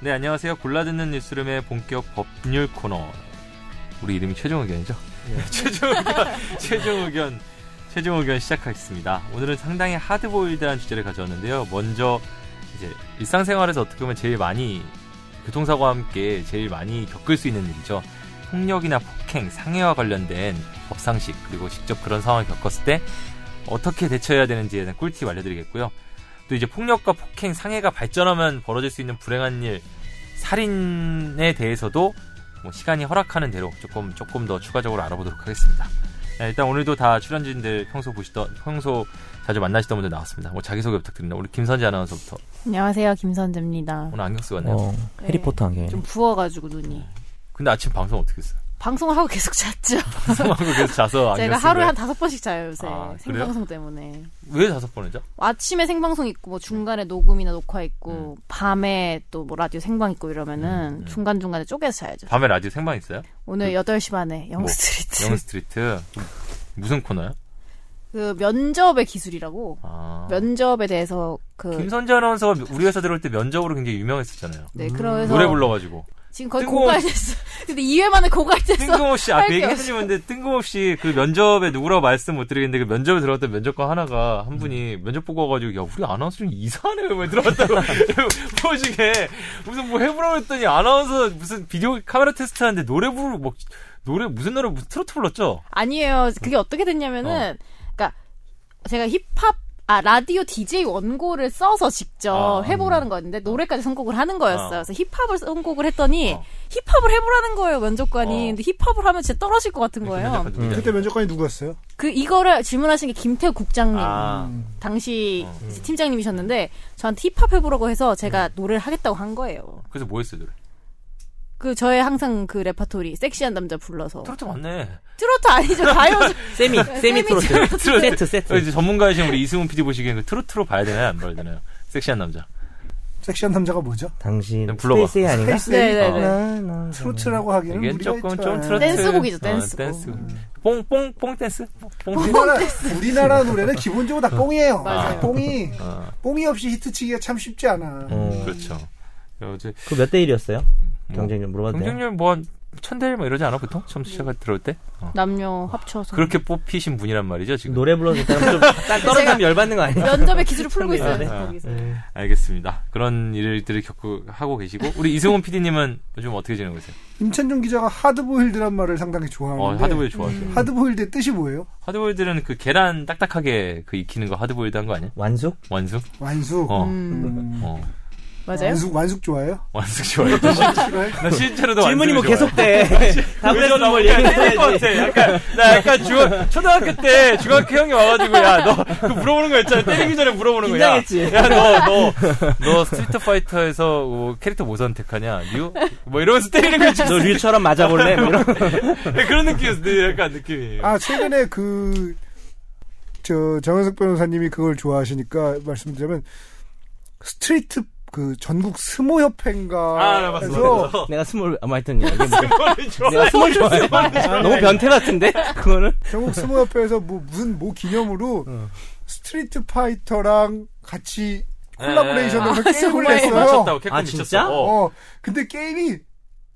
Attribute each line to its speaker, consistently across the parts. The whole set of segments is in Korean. Speaker 1: 네, 안녕하세요. 골라듣는 뉴스룸의 본격 법률 코너. 우리 이름이 최종 의견이죠? 최종 의견, 최종 의견, 최종 의견 시작하겠습니다. 오늘은 상당히 하드보일드한 주제를 가져왔는데요. 먼저 이제 일상생활에서 어떻게 보면 제일 많이 교통사고와 함께 제일 많이 겪을 수 있는 일이죠. 폭력이나 폭행, 상해와 관련된 법상식 그리고 직접 그런 상황을 겪었을 때 어떻게 대처해야 되는지에 대한 꿀팁 알려드리겠고요. 또 이제 폭력과 폭행, 상해가 발전하면 벌어질 수 있는 불행한 일, 살인에 대해서도 뭐 시간이 허락하는 대로 조금 조금 더 추가적으로 알아보도록 하겠습니다. 네, 일단 오늘도 다 출연진들 평소 보시던 평소 자주 만나시던 분들 나왔습니다. 뭐 자기 소개 부탁드립니다. 우리 김선재 아나운서부터
Speaker 2: 안녕하세요 김선재입니다.
Speaker 1: 오늘 안경 쓰고 왔네요.
Speaker 3: 어, 해리포터
Speaker 1: 네.
Speaker 3: 안경이
Speaker 2: 좀 부어가지고 눈이
Speaker 1: 근데 아침 방송 어떻게 했어요?
Speaker 2: 방송을 하고 계속 잤죠.
Speaker 1: 방송하고 계속 자서 안경
Speaker 2: 제가
Speaker 1: 쓴
Speaker 2: 하루에
Speaker 1: 거예요?
Speaker 2: 한 다섯 번씩 자요 요새
Speaker 1: 아, 그래요?
Speaker 2: 생방송 때문에
Speaker 1: 왜 다섯 번을 자?
Speaker 2: 아침에 생방송 있고 뭐 중간에 녹음이나 녹화 있고 밤에 또 뭐 라디오 생방 있고 이러면은
Speaker 1: 음, 음.
Speaker 2: 중간 중간에 쪼개서 자야죠.
Speaker 1: 밤에 라디오 생방 있어요?
Speaker 2: 오늘
Speaker 1: 그-
Speaker 2: 8시 반에
Speaker 1: 뭐,
Speaker 2: 영스트리트
Speaker 1: 영스트리트 무슨 코너요?
Speaker 2: 그 면접의 기술이라고
Speaker 1: 아,
Speaker 2: 면접에 대해서 그
Speaker 1: 김선재 아나운서가 우리 회사 들어올 때 면접으로 굉장히 유명했었잖아요.
Speaker 2: 네, 그래서
Speaker 1: 노래 불러가지고
Speaker 2: 지금 거의
Speaker 1: 뜨거운-
Speaker 2: 고갈됐어. 근데 2회 만에 고갈됐어.
Speaker 1: 뜬금없이 아그
Speaker 2: 할게
Speaker 1: 얘기 해드리는데 뜬금없이 그 면접에 누구라고 말씀 못 드리겠는데 그 면접에 들어갔던 면접관 하나가 한 분이 면접 보고 와가지고 야 우리 아나운서 좀 이상하네 왜 들어갔다고 보시게 무슨 뭐 해보라고 했더니 아나운서 무슨 비디오 카메라 테스트 하는데 노래 부르고 막 노래 무슨 노래 무슨 트로트 불렀죠?
Speaker 2: 아니에요. 그게 어떻게 됐냐면은, 그니까, 제가 힙합, 아, 라디오 DJ 원고를 써서 직접
Speaker 1: 아,
Speaker 2: 해보라는 거였는데, 노래까지 선곡을 하는 거였어요.
Speaker 1: 아.
Speaker 2: 그래서 힙합을 선곡을 했더니,
Speaker 1: 어.
Speaker 2: 힙합을 해보라는 거예요, 면접관이.
Speaker 1: 어.
Speaker 2: 근데 힙합을 하면 진짜 떨어질 것 같은 거예요.
Speaker 1: 면접관 누구냐?
Speaker 4: 그때 면접관이 누구였어요?
Speaker 2: 그, 이거를 질문하신 게 김태우 국장님.
Speaker 1: 아,
Speaker 4: 음.
Speaker 2: 당시
Speaker 1: 어. 음.
Speaker 2: 이제 팀장님이셨는데, 저한테 힙합 해보라고 해서 제가 노래를 하겠다고 한 거예요.
Speaker 1: 그래서 뭐 했어요 노래?
Speaker 2: 그, 저의 항상 그 레파토리, 섹시한 남자 불러서.
Speaker 1: 트로트 네. 맞네.
Speaker 2: 트로트 아니죠, 가요죠.
Speaker 3: 세미 네. 세미 트로트 세트
Speaker 1: 어,
Speaker 3: 세트
Speaker 1: 이제 전문가이신 우리 이승훈 PD 보시기엔 그 트로트로 봐야 되나요? 안 봐야 되나요? 섹시한 남자.
Speaker 4: 섹시한 남자가 뭐죠?
Speaker 3: 당신
Speaker 1: 불러봐.
Speaker 3: 스페이스의 아닌가?
Speaker 4: 페이스
Speaker 2: 네네네.
Speaker 1: 어.
Speaker 3: 나, 나, 나.
Speaker 4: 트로트라고 하기는
Speaker 1: 이게
Speaker 4: 우리가
Speaker 1: 조금
Speaker 4: 있잖아요.
Speaker 1: 좀 트로트.
Speaker 2: 댄스곡이죠,
Speaker 1: 어,
Speaker 2: 댄스곡.
Speaker 1: 댄스. 뽕뽕 뽕 댄스. 뽕 댄스.
Speaker 4: 우리나라, 우리나라 노래는 기본적으로 다 뽕이에요.
Speaker 2: 맞아요.
Speaker 4: 뽕이
Speaker 1: 어,
Speaker 4: 뽕이 없이 히트치기가 참 쉽지 않아.
Speaker 3: 어,
Speaker 1: 그렇죠. 어제
Speaker 3: 그몇 대 1이었어요?
Speaker 1: 뭐,
Speaker 3: 경쟁률 물어봐도 돼요?
Speaker 1: 경쟁률 뭐한 천대 일뭐 이러지 않아 보통 처음 시작할 들어올 때 어.
Speaker 2: 남녀 합쳐서.
Speaker 1: 그렇게 뽑히신 분이란 말이죠 지금.
Speaker 3: 노래 불러줄 때는 좀딱 떨어지면 열받는 거
Speaker 5: 네.
Speaker 3: 아니야?
Speaker 2: 면접의 기술을 풀고 있어야 돼,
Speaker 1: 아,
Speaker 2: 거기서.
Speaker 1: 알겠습니다. 그런 일들을 겪고 하고 계시고 우리 이승훈 PD님은 요즘 어떻게 지내고 계세요?
Speaker 4: 임찬종 기자가 하드보일드란 말을 상당히
Speaker 1: 어,
Speaker 4: 좋아하는데
Speaker 1: 하드보일 좋아하세요.
Speaker 4: 음. 하드보일드의 뜻이 뭐예요?
Speaker 1: 하드보일들은 그 계란 딱딱하게 그 익히는 거 하드보일드 한 거 아니야?
Speaker 3: 완숙?
Speaker 1: 완숙?
Speaker 4: 완숙.
Speaker 1: 어.
Speaker 2: 음,
Speaker 4: 음.
Speaker 1: 어.
Speaker 2: 맞아요?
Speaker 4: 완숙 완숙 좋아해요?
Speaker 1: 완숙 좋아해. 나
Speaker 4: 싫어요?
Speaker 1: 실제로도
Speaker 3: 질문이 뭐
Speaker 1: 완숙을 좋아해.
Speaker 3: 계속 돼. 뭐 답을
Speaker 1: 나뭘
Speaker 3: 나올
Speaker 1: 얘기해야 될것
Speaker 3: 얘기해야지.
Speaker 1: 같아. 약간, 나 약간 중, 초등학교 때 중학교 형이 와가지고, 야, 너, 그 물어보는 거 있잖아. 때리기 전에 물어보는 거. 야,
Speaker 3: 긴장했지.
Speaker 1: 야, 너, 너, 너 스트리트 파이터에서 뭐 캐릭터 뭐 선택하냐? 뉴? 뭐 이러면서 때리는 거 있잖아.
Speaker 3: 너 류처럼 맞아볼래? 뭐 이런.
Speaker 1: 그런 느낌이었어. 네, 약간 느낌이에요.
Speaker 4: 아 최근에 그. 저 정현석 변호사님이 그걸 좋아하시니까 말씀드리면 스트리트 그 전국 스모
Speaker 1: 아, 나
Speaker 4: 협회인가
Speaker 1: 봤어,
Speaker 4: 해서
Speaker 1: 봤어.
Speaker 3: 내가 스몰 아마 하여튼 이게 뭐
Speaker 1: 그거를 좋아해.
Speaker 3: 내가 스몰 좋아해. 너무 변태 같은데 그거는.
Speaker 4: 전국 스모 협회에서 뭐 무슨 뭐 기념으로 스트리트 파이터랑 같이 콜라보레이션을 해서 게임을
Speaker 2: 정말.
Speaker 4: 했어요.
Speaker 1: 미쳤다고, 캡콤
Speaker 3: 아,
Speaker 1: 미쳤어.
Speaker 3: 진짜?
Speaker 1: 어.
Speaker 4: 어, 근데 게임이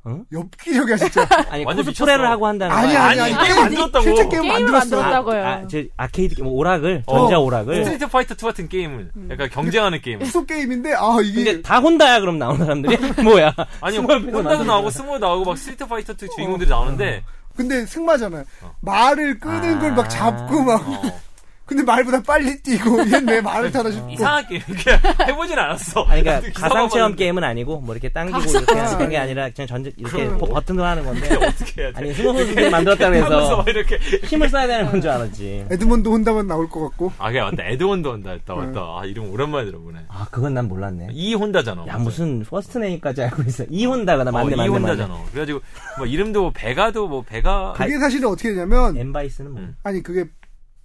Speaker 3: 어?
Speaker 4: 엽기적이야 진짜.
Speaker 3: 아니
Speaker 1: 완전
Speaker 3: 코스프레를
Speaker 1: 미쳤어.
Speaker 3: 하고 한다는
Speaker 4: 아니
Speaker 3: 거야.
Speaker 4: 아니 아니
Speaker 1: 아니, 게임 만들었다고.
Speaker 4: 실제 게임
Speaker 2: 게임을
Speaker 4: 만들었어.
Speaker 2: 만들었다고.
Speaker 4: 요
Speaker 2: 했다고요.
Speaker 3: 아, 제 아케이드 게임, 오락을
Speaker 1: 어.
Speaker 3: 전자 오락을.
Speaker 1: 스트리트 파이터 2 같은 게임을.
Speaker 4: 음.
Speaker 1: 약간 경쟁하는 게임.
Speaker 4: 후속 게임인데 아
Speaker 3: 근데
Speaker 4: 이게
Speaker 3: 다 혼다야 그럼 나온 사람들이 뭐야?
Speaker 1: 아니,
Speaker 3: 스몰 패드 어.
Speaker 1: 혼다도
Speaker 3: 만들고.
Speaker 1: 나오고, 스모 나오고, 막 스트리트 파이터 2 주인공들이 나오는데,
Speaker 4: 근데 승마잖아요. 말을 끄는 걸 막 잡고 막
Speaker 1: 어.
Speaker 4: 근데 말보다 빨리 뛰고 얘는 왜 말을 타나 싶고
Speaker 1: 이상하게 그냥 해보진 않았어.
Speaker 3: 아니 그러니까
Speaker 1: 기사만
Speaker 3: 가상 체험
Speaker 1: 봤는데
Speaker 3: 게임은 아니고 뭐 이렇게 당기고 이렇게 하는 게 아니라 그냥 전제 이렇게 버- 버튼으로 하는 건데
Speaker 1: 어떻게 해야 돼?
Speaker 3: 아니 스모 선수들이 만들었다고
Speaker 1: 뭐 하면서
Speaker 3: 해서
Speaker 1: 막 이렇게.
Speaker 3: 힘을 써야 되는 건 줄 알았지.
Speaker 4: 에드먼드 혼다만 나올 것 같고
Speaker 1: 아, 그래, 맞다. 에드원도 한다. 했다, 맞다. 아, 이름 오랜만에 들어보네.
Speaker 3: 아 그건 난 몰랐네.
Speaker 1: 이 혼다잖아.
Speaker 3: 야 무슨 퍼스트 네임까지 알고 있어. 이 혼다가 나
Speaker 1: 어,
Speaker 3: 맞네
Speaker 1: 이
Speaker 3: 맞네 아, 맞네.
Speaker 1: 혼다잖아. 그래가지고, 뭐, 이름도, 뭐 배가도, 뭐, 배가.
Speaker 3: 예.
Speaker 4: 그게 사실은 어떻게 되냐면
Speaker 3: 엠바이스는 뭐
Speaker 1: 음.
Speaker 4: 아니 그게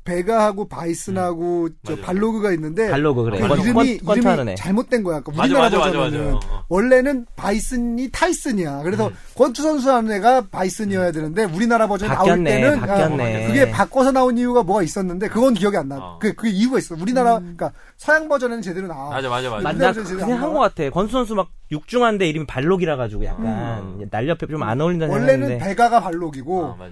Speaker 4: 베가하고 바이슨하고 저
Speaker 1: 맞아.
Speaker 4: 발로그가 있는데
Speaker 3: 발로그 그래.
Speaker 1: 아,
Speaker 4: 그
Speaker 3: 네. 권-
Speaker 4: 이름이
Speaker 3: 권- 권투하는 애.
Speaker 4: 이름이 잘못된 거야. 그러니까
Speaker 1: 맞아,
Speaker 4: 우리나라
Speaker 1: 맞아, 맞아,
Speaker 4: 버전은
Speaker 1: 맞아요. 어.
Speaker 4: 원래는 바이슨이 타이슨이야. 그래서
Speaker 3: 음.
Speaker 4: 권투 선수 하는 애가 바이슨이어야 되는데 우리나라 버전 나올
Speaker 3: 바뀌었네,
Speaker 4: 때는 아,
Speaker 3: 바뀌었네.
Speaker 4: 그게 바꿔서 나온 이유가 뭐가 있었는데 그건 기억이 안 나.
Speaker 1: 어.
Speaker 4: 그 그 이유가 있어. 우리나라
Speaker 3: 음.
Speaker 4: 그러니까 서양 버전에는 제대로 나와.
Speaker 1: 맞아 맞아 맞아.
Speaker 4: 맞-
Speaker 3: 맞나
Speaker 4: 그냥
Speaker 3: 그냥 한것 같아. 권수 선수 막 육중한데 이름이 발록이라 가지고
Speaker 1: 음.
Speaker 3: 약간 날렵해 좀 안 어울린다
Speaker 4: 원래는
Speaker 3: 생각했는데
Speaker 4: 베가가 발록이고
Speaker 1: 어, 맞아.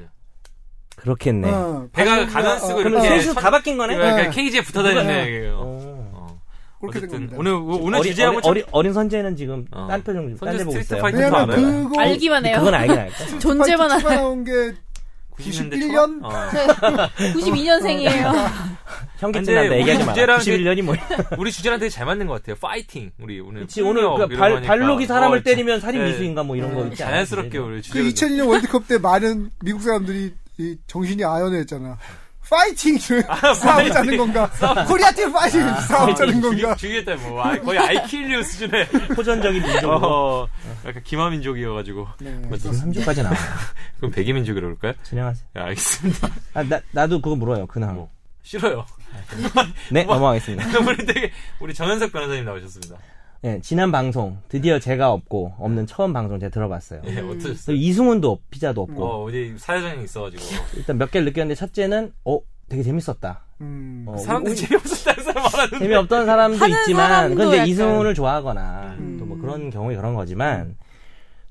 Speaker 3: 그렇게 했네.
Speaker 4: 어,
Speaker 1: 배가
Speaker 4: 발록이가-
Speaker 1: 가만 쓰고
Speaker 4: 어,
Speaker 1: 이렇게
Speaker 3: 그러면 선수
Speaker 1: 천-
Speaker 3: 다 바뀐 거네.
Speaker 1: 이거 약간
Speaker 4: 네.
Speaker 1: 그러니까 케이지에 붙어 다니네. 어.
Speaker 3: 어.
Speaker 1: 어.
Speaker 4: 그렇게 된
Speaker 1: 어쨌든
Speaker 4: 겁니다.
Speaker 1: 오늘 오늘
Speaker 3: 어린,
Speaker 1: 주제하고
Speaker 3: 어린,
Speaker 1: 참-
Speaker 3: 어린, 어린 선재는 지금
Speaker 1: 어.
Speaker 3: 딴 표정
Speaker 1: 선재
Speaker 3: 딴데 보고
Speaker 1: 스트리트
Speaker 3: 있어요.
Speaker 1: 파이터
Speaker 4: 왜냐면
Speaker 1: 알아요?
Speaker 4: 그거
Speaker 5: 알기만 해요.
Speaker 3: 그건 알긴 알까.
Speaker 5: 존재만
Speaker 4: 파이트
Speaker 5: 알아.
Speaker 4: 2가 나온 게
Speaker 1: 90년대
Speaker 4: 91년? 네.
Speaker 1: 초반? 어.
Speaker 5: 92년생이에요.
Speaker 3: 현기증 난다
Speaker 1: 근데
Speaker 3: 얘기하지 마.
Speaker 1: 문제라는 게-
Speaker 3: 91년이 뭐야?
Speaker 1: 우리 주제랑 되게 잘 맞는 것 같아요. 파이팅. 우리 오늘
Speaker 3: 그치, 오늘 그
Speaker 1: 폭력
Speaker 3: 발,
Speaker 1: 이런
Speaker 3: 발록이
Speaker 1: 거니까.
Speaker 3: 사람을
Speaker 1: 어,
Speaker 3: 때리면 살인
Speaker 1: 네.
Speaker 3: 미수인가 뭐 이런 거 있지 않아요?
Speaker 1: 자연스럽게 우리
Speaker 4: 그
Speaker 1: 주제로
Speaker 4: 2002년 월드컵 때 많은 미국 사람들이 이 정신이 아연해했잖아. 아, 파이팅! 싸우자는 건가? 코리아 팀 파이팅! 싸우자는 건가?
Speaker 1: 죽이겠다 뭐 아, 거의 아이킬리오 수준의
Speaker 3: 호전적인 민족으로. 뭐.
Speaker 1: 어, 약간 기마민족이어가지고
Speaker 4: 네.
Speaker 3: 지금 3주까지 나와.
Speaker 1: 그럼 백이민족이라고 그럴까요?
Speaker 3: 진행하세요.
Speaker 1: 네, 알겠습니다.
Speaker 3: 아, 나, 나도 그거 물어요, 근황.
Speaker 1: 뭐. 싫어요.
Speaker 3: 네, 넘어가겠습니다.
Speaker 1: 우리 되게 우리 정현석 변호사님 나오셨습니다.
Speaker 3: 네, 지난 방송, 드디어 제가 없고, 없는 처음 방송 제가 들어봤어요.
Speaker 1: 예, 어떠셨어요?
Speaker 3: 그래서 이승훈도 없, 피자도 없고,
Speaker 1: 어, 어디 사회장이 있어가지고
Speaker 3: 일단 몇 개를 느꼈는데, 첫째는, 어, 되게 재밌었다.
Speaker 4: 음.
Speaker 3: 어,
Speaker 1: 그 사람들이
Speaker 3: 우-
Speaker 1: 재미없었다는 사람 많았는데
Speaker 3: 재미없던 사람도
Speaker 5: 하는
Speaker 3: 있지만,
Speaker 5: 사람도
Speaker 3: 그건 이제
Speaker 5: 약간-
Speaker 3: 이승훈을 좋아하거나,
Speaker 4: 음.
Speaker 3: 또 뭐 그런 경우에 그런 거지만,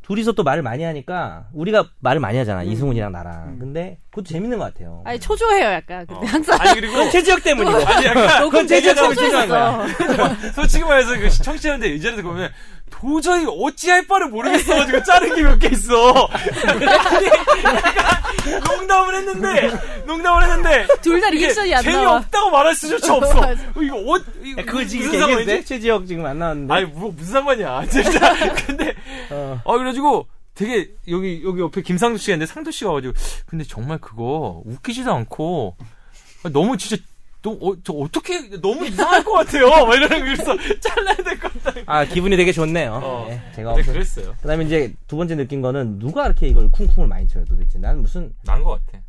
Speaker 3: 둘이서 또 말을 많이 하니까, 우리가 말을 많이 하잖아, 이승훈이랑 나랑. 근데, 그것도 재밌는 것 같아요.
Speaker 5: 아니 초조해요 약간. 근데
Speaker 1: 어.
Speaker 5: 항상
Speaker 1: 아니 그리고
Speaker 3: 제 지역 때문이고.
Speaker 1: 아니 약간
Speaker 5: 녹음
Speaker 3: 제
Speaker 5: 되게
Speaker 3: 지역에서 필요한
Speaker 5: 초조했어.
Speaker 1: 솔직히 말해서 그 청취자한테 의자에서 보면 도저히 어찌할 바를 모르겠어가지고 자른 게 몇 개 있어. 아니, 약간 농담을 했는데 농담을 했는데
Speaker 5: 둘 다
Speaker 1: 이게
Speaker 5: 리액션이 안 나와.
Speaker 1: 재미없다고 말할 수조차 없어.
Speaker 5: 맞아.
Speaker 1: 어, 이거 어 이거
Speaker 3: 그거 지금
Speaker 1: 무슨 상관이지?
Speaker 3: 얘기했는데? 최 지역 지금 안 나왔는데.
Speaker 1: 아니 뭐 무슨 상관이야 진짜. 근데
Speaker 3: 어.
Speaker 1: 아 그래가지고 되게 여기 여기 옆에 김상도 씨가 있는데 상도 씨가 와가지고 근데 정말 그거 웃기지도 않고 아, 너무 진짜 너무 어, 저 어떻게 너무 이상할 것 같아요. 막 이러는 그래서 잘라야 될 것 같다.
Speaker 3: 아, 기분이 되게 좋네요.
Speaker 1: 어.
Speaker 3: 예, 제가
Speaker 1: 근데
Speaker 3: 없어.
Speaker 1: 그랬어요.
Speaker 3: 그다음에 이제 두 번째 느낀 거는 누가 이렇게 이걸 쿵쿵을 많이 쳐요 도대체 난 무슨
Speaker 1: 난 것 같아.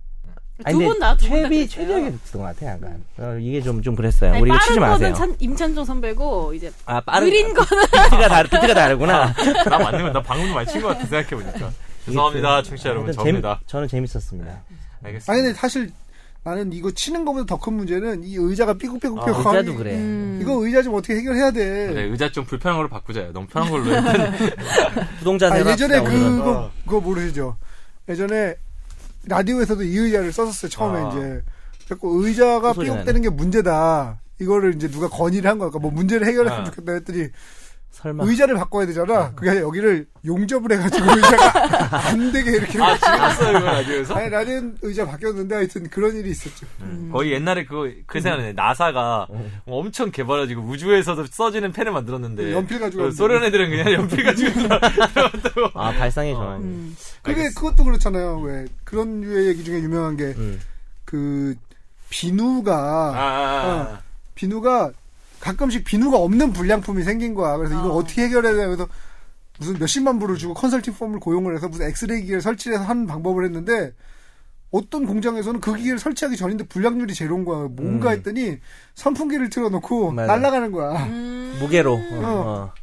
Speaker 3: 아니,
Speaker 5: 두분
Speaker 3: 근데
Speaker 5: 다, 두분다
Speaker 3: 최비
Speaker 5: 그랬어요.
Speaker 3: 최비하게 듣던 것 같아 약간 어, 이게 좀 좀 그랬어요
Speaker 5: 아니,
Speaker 3: 우리 이거
Speaker 5: 빠른
Speaker 3: 치지 마세요
Speaker 5: 거는 찬- 임찬종 선배고 이제
Speaker 3: 아 빠른
Speaker 5: 느린 거는
Speaker 3: 비트가 다르 비트가 다르구나
Speaker 1: 나 맞는 거나 방금도 많이 친것 같아 생각해보니까. 죄송합니다 청취자 여러분
Speaker 3: 하여튼
Speaker 1: 저입니다.
Speaker 3: 재미- 저는 재밌었습니다
Speaker 1: 알겠습니다.
Speaker 4: 아니, 근데 사실 나는 이거 치는 것보다 더 큰 문제는 이 의자가 삐걱삐걱삐걱
Speaker 1: 아,
Speaker 3: 의자도 그래
Speaker 4: 이거 의자 좀 어떻게 해결해야 돼.
Speaker 1: 그래, 네, 의자 좀 불편한 걸로 바꾸자. 요 너무 편한 걸로. 일단.
Speaker 3: 부동자
Speaker 4: 아,
Speaker 3: 세라
Speaker 4: 예전에
Speaker 3: 오늘은.
Speaker 4: 그거, 뭐 그거 모르시죠? 예전에 라디오에서도 이 의자를 썼었어요, 처음에
Speaker 1: 아.
Speaker 4: 이제. 자꾸 의자가
Speaker 3: 그 소리
Speaker 4: 삐걱대는 게 문제다. 이거를 이제 누가 건의를 한 거야. 그러니까 뭐 문제를 해결했으면
Speaker 1: 아.
Speaker 4: 좋겠다 했더니
Speaker 3: 설마
Speaker 4: 의자를 바꿔야 되잖아. 그게 아니라 여기를 용접을 해가지고 의자가 안 되게 이렇게.
Speaker 1: 아 지금 왔어요 이거 라디오에서?
Speaker 4: 아니, 라디오 의자 바뀌었는데 하여튼 그런 일이 있었죠.
Speaker 1: 거의 옛날에 그거 그 생각나네. 나사가 엄청 개발해가지고 우주에서도 써지는 펜을 만들었는데
Speaker 4: 연필 가지고
Speaker 1: 어, 소련 애들은 그냥 연필 가지고 들어- 들어갔다고.
Speaker 3: 아 발상의 전환
Speaker 4: 음. 그게
Speaker 1: 알겠어.
Speaker 4: 그것도 그렇잖아요. 왜 그런 유의 얘기 중에
Speaker 3: 음.
Speaker 4: 유명한 게 그 비누가
Speaker 1: 아, 아, 아.
Speaker 4: 비누가 가끔씩 비누가 없는 불량품이 생긴 거야. 그래서 이걸
Speaker 5: 아.
Speaker 4: 어떻게 해결해야 되나 그래서 무슨 몇십만 불을 주고 컨설팅 펌을 고용을 해서 무슨 엑스레이 기계를 설치해서 하는 방법을 했는데 어떤 공장에서는 그 기계를 설치하기 전인데 불량률이 제로인 거야. 뭔가
Speaker 3: 음.
Speaker 4: 했더니 선풍기를 틀어놓고
Speaker 3: 맞아.
Speaker 4: 날아가는 거야.
Speaker 3: 무게로 어, 어.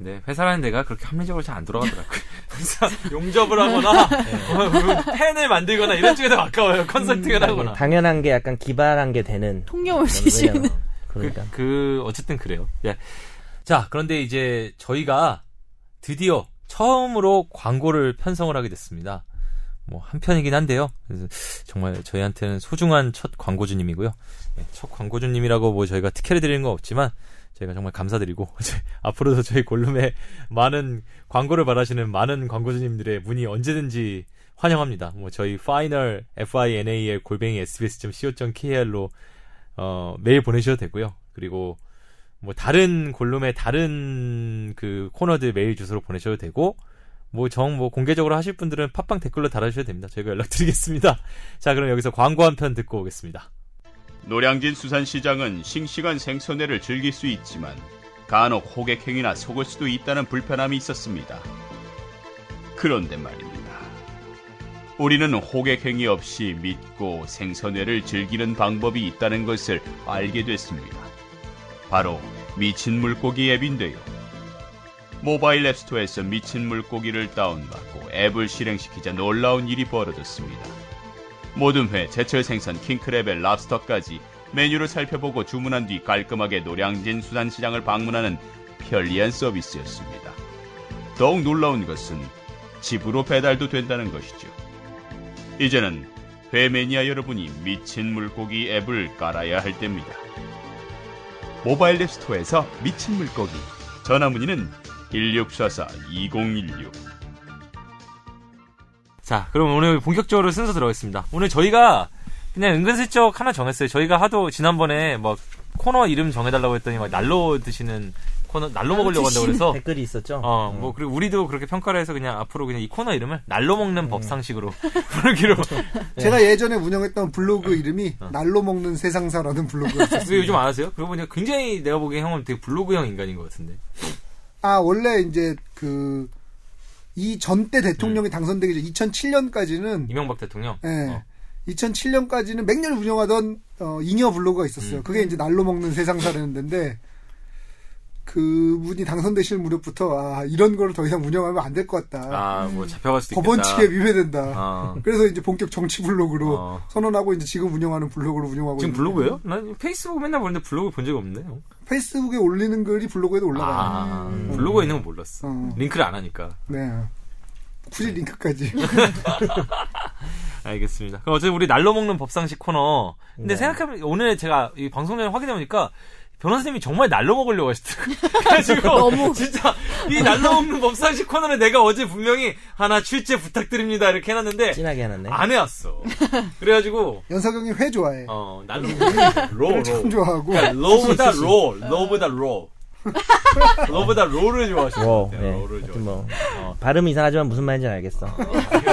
Speaker 1: 네, 회사라는 데가 그렇게 합리적으로 잘 안 돌아가더라고요. 항상 용접을 하거나 어, 펜을 만들거나 이런 쪽에 더 가까워요. 컨설팅을 하거나.
Speaker 3: 당연한 게 약간 기발한 게 되는
Speaker 5: 통념을
Speaker 3: 그런
Speaker 5: 지시는
Speaker 3: 거잖아. 그러니까
Speaker 1: 그, 그 어쨌든 그래요. 예. 자, 그런데 이제 저희가 드디어 처음으로 광고를 편성을 하게 됐습니다. 뭐 한편이긴 한데요. 그래서 정말 저희한테는 소중한 첫 광고주님이고요. 예, 첫 광고주님이라고 뭐 저희가 특혜를 드리는 건 없지만 저희가 정말 감사드리고 이제 앞으로도 저희 골룸에 많은 광고를 바라시는 많은 광고주님들의 문의 언제든지 환영합니다. 뭐 저희 final f i n a l 골뱅이 sbs.co.kr로 어, 메일 보내셔도 되고요. 그리고 뭐 다른 골룸의 다른 그 코너들 메일 주소로 보내셔도 되고 뭐 정 뭐 공개적으로 하실 분들은 팟빵 댓글로 달아주셔도 됩니다. 저희가 연락드리겠습니다. 자 그럼 여기서 광고 한 편 듣고 오겠습니다.
Speaker 6: 노량진 수산시장은 싱싱한 생선회를 즐길 수 있지만 간혹 호객행위나 속을 수도 있다는 불편함이 있었습니다. 그런데 말입니다. 우리는 호객행위 없이 믿고 생선회를 즐기는 방법이 있다는 것을 알게 됐습니다. 바로 미친 물고기 앱인데요. 모바일 앱스토어에서 미친 물고기를 다운받고 앱을 실행시키자 놀라운 일이 벌어졌습니다. 모든 회, 제철 생선, 킹크랩의 랍스터까지 메뉴를 살펴보고 주문한 뒤 깔끔하게 노량진 수산시장을 방문하는 편리한 서비스였습니다. 더욱 놀라운 것은 집으로 배달도 된다는 것이죠. 이제는 회매니아 여러분이 미친 물고기 앱을 깔아야 할 때입니다. 모바일 앱 스토어에서 미친 물고기 전화 문의는 1644-2016
Speaker 1: 자, 그럼 오늘 본격적으로 순서 들어가겠습니다. 오늘 저희가 그냥 은근슬쩍 하나 정했어요. 저희가 하도 지난번에 막 코너 이름 정해달라고 했더니 막 날로 드시는 코너, 날로 먹으려고 한다고 그래서
Speaker 3: 댓글이 있었죠.
Speaker 1: 어,
Speaker 4: 음.
Speaker 1: 뭐, 그리고 우리도 그렇게 평가를 해서 그냥 앞으로 그냥 이 코너 이름을 날로 먹는
Speaker 4: 음.
Speaker 1: 법상식으로 부르기로.
Speaker 4: 제가 예전에 운영했던 블로그
Speaker 3: 음.
Speaker 4: 이름이
Speaker 3: 어.
Speaker 4: 날로 먹는 세상사라는 블로그였어요.
Speaker 1: 왜 요즘 안 하세요? 그러고 보니까 굉장히 내가 보기엔 형은 되게 블로그형 인간인 것 같은데.
Speaker 4: 아 원래 이제 그 이 전대
Speaker 3: 음.
Speaker 4: 대통령이 당선되기 전 2007년까지는
Speaker 1: 이명박 대통령.
Speaker 4: 예.
Speaker 1: 어.
Speaker 4: 2007년까지는 매년 운영하던 어, 잉여 블로그가
Speaker 1: 음.
Speaker 4: 있었어요. 그게 이제 날로 먹는 세상사라는 데인데 그분이 당선되실 무렵부터 아 이런 걸 더 이상 운영하면 안 될 것 같다.
Speaker 1: 아, 뭐 잡혀갈 수도 있겠다.
Speaker 4: 음. 법원칙에 위배된다.
Speaker 1: 아.
Speaker 4: 그래서 이제 본격 정치 블로그로
Speaker 1: 어.
Speaker 4: 선언하고 이제 지금 운영하는 블로그로 운영하고
Speaker 1: 지금
Speaker 4: 있는데
Speaker 1: 블로그예요? 난 페이스북 맨날 보는데 블로그 본 적 없네. 요
Speaker 4: 페이스북에 올리는 글이 블로그에도 올라가요. 음.
Speaker 1: 아, 블로그에 있는 건 몰랐어.
Speaker 4: 어.
Speaker 1: 링크를 안 하니까.
Speaker 4: 네.
Speaker 1: 네.
Speaker 4: 굳이 링크까지.
Speaker 1: 알겠습니다. 그럼 어쨌든 우리 날로 먹는 법상식 코너. 근데
Speaker 3: 네.
Speaker 1: 생각해보면 오늘 제가 이 방송 전에 확인해보니까 변호사님이 정말 날로 먹으려고 하시더라고요. 그래가지고 진짜 이 날로 먹는 법상식 코너는 내가 어제 분명히 하나 출제 부탁드립니다 이렇게 해놨는데
Speaker 3: 진하게 하는데.
Speaker 1: 안 해왔어. 그래가지고
Speaker 4: 연석영이 회 좋아해.
Speaker 1: 어 날로
Speaker 3: 음,
Speaker 1: 먹는 로
Speaker 4: 참
Speaker 1: 로.
Speaker 4: 좋아하고.
Speaker 1: 그러니까 로보다 로, 로보다 로. 로보다 로를
Speaker 3: 워,
Speaker 1: 좋아하시는데
Speaker 3: 네.
Speaker 1: 로를 좋아.
Speaker 3: 하여튼 뭐
Speaker 1: 어.
Speaker 3: 발음 이상하지만 무슨 말인지 알겠어.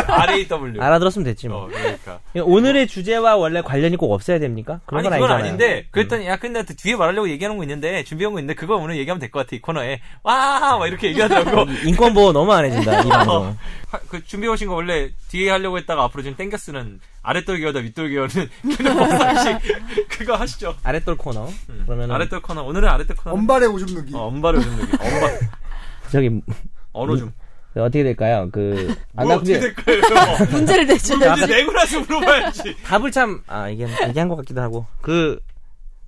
Speaker 1: R A W.
Speaker 3: 알아들었으면 됐지 뭐.
Speaker 1: 어 그러니까.
Speaker 3: 오늘의 주제와 원래 관련이 꼭 없어야 됩니까? 그런
Speaker 1: 아니
Speaker 3: 건
Speaker 1: 그건
Speaker 3: 아니잖아요. 음.
Speaker 1: 아닌데 그랬더니 야 근데 나 뒤에 말하려고 얘기하는 거 있는데 준비한 거 있는데 그거 오늘 얘기하면 될 것 같아 이 코너에 와막 이렇게 얘기하더라고
Speaker 3: 인권 보호 너무 안 해준다 이 방송.
Speaker 1: 하- 그 준비해오신 거 원래 뒤에 하려고 했다가 앞으로 지금 땡겨 쓰는 아랫돌기어다 윗돌기어는 그런 법상식 그거 하시죠
Speaker 3: 아랫돌 코너. 그러면
Speaker 1: 음. 아랫돌 코너 오늘은 아랫돌 코너
Speaker 4: 엄발의 오줌 누기.
Speaker 1: 어, 엄발을 좀 여기 엄발
Speaker 3: 저기
Speaker 1: 언어 좀
Speaker 3: 어떻게 될까요? 그 아,
Speaker 1: 뭐
Speaker 3: 나
Speaker 1: 어떻게
Speaker 3: 근데
Speaker 1: 될까요
Speaker 5: 문제를 내죠.
Speaker 1: 이제 내고 나서 물어봐야지
Speaker 3: 답을 참 아 이게 얘기한 것 같기도 하고 그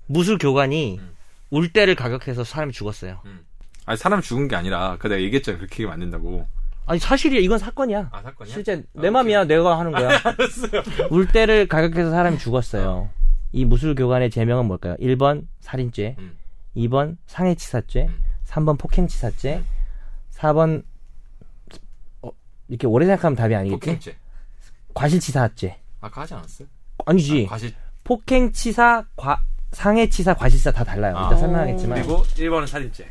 Speaker 3: 무술 교관이
Speaker 1: 음.
Speaker 3: 울대를 가격해서 사람이 죽었어요.
Speaker 1: 아니 사람 죽은 게 아니라 그 내가 얘기했잖아 그렇게 얘기하면 안 된다고
Speaker 3: 아니 사실이야 이건 사건이야.
Speaker 1: 아 사건이야? 어,
Speaker 3: 실제 내 맘이야 내가 하는 거야.
Speaker 1: 알았어요
Speaker 3: 울대를 가격해서 사람이 죽었어요. 이 무술 교관의 제명은 뭘까요? 1번 살인죄,
Speaker 1: 음.
Speaker 3: 2번 상해치사죄,
Speaker 1: 음.
Speaker 3: 3번 폭행치사죄, 4번 어, 이렇게 오래 생각하면 답이 아니겠지?
Speaker 1: 폭행죄
Speaker 3: 과실치사죄.
Speaker 1: 아까 하지 않았어요?
Speaker 3: 아니지.
Speaker 1: 과실
Speaker 3: 폭행치사, 과- 상해치사, 과실치사 다 달라요.
Speaker 1: 아.
Speaker 3: 이따 설명하겠지만
Speaker 1: 그리고 1번은 살인죄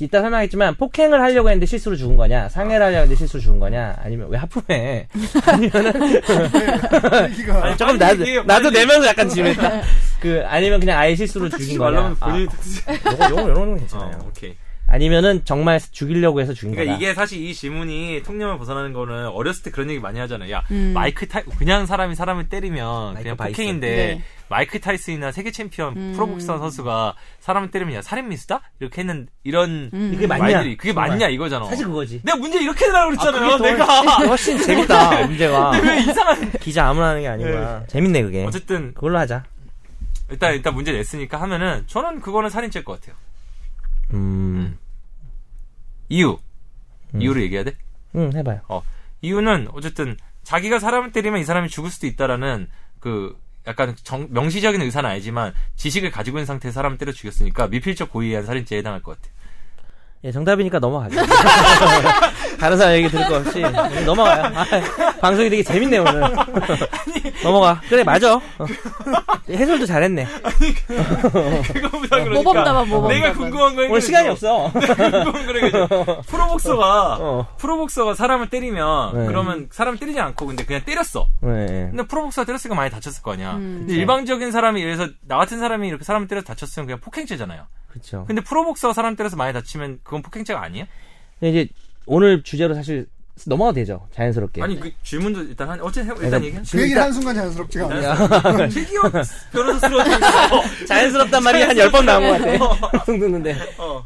Speaker 3: 이따 설명하겠지만 폭행을 하려고 했는데 실수로 죽은 거냐, 상해를 하려고 했는데 실수로 죽은 거냐, 아니면 왜 하품해?
Speaker 4: 얘기가
Speaker 1: 그러니까 아니,
Speaker 3: 조금
Speaker 1: 빨리
Speaker 3: 나도
Speaker 1: 얘기해요,
Speaker 3: 나도
Speaker 1: 빨리.
Speaker 3: 내면서 약간 지냈다. 그 아니면 그냥 아예 실수로 죽인 거냐?
Speaker 1: 말라면 본인이 택시
Speaker 3: 아, 요거 요거 요런 건 괜찮아요.
Speaker 1: 어, 오케이.
Speaker 3: 아니면은 정말 죽이려고 해서 죽인
Speaker 1: 그러니까
Speaker 3: 거다.
Speaker 1: 이게 사실 이 질문이 통념을 벗어나는 거는 어렸을 때 그런 얘기 많이 하잖아요. 야, 마이크 타 그냥 사람이 사람을 때리면
Speaker 3: 마이크
Speaker 1: 그냥
Speaker 3: 바이슨.
Speaker 1: 폭행인데
Speaker 5: 네.
Speaker 1: 마이크 타이슨이나 세계 챔피언 프로복싱 선수가 사람을 때리면 야 살인 미수다 이렇게 했는 이런
Speaker 3: 그게 맞냐?
Speaker 1: 말들이 음. 그게
Speaker 3: 정말.
Speaker 1: 맞냐 이거잖아.
Speaker 3: 사실 그거지.
Speaker 1: 내가 문제 이렇게 내라고 어. 그랬잖아요.
Speaker 3: 그게 더 훨씬-
Speaker 1: 내가
Speaker 3: 훨씬 재밌다 문제가
Speaker 1: 근데 왜 이상한
Speaker 3: 기자 아무나 하는 게 아니구나. 재밌네 그게.
Speaker 1: 어쨌든
Speaker 3: 그걸로 하자.
Speaker 1: 일단 일단 문제 냈으니까 하면은 저는 그거는 살인죄일 것 같아요.
Speaker 3: 음,
Speaker 1: 이유 이유를 얘기해야 돼?
Speaker 3: 음 해봐요.
Speaker 1: 어, 이유는 어쨌든 자기가 사람을 때리면 이 사람이 죽을 수도 있다라는 그 약간 정- 명시적인 의사는 아니지만 지식을 가지고 있는 상태에서 사람을 때려 죽였으니까 미필적 고의에 의한 살인죄에 해당할 것 같아요.
Speaker 3: 예, 정답이니까 넘어가죠. 다른 사람 얘기 들을 거 없이 오늘 넘어가요. 아, 방송이 되게 재밌네 오늘. 넘어가. 그래 맞아. 어. 해설도 잘했네.
Speaker 1: 그거보다 그러니까
Speaker 5: 모범답안 모범.
Speaker 1: 내가 궁금한 거에
Speaker 3: 네. 오늘 시간이 없어.
Speaker 1: 궁금한 거에 그래서 프로복서가
Speaker 3: 어.
Speaker 1: 프로복서가 사람을 때리면
Speaker 3: 네.
Speaker 1: 그러면 사람을 때리지 않고 근데 그냥 때렸어.
Speaker 3: 네, 네.
Speaker 1: 근데 프로복서가 때렸으니까 많이 다쳤을
Speaker 5: 음.
Speaker 1: 거 아니야. 근데
Speaker 3: 그쵸.
Speaker 1: 일방적인 사람이 그래서 나 같은 사람이 이렇게 사람을 때려서 다쳤으면 그냥 폭행죄잖아요.
Speaker 3: 그렇죠.
Speaker 1: 근데 프로복서가 사람 때려서 많이 다치면 그건 폭행죄가 아니에요?
Speaker 3: 근데 이제 오늘 주제로 사실 넘어가도 되죠. 자연스럽게. 그러니까
Speaker 1: 아니 그 질문도 일단 한 어째 해, 일단
Speaker 3: 일단
Speaker 1: 얘기해.
Speaker 4: 그 얘기를 하는 순간 자연스럽지가 않아요.
Speaker 1: 되게 변호사스러운
Speaker 3: 어,
Speaker 1: 얘기죠.
Speaker 3: 자연스럽단 말이 한 열 번 나온 것 같아. 방송 듣는데.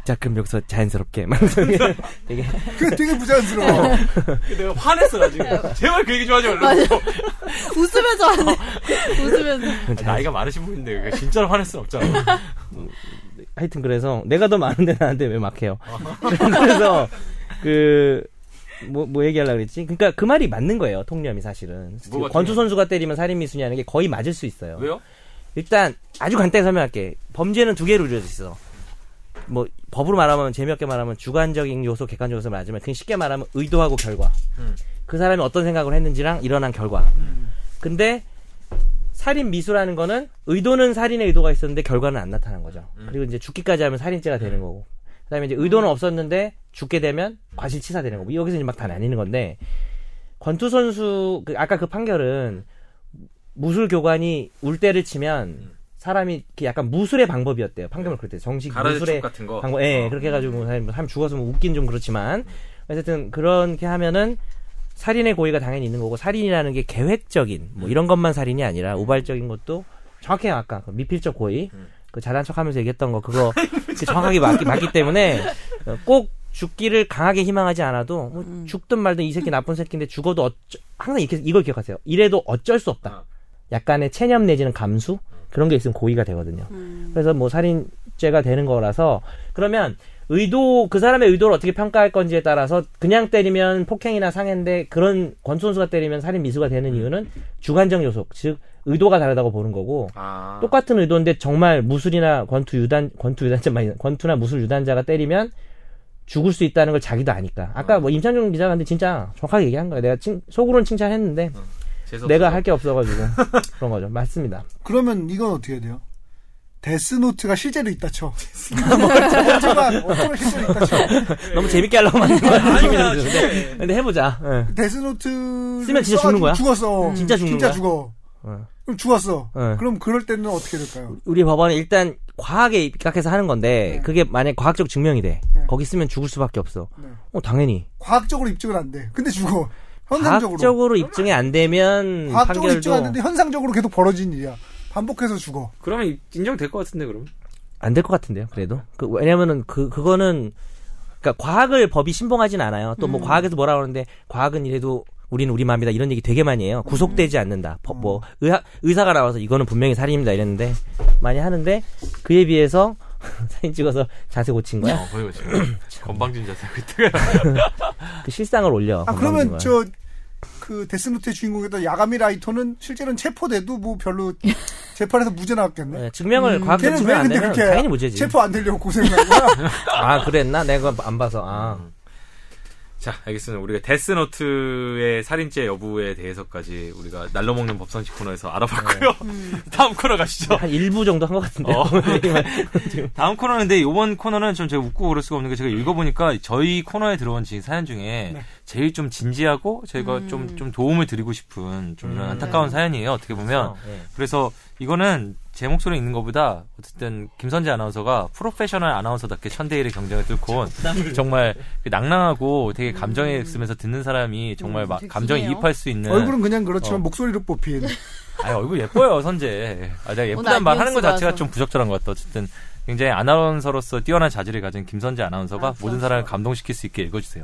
Speaker 3: 자, 그럼 여기서 자연스럽게. 막 이렇게 되게.
Speaker 4: 그 되게 부자연스러워.
Speaker 1: 내가 화냈어 나 지금. 제발 그 얘기 좀 하지 말라고.
Speaker 5: 웃으면서 하네. 웃으면서.
Speaker 3: 네.
Speaker 1: 나이가 많으신 분인데 그게 진짜로 화낼 순 없잖아.
Speaker 3: 하여튼 그래서 내가 더 많은데 나한테 왜 막해요? 그래서 그. 뭐, 뭐 얘기하려고 그랬지? 그니까 그 말이 맞는 거예요, 통념이 사실은.
Speaker 1: 뭐가
Speaker 3: 권투
Speaker 1: 통념?
Speaker 3: 선수가 때리면 살인미수냐는 게 거의 맞을 수 있어요.
Speaker 1: 왜요?
Speaker 3: 일단 아주 간단히 설명할게. 범죄는 두 개로 이루어져 있어. 뭐 법으로 말하면 재미없게 말하면 주관적인 요소, 객관적 요소 말하지만 그냥 쉽게 말하면 의도하고 결과.
Speaker 1: 음.
Speaker 3: 그 사람이 어떤 생각을 했는지랑 일어난 결과. 근데 살인 미수라는 거는 의도는 살인의 의도가 있었는데 결과는 안 나타난 거죠.
Speaker 1: 음.
Speaker 3: 그리고 이제 죽기까지 하면 살인죄가 되는 거고. 그다음에 이제 의도는 없었는데 죽게 되면 과실치사 되는 거고. 여기서 이제 막 다 나뉘는 건데 권투 선수 그 아까 그 판결은 무술 교관이 울대를
Speaker 1: 음.
Speaker 3: 치면 사람이 이렇게 약간 무술의 방법이었대요. 판결을 그때 정식
Speaker 1: 가라지
Speaker 3: 무술의
Speaker 1: 촉 같은 거. 어.
Speaker 3: 방법, 예, 그렇게 해가지고 뭐 사람, 사람 죽어서 뭐 웃긴 좀 그렇지만 어쨌든 그렇게 하면은 살인의 고의가 당연히 있는 거고 살인이라는 게 계획적인 뭐 이런 것만 살인이 아니라 우발적인 것도 정확히 아까 그 미필적 고의 그 잘난 척하면서 얘기했던 거 그거 그 정확하게 맞기, 맞기 때문에 어, 꼭 죽기를 강하게 희망하지 않아도 뭐 죽든 말든 이 새끼 나쁜 새끼인데 죽어도 어쩌, 항상 이렇게, 이걸 기억하세요. 이래도 어쩔 수 없다. 약간의 체념 내지는 감수 그런 게 있으면 고의가 되거든요. 그래서 뭐 살인죄가 되는 거라서 그러면 의도 그 사람의 의도를 어떻게 평가할 건지에 따라서 그냥 때리면 폭행이나 상해인데 그런 권투 선수가 때리면 살인 미수가
Speaker 1: 음.
Speaker 3: 되는 이유는 주관적 요소 즉 의도가 다르다고 보는 거고
Speaker 1: 아.
Speaker 3: 똑같은 의도인데 정말 무술이나 권투 유단 권투 유단자 많이 권투나 무술 유단자가 때리면 죽을 수 있다는 걸 자기도 아니까 아까 뭐 임찬종 기자가 근데 진짜 정확하게 얘기한 거야 내가 칭, 속으로는 칭찬했는데
Speaker 1: 재수
Speaker 3: 내가
Speaker 1: 아, 없어서.
Speaker 3: 할 게 없어가지고 그런 거죠 맞습니다
Speaker 4: 그러면 이건 어떻게 해야 돼요? 데스노트가 실제로 있다 쳐.
Speaker 3: 뭐,
Speaker 4: 어쩌가 어쩌가 실제로 있다 쳐.
Speaker 3: 너무 재밌게 하려고 만든 거 같은 기분이
Speaker 1: 네. 아니야,
Speaker 3: 드는데 근데 해보자 예.
Speaker 4: 데스노트
Speaker 3: 쓰면 진짜 죽는 거야? 음.
Speaker 4: 죽었어.
Speaker 3: 진짜 죽는 거야?
Speaker 4: 죽어.
Speaker 3: 어.
Speaker 4: 그럼 죽었어.
Speaker 3: 어.
Speaker 4: 그럼 그럴 때는 어떻게 될까요?
Speaker 3: 우리 법원은 일단 과학에 입각해서 하는 건데 그게 만약 과학적 증명이 돼
Speaker 4: 네.
Speaker 3: 거기 쓰면 죽을 수밖에 없어
Speaker 4: 네.
Speaker 3: 어 당연히
Speaker 4: 과학적으로 입증은 안 돼. 근데 죽어. 현상적으로.
Speaker 3: 과학적으로 입증이 안 되면
Speaker 4: 과학적으로 입증 안
Speaker 3: 판결도
Speaker 4: 되는데 현상적으로 계속 벌어진 일이야. 반복해서 죽어.
Speaker 1: 그러면 인정될 것 같은데 그럼.
Speaker 3: 안 될 것 같은데요 그래도 그 왜냐면은 그 그거는 그러니까 과학을 법이 신봉하진 않아요 또
Speaker 4: 음.
Speaker 3: 뭐 과학에서 뭐라 그러는데 과학은 이래도 우리는 우리 마음이다 이런 얘기 되게 많이 해요 구속되지 않는다 법,
Speaker 4: 음.
Speaker 3: 뭐 의학, 의사가 나와서 이거는 분명히 살인입니다 이랬는데 많이 하는데 그에 비해서 사진 찍어서 자세 고친 거야
Speaker 1: 어, 보이고 지금
Speaker 3: 네.
Speaker 1: 건방진 자세 그때가
Speaker 3: 그 실상을 올려
Speaker 4: 아
Speaker 3: 건방진
Speaker 4: 그러면
Speaker 3: 거야.
Speaker 4: 저 그 데스노트의 주인공이었던 야가미 라이터는 실제로는 체포돼도 뭐 별로 재판에서 무죄 나왔겠네.
Speaker 3: 네, 증명을 과학적
Speaker 4: 음, 걔는 왜
Speaker 3: 증명 안
Speaker 4: 근데
Speaker 3: 되면
Speaker 4: 그렇게
Speaker 3: 당연히 무죄지.
Speaker 4: 체포 안 되려고 고생한 거야?
Speaker 3: 아 그랬나? 내가 안 봐서 아
Speaker 1: 자, 알겠습니다. 우리가 데스노트의 살인죄 여부에 대해서까지 우리가 날로 먹는 법상식 코너에서 알아봤고요. 다음 코너 가시죠.
Speaker 3: 한 일부 정도 한 것 같은데. 요
Speaker 1: 어. 다음 코너인데 이번 코너는 좀 제가 웃고 그럴 수가 없는 게 제가 읽어보니까 저희 코너에 들어온 지금 사연 중에
Speaker 4: 네.
Speaker 1: 제일 좀 진지하고 저희가
Speaker 5: 음.
Speaker 1: 좀 좀 도움을 드리고 싶은 좀
Speaker 4: 음.
Speaker 1: 이런 안타까운 사연이에요. 어떻게
Speaker 4: 그렇죠.
Speaker 1: 보면
Speaker 4: 네.
Speaker 1: 그래서 이거는 제 목소리 있는 것보다 어쨌든 김선재 아나운서가 프로페셔널 아나운서답게 천대일의 경쟁을 뚫고 온 정말 그 낭낭하고 되게 감정에 쓰면서 듣는 사람이 정말
Speaker 5: 음,
Speaker 1: 막
Speaker 5: 되게
Speaker 1: 감정에
Speaker 5: 기네요.
Speaker 1: 이입할 수 있는
Speaker 4: 얼굴은 그냥 그렇지만
Speaker 1: 어.
Speaker 4: 목소리로 뽑힌.
Speaker 1: 아니 얼굴 예뻐요 선재 아 내가 예쁘단
Speaker 5: 오늘
Speaker 1: 말 하는 것
Speaker 5: 아이디어스
Speaker 1: 자체가
Speaker 5: 봐서.
Speaker 1: 좀 부적절한 것 같다 어쨌든 굉장히 아나운서로서 뛰어난 자질을 가진 김선재 아나운서가
Speaker 5: 아,
Speaker 1: 모든
Speaker 5: 부담스러워.
Speaker 1: 사람을 감동시킬 수 있게 읽어주세요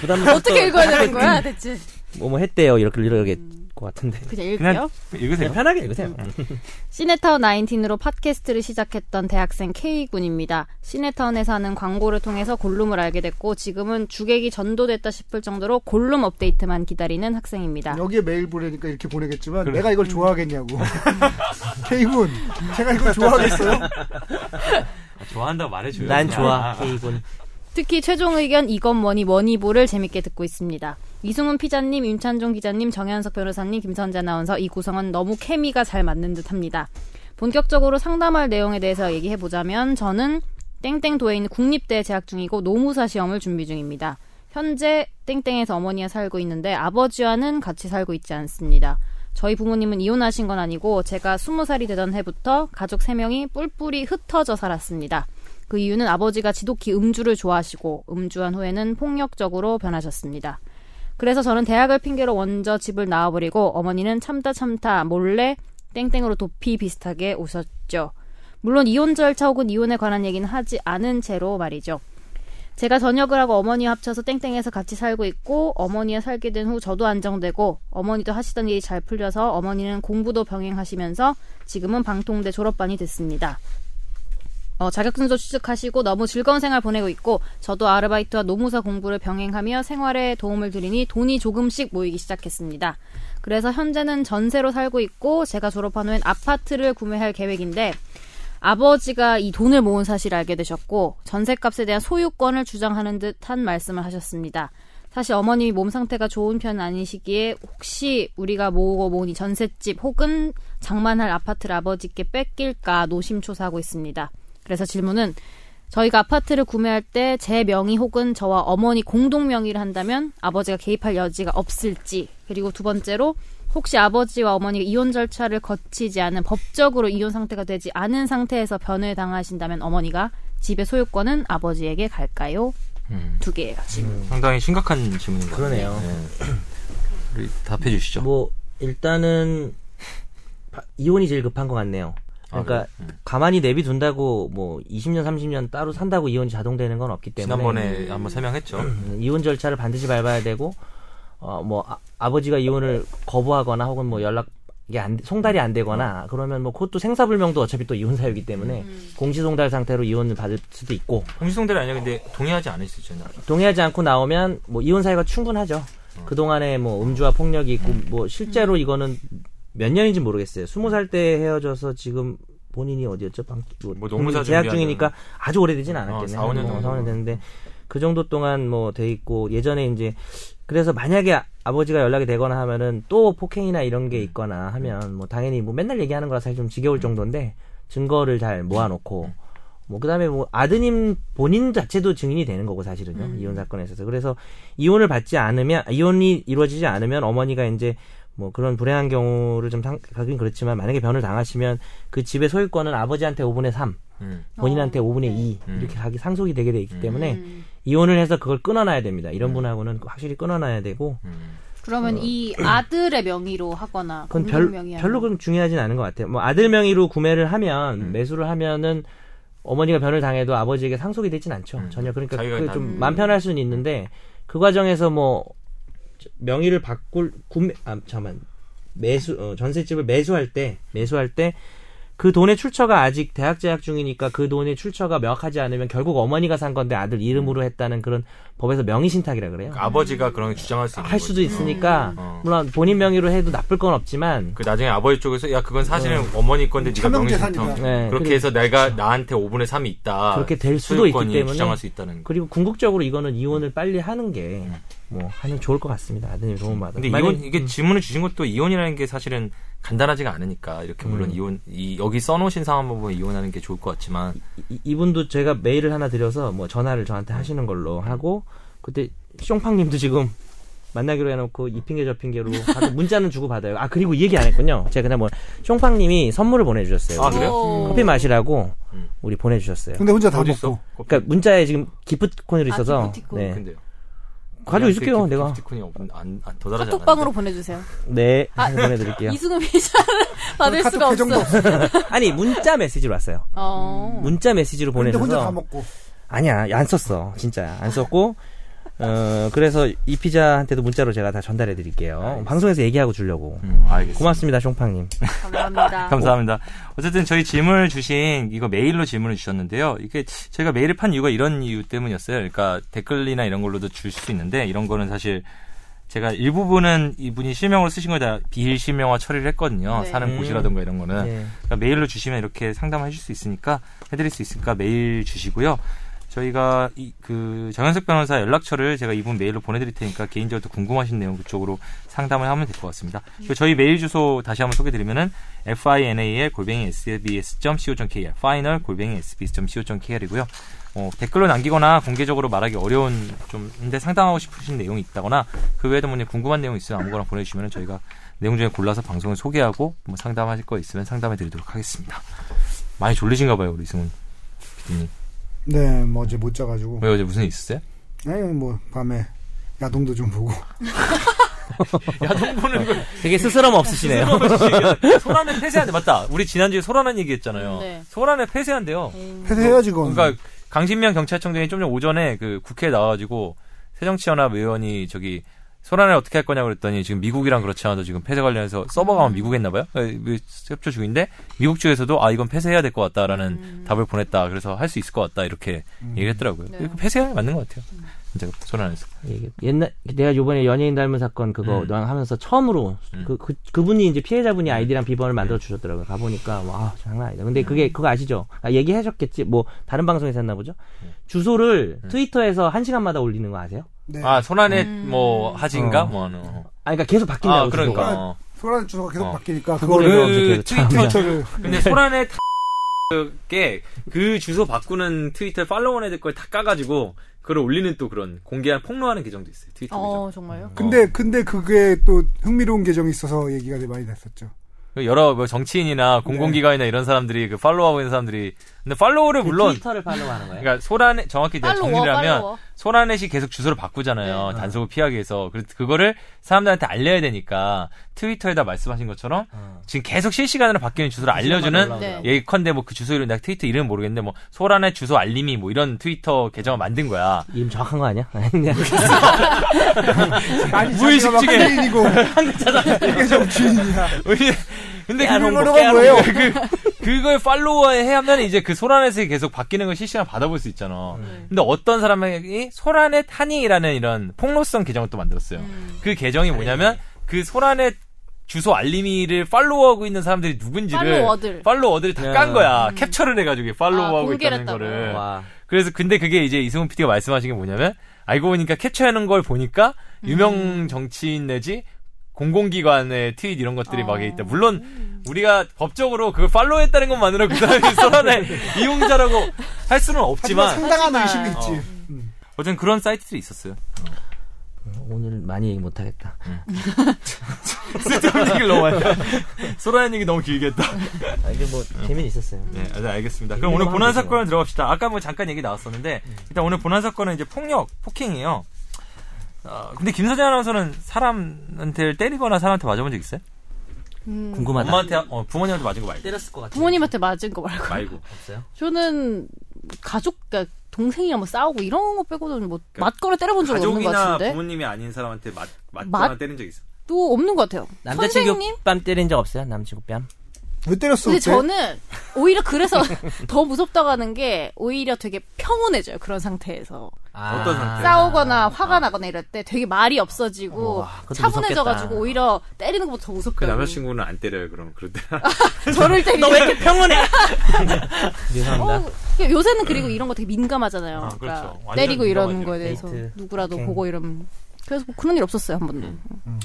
Speaker 3: 부담
Speaker 5: 어떻게 읽어야 되는 거야, 음. 대체?
Speaker 3: 뭐뭐 했대요 이렇게 이렇게 것 같은데.
Speaker 4: 음.
Speaker 5: 그냥
Speaker 1: 그냥
Speaker 5: 읽을게요.
Speaker 1: 읽으세요
Speaker 3: 그냥 편하게 읽으세요. 네.
Speaker 2: 시네타운 19으로 팟캐스트를 시작했던 대학생 K군입니다. 시네타운에 사는 광고를 통해서 골룸을 알게 됐고 지금은 주객이 전도됐다 싶을 정도로 골룸 업데이트만 기다리는 학생입니다.
Speaker 4: 여기에 메일 보내니까 이렇게 보내겠지만
Speaker 1: 그래.
Speaker 4: 내가 이걸 좋아하겠냐고. 케이군, 제가 이걸 좋아하겠어요?
Speaker 1: 좋아한다고
Speaker 4: 음.
Speaker 1: 말해줘요
Speaker 3: 난
Speaker 1: 그냥.
Speaker 3: 좋아.
Speaker 1: 아,
Speaker 3: K군.
Speaker 2: 특히 최종 의견 이건 뭐니 뭐니 보를 재밌게 듣고 있습니다. 이승훈 피자님, 임찬종 기자님, 정현석 변호사님, 김선재 아나운서 이 구성은 너무 케미가 잘 맞는 듯합니다. 본격적으로 상담할 내용에 대해서 얘기해 보자면 저는 땡땡도에 있는 국립대에 재학 중이고 노무사 시험을 준비 중입니다. 현재 땡땡에서 어머니와 살고 있는데 아버지와는 같이 살고 있지 않습니다. 저희 부모님은 이혼하신 건 아니고 제가 20살이 되던 해부터 가족 3명이 뿔뿔이 흩어져 살았습니다. 그 이유는 아버지가 지독히 음주를 좋아하시고 음주한 후에는 폭력적으로 변하셨습니다. 그래서 저는 대학을 핑계로 먼저 집을 나와버리고 어머니는 참다 참다 몰래 땡땡으로 도피 비슷하게 오셨죠. 물론 이혼 절차 혹은 이혼에 관한 얘기는 하지 않은 채로 말이죠. 제가 전역을 하고 어머니와 합쳐서 땡땡에서 같이 살고 있고 어머니와 살게 된 후 저도 안정되고 어머니도 하시던 일이 잘 풀려서 어머니는 공부도 병행하시면서 지금은 방통대 졸업반이 됐습니다. 어, 자격증도 취득하시고 너무 즐거운 생활 보내고 있고 저도 아르바이트와 노무사 공부를 병행하며 생활에 도움을 드리니 돈이 조금씩 모이기 시작했습니다. 그래서 현재는 전세로 살고 있고 제가 졸업한 후엔 아파트를 구매할 계획인데 아버지가 이 돈을 모은 사실을 알게 되셨고 전세값에 대한 소유권을 주장하는 듯한 말씀을 하셨습니다. 사실 어머님이 몸 상태가 좋은 편은 아니시기에 혹시 우리가 모으고 모으니 전셋집 혹은 장만할 아파트를 아버지께 뺏길까 노심초사하고 있습니다. 그래서 질문은 저희가 아파트를 구매할 때 제 명의 혹은 저와 어머니 공동 명의를 한다면 아버지가 개입할 여지가 없을지 그리고 두 번째로 혹시 아버지와 어머니가 이혼 절차를 거치지 않은 법적으로 이혼 상태가 되지 않은 상태에서 변을 당하신다면 어머니가 집의 소유권은 아버지에게 갈까요?
Speaker 1: 음,
Speaker 2: 두 개예요.
Speaker 1: 상당히 심각한 질문인 것 같아요.
Speaker 3: 그러네요.
Speaker 1: 우리 답해 주시죠.
Speaker 3: 뭐 일단은 바- 이혼이 제일 급한 것 같네요.
Speaker 1: 아,
Speaker 3: 그러니까
Speaker 1: 그래요? 음.
Speaker 3: 가만히 내비둔다고 뭐 20년 30년 따로 산다고 이혼이 자동되는 건 없기 때문에
Speaker 1: 지난번에 한번 설명했죠.
Speaker 3: 음, 이혼 절차를 반드시 밟아야 되고 어 뭐 아, 버지가 이혼을 거부하거나 혹은 뭐 연락이 안 송달이 안 되거나 그러면 뭐 그것도 생사불명도 어차피 또 이혼 사유이기 때문에 공시송달 상태로 이혼을 받을 수도 있고
Speaker 1: 홍시성대는 아니야. 근데 동의하지 않을 수 그러니까 있잖아.
Speaker 3: 동의하지 않고 나오면 뭐 이혼 사유가 충분하죠. 그 동안에 뭐 음주와 폭력이 있고 뭐 실제로 이거는 몇 년인지 모르겠어요. 스무 살 때 헤어져서 지금 본인이 어디였죠? 방,
Speaker 1: 뭐 노무사
Speaker 3: 재학
Speaker 1: 준비하는.
Speaker 3: 중이니까 아주 오래되진
Speaker 1: 어,
Speaker 3: 않았겠네요.
Speaker 1: 사오 년
Speaker 3: 뭐,
Speaker 1: 정도.
Speaker 3: 사오 년 됐는데 그 정도 동안 뭐 돼 있고 예전에 이제 그래서 만약에 아- 아버지가 연락이 되거나 하면은 또 폭행이나 이런 게 있거나 하면 뭐 당연히 뭐 맨날 얘기하는 거라 사실 좀 지겨울 정도인데 증거를 잘 모아놓고 뭐 그다음에 뭐 아드님 본인 자체도 증인이 되는 거고 사실은요
Speaker 1: 음.
Speaker 3: 이혼 사건에 있어서 그래서 이혼을 받지 않으면 이혼이 이루어지지 않으면 어머니가 이제 뭐 그런 불행한 경우를 좀 상- 가긴 그렇지만 만약에 변을 당하시면 그 집의 소유권은 아버지한테 5분의 3
Speaker 1: 음.
Speaker 3: 본인한테 5분의 2
Speaker 1: 음.
Speaker 3: 이렇게 가기 상속이 되게 돼 있기 때문에
Speaker 2: 음.
Speaker 3: 이혼을 해서 그걸 끊어놔야 됩니다 이런 분하고는 확실히 끊어놔야 되고
Speaker 1: 음.
Speaker 2: 그러면 이 아들의 명의로 하거나
Speaker 3: 그건
Speaker 2: 공동
Speaker 3: 별,
Speaker 2: 명의
Speaker 3: 별로 그건 중요하진 않은 것 같아요. 뭐 아들 명의로 구매를 하면
Speaker 1: 음.
Speaker 3: 매수를 하면은 어머니가 변을 당해도 아버지에게 상속이 되진 않죠.
Speaker 1: 음.
Speaker 3: 전혀 그러니까
Speaker 1: 자기가
Speaker 3: 그
Speaker 1: 다-
Speaker 3: 좀 맘 편할 수는 있는데 그 과정에서 뭐 저- 명의를 바꿀 구매 아 잠만 매수 어, 전셋집을 매수할 때 매수할 때 그 돈의 출처가 아직 대학 재학 중이니까 그 돈의 출처가 명확하지 않으면 결국 어머니가 산 건데 아들 이름으로 했다는 그런 법에서 명의 신탁이라 그래요.
Speaker 1: 그러니까 아버지가 그런 걸 주장할 수 있는
Speaker 3: 음. 할
Speaker 1: 거죠.
Speaker 3: 수도 있으니까
Speaker 1: 어.
Speaker 3: 물론 본인 명의로 해도 나쁠 건 없지만
Speaker 1: 그 나중에 아버지 쪽에서 야 그건 사실은 어머니 건데 네가
Speaker 4: 차명
Speaker 1: 명의
Speaker 4: 재산이다.
Speaker 1: 신청.
Speaker 3: 네,
Speaker 1: 그렇게
Speaker 3: 그리고-
Speaker 1: 해서 내가 나한테 5분의 3이 있다.
Speaker 3: 그렇게 될 수도 있기
Speaker 1: 소유권이
Speaker 3: 때문에.
Speaker 1: 주장할 수 있다는 거.
Speaker 3: 그리고 궁극적으로 이거는 이혼을 빨리 하는 게 뭐 하면 좋을 것 같습니다. 아드님 도움 받아.
Speaker 1: 근데
Speaker 3: 그 만약에- 음.
Speaker 1: 이혼 이게 질문을 주신 것도 이혼이라는 게 사실은 간단하지가 않으니까 이렇게 물론
Speaker 3: 음.
Speaker 1: 이혼 이 여기 써놓으신 상황 보면 이혼하는 게 좋을 것 같지만
Speaker 3: 이- 이분도 제가 메일을 하나 드려서 뭐 전화를 저한테 하시는 걸로 하고 그때 숑팡님도 지금 만나기로 해놓고 이 핑계 저 핑계로 하고 문자는 주고 받아요. 아 그리고 이 얘기 안 했군요. 제가 그냥 뭐 숑팡님이 선물을 보내주셨어요.
Speaker 1: 아 그래요?
Speaker 3: 커피 마시라고
Speaker 1: 음.
Speaker 3: 우리 보내주셨어요.
Speaker 4: 근데 혼자 다
Speaker 1: 어디
Speaker 4: 먹고
Speaker 1: 있어?
Speaker 3: 그러니까 문자에 지금 기프티콘으로
Speaker 5: 아,
Speaker 3: 있어서
Speaker 5: 기프티콘.
Speaker 3: 네.
Speaker 1: 근데요. 그
Speaker 3: 가지고 있을게요,
Speaker 1: 기-
Speaker 3: 내가.
Speaker 1: 기프티콘이 없는 안더 달아지
Speaker 5: 카톡방으로 보내주세요.
Speaker 3: 네 보내드릴게요.
Speaker 5: 아, 이수금 피자를 받을
Speaker 4: 카톡
Speaker 5: 수가
Speaker 4: 계정도
Speaker 5: 없어.
Speaker 3: 아니 문자 메시지로 왔어요.
Speaker 5: 어.
Speaker 3: 문자 메시지로
Speaker 4: 근데
Speaker 3: 보내셔서
Speaker 4: 혼자 다 먹고
Speaker 3: 아니야 안 썼어 진짜 안 썼고 어 그래서 이 피자한테도 문자로 제가 다 전달해 드릴게요 방송에서 얘기하고 주려고
Speaker 1: 알겠습니다.
Speaker 3: 고맙습니다 숑팡님
Speaker 5: 감사합니다.
Speaker 1: 감사합니다. 어쨌든 저희 질문을 주신 이거 메일로 질문을 주셨는데요. 이게 제가 메일을 판 이유가 이런 이유 때문이었어요. 그러니까 댓글이나 이런 걸로도 줄 수 있는데 이런 거는 사실 제가 일부분은 이분이 실명으로 쓰신 걸 다 비일 실명화 처리를 했거든요.
Speaker 5: 네.
Speaker 1: 사는
Speaker 3: 음.
Speaker 1: 곳이라든가 이런 거는
Speaker 3: 예.
Speaker 1: 그러니까 메일로 주시면 이렇게 상담해 주실 수 있으니까 해드릴 수 있으니까 메일 주시고요. 저희가 이, 그 정현석 변호사 연락처를 제가 이분 메일로 보내드릴 테니까 개인적으로 궁금하신 내용 그쪽으로 상담을 하면 될 것 같습니다. 그리고 저희 메일 주소 다시 한번 소개드리면은 final 골뱅이 sbs.co.kr final 골뱅이 sbs.co.kr이고요. 어, 댓글로 남기거나 공개적으로 말하기 어려운 좀 근데 상담하고 싶으신 내용이 있다거나 그 외에도 뭐 궁금한 내용 있으면 아무거나 보내주시면 저희가 내용 중에 골라서 방송을 소개하고 뭐 상담하실 거 있으면 상담해 드리도록 하겠습니다. 많이 졸리신가 봐요, 우리 이승훈 PD님.
Speaker 4: 네, 뭐 어제 못 자가지고.
Speaker 1: 왜 어제 무슨 일 있었어요?
Speaker 4: 아니, 뭐 밤에 야동도 좀 보고.
Speaker 1: 야동 보는 걸
Speaker 3: 되게 스스럼 없으시네요.
Speaker 1: 소란의 폐쇄한데 맞다. 우리 지난주에 소란한 얘기했잖아요.
Speaker 2: 네.
Speaker 1: 소란의 폐쇄한데요.
Speaker 2: 예.
Speaker 4: 해야지 그건.
Speaker 1: 그러니까 강신명 경찰청장이 좀 전 오전에 그 국회에 나와가지고 새정치연합 의원이 저기 소란을 어떻게 할 거냐고 그랬더니 지금 미국이랑 그렇지 않아도 지금 폐쇄 관련해서 서버가 아마 미국에 있나 봐요. 그러니까 왜 협조 중인데 미국 쪽에서도 아 이건 폐쇄해야 될 것 같다라는 답을 보냈다. 그래서 할 수 있을 것 같다 이렇게
Speaker 3: 음.
Speaker 1: 얘기했더라고요.
Speaker 2: 음. 네.
Speaker 1: 이거 폐쇄하는 게 맞는 것 같아요. 진짜 소란에서.
Speaker 3: 이게 예, 옛날 내가 요번에 연예인 닮은 사건 그거
Speaker 1: 음.
Speaker 3: 너랑 하면서 처음으로
Speaker 1: 음. 예.
Speaker 3: 그, 그 그분이 이제 피해자분이 아이디랑 비번을 만들어 주셨더라고요. 가 보니까 와 장난
Speaker 1: 음.
Speaker 3: 아니다. 근데 그게 그거 아시죠? 아, 얘기하셨겠지. 뭐 다른 방송에서 했나 보죠.
Speaker 1: 예.
Speaker 3: 주소를
Speaker 1: 음.
Speaker 3: 트위터에서 한 시간마다 올리는 거 아세요?
Speaker 4: 네.
Speaker 1: 아 소란의
Speaker 2: 음.
Speaker 1: 뭐 하진가
Speaker 3: 어.
Speaker 1: 뭐 하는. 어.
Speaker 3: 아 그러니까 계속 바뀐다고
Speaker 1: 아
Speaker 3: 주소가.
Speaker 1: 그러니까. 어.
Speaker 4: 소란 주소가 계속
Speaker 1: 어.
Speaker 4: 바뀌니까
Speaker 3: 그거를
Speaker 4: 그거를
Speaker 3: 어떻게 음. 해요?
Speaker 1: 그 트위터
Speaker 4: 트위터를
Speaker 1: 근데 소란의 게그 주소 바꾸는 트위터 팔로워네들 걸 다 까가지고 그걸 올리는 또 그런 공개한 폭로하는 계정도 있어요 트위터
Speaker 2: 어, 정말요?
Speaker 4: 근데 근데 그게 또 흥미로운 계정이 있어서 얘기가 되게 많이 됐었죠.
Speaker 1: 계정. 여러 뭐 정치인이나 공공기관이나 이런 사람들이 그 팔로우하고 있는 사람들이 근데 팔로우를
Speaker 3: 그
Speaker 1: 물론
Speaker 3: 트위터를 팔로우하는 거예요.
Speaker 1: 그러니까 소란의 정확히 내가
Speaker 2: 팔로워,
Speaker 1: 정리를 네. 하면
Speaker 2: 팔로워.
Speaker 1: 소란넷이 계속 주소를 바꾸잖아요 단속을 피하기 위해서 그래서 그거를 사람들한테 알려야 되니까 트위터에다 말씀하신 것처럼
Speaker 3: 어.
Speaker 1: 지금 계속 실시간으로 바뀌는 주소를 알려주는
Speaker 2: 네.
Speaker 1: 예컨대 뭐 그 주소 이름 내가 트위터 이름 은 모르겠는데 뭐 소란의 주소 알림이 뭐 이런 트위터 계정을 만든 거야.
Speaker 3: 이름 정확한 거 아니야? 그냥
Speaker 4: 아니,
Speaker 1: 무의식
Speaker 4: 자기가 막
Speaker 1: 중에.
Speaker 4: 주인이고 계정 주인이야.
Speaker 1: 근데
Speaker 3: 야,
Speaker 1: 그걸
Speaker 3: 롱
Speaker 1: 뭐라고
Speaker 3: 볼게,
Speaker 1: 뭐예요? 그, 그걸 팔로워해야 하면 이제 그 소란에서 계속 바뀌는 걸 실시간 받아볼 수 있잖아.
Speaker 2: 음.
Speaker 1: 네. 근데 어떤 사람이 소란의 탄이라는 이런 폭로성 계정을 또 만들었어요.
Speaker 2: 음.
Speaker 1: 그 계정이 뭐냐면 그 소란의 주소 알림이를 팔로우하고 있는 사람들이 누군지를
Speaker 2: 팔로워들. 음.
Speaker 1: 팔로워들이 다 깐
Speaker 3: 야.
Speaker 1: 거야. 캡처를 해가지고
Speaker 2: 아,
Speaker 1: 팔로우하고
Speaker 2: 공개를
Speaker 1: 있다는
Speaker 2: 했다고.
Speaker 1: 거를.
Speaker 3: 와.
Speaker 1: 그래서 근데 그게 이제 이승훈 PD가 말씀하신 게 뭐냐면 알고 보니까 캡처하는 걸 보니까 유명 정치인 내지 공공기관의 트윗 이런 것들이
Speaker 2: 어.
Speaker 1: 막 있다. 물론 우리가 법적으로 그걸 팔로우했다는 것만으로 그 사람이 소란의 이용자라고 할 수는
Speaker 4: 하지만
Speaker 1: 없지만
Speaker 4: 상당한 의심이
Speaker 2: 하지만.
Speaker 4: 있지.
Speaker 1: 어쨌든 그런 사이트들이 있었어요.
Speaker 3: 오늘 많이 얘기 못 하겠다.
Speaker 1: 쓸데없는 얘기를 너무 많이 소란의 얘기 너무 길게 했다.
Speaker 3: 아, 이게 뭐 재미는 있었어요.
Speaker 1: 네, 네, 알겠습니다. 그럼 오늘
Speaker 3: 하면
Speaker 1: 본안
Speaker 3: 되죠.
Speaker 1: 사건을 들어갑시다. 아까 뭐 잠깐 얘기 나왔었는데 일단 오늘 본안 사건은 이제 폭력, 폭행이에요. 어, 근데 김서진 아나운서는 사람한테 때리거나 사람한테 맞아본 적 있어요?
Speaker 2: 음,
Speaker 3: 궁금하다.
Speaker 1: 엄마한테 어, 부모님한테 맞은 거
Speaker 2: 네.
Speaker 1: 말고
Speaker 3: 때렸을 것 같아.
Speaker 2: 부모님한테 맞은 거 말고.
Speaker 1: 말고
Speaker 3: 없어요?
Speaker 2: 저는 가족, 그러니까 동생이랑 뭐 싸우고 이런 거 빼고는 뭐
Speaker 1: 그러니까
Speaker 2: 맞거나 때려본 적은 없는 것
Speaker 1: 가족이나
Speaker 2: 같은데.
Speaker 1: 부모님이 아닌 사람한테 맞 맞거나
Speaker 2: 맞거나 맞-
Speaker 1: 때린 적 있어?
Speaker 2: 또 없는 것 같아요.
Speaker 3: 남자친구
Speaker 2: 선생님?
Speaker 3: 뺨 때린 적 없어요? 남친구 뺨?
Speaker 4: 왜 때렸어?
Speaker 2: 근데
Speaker 4: 그때?
Speaker 2: 저는 오히려 그래서 더 무섭다고 하는 게 오히려 되게 평온해져요. 그런 상태에서.
Speaker 3: 아.
Speaker 1: 어떤 상태?
Speaker 2: 싸우거나 화가 나거나 이럴 때 되게 말이 없어지고
Speaker 3: 우와, 그것도
Speaker 2: 차분해져가지고
Speaker 3: 무섭겠다.
Speaker 2: 오히려 때리는 것보다 더 무섭고
Speaker 1: 그 안 때려요 그럼 그럴 때.
Speaker 2: 저를 때리는
Speaker 3: 너왜 이렇게 평온해? 죄송합니다.
Speaker 2: 어, 그러니까 요새는 그리고 이런 거 되게 민감하잖아요.
Speaker 1: 아,
Speaker 2: 그러니까
Speaker 1: 그렇죠. 완전
Speaker 2: 때리고 이러는
Speaker 1: 민감하죠.
Speaker 2: 거에 대해서
Speaker 3: 데이트,
Speaker 2: 누구라도
Speaker 3: 폭행.
Speaker 2: 보고 이러면 그래서 뭐 그런 일 없었어요 한 번도. 음.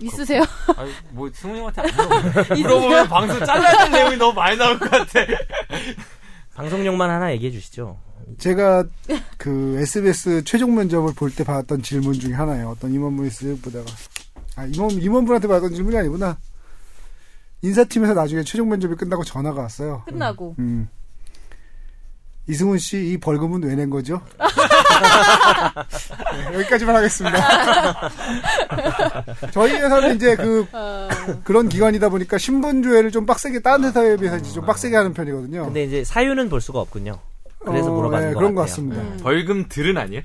Speaker 2: 있으세요?
Speaker 1: 아니 뭐 승훈 형한테 안 물어보면 물어보면 방송 잘라야 될 내용이 너무 많이 나올 것 같아.
Speaker 3: 방송용만 하나 얘기해 주시죠.
Speaker 4: 제가 그 SBS 최종 면접을 볼 때 받았던 질문 중에 하나예요. 어떤 임원분이 쓱 보다가 아 임원 임원분한테 받았던 질문이 아니구나. 인사팀에서 나중에 최종 면접이 끝나고 전화가 왔어요.
Speaker 2: 끝나고
Speaker 4: 음. 이승훈 씨 이 벌금은 왜 낸 거죠? 네, 여기까지만 하겠습니다. 저희 회사는 이제 그
Speaker 2: 어,
Speaker 4: 그런 기관이다 보니까 신분 조회를 좀 빡세게 다른 회사에 비해서 이제 좀 빡세게 하는 편이거든요.
Speaker 3: 근데 이제 사유는 볼 수가 없군요. 그래서
Speaker 4: 어,
Speaker 3: 물어봤는
Speaker 4: 네,
Speaker 3: 것
Speaker 4: 그런 것
Speaker 3: 같아요. 음.
Speaker 4: 같습니다.
Speaker 1: 벌금들은 아니에요?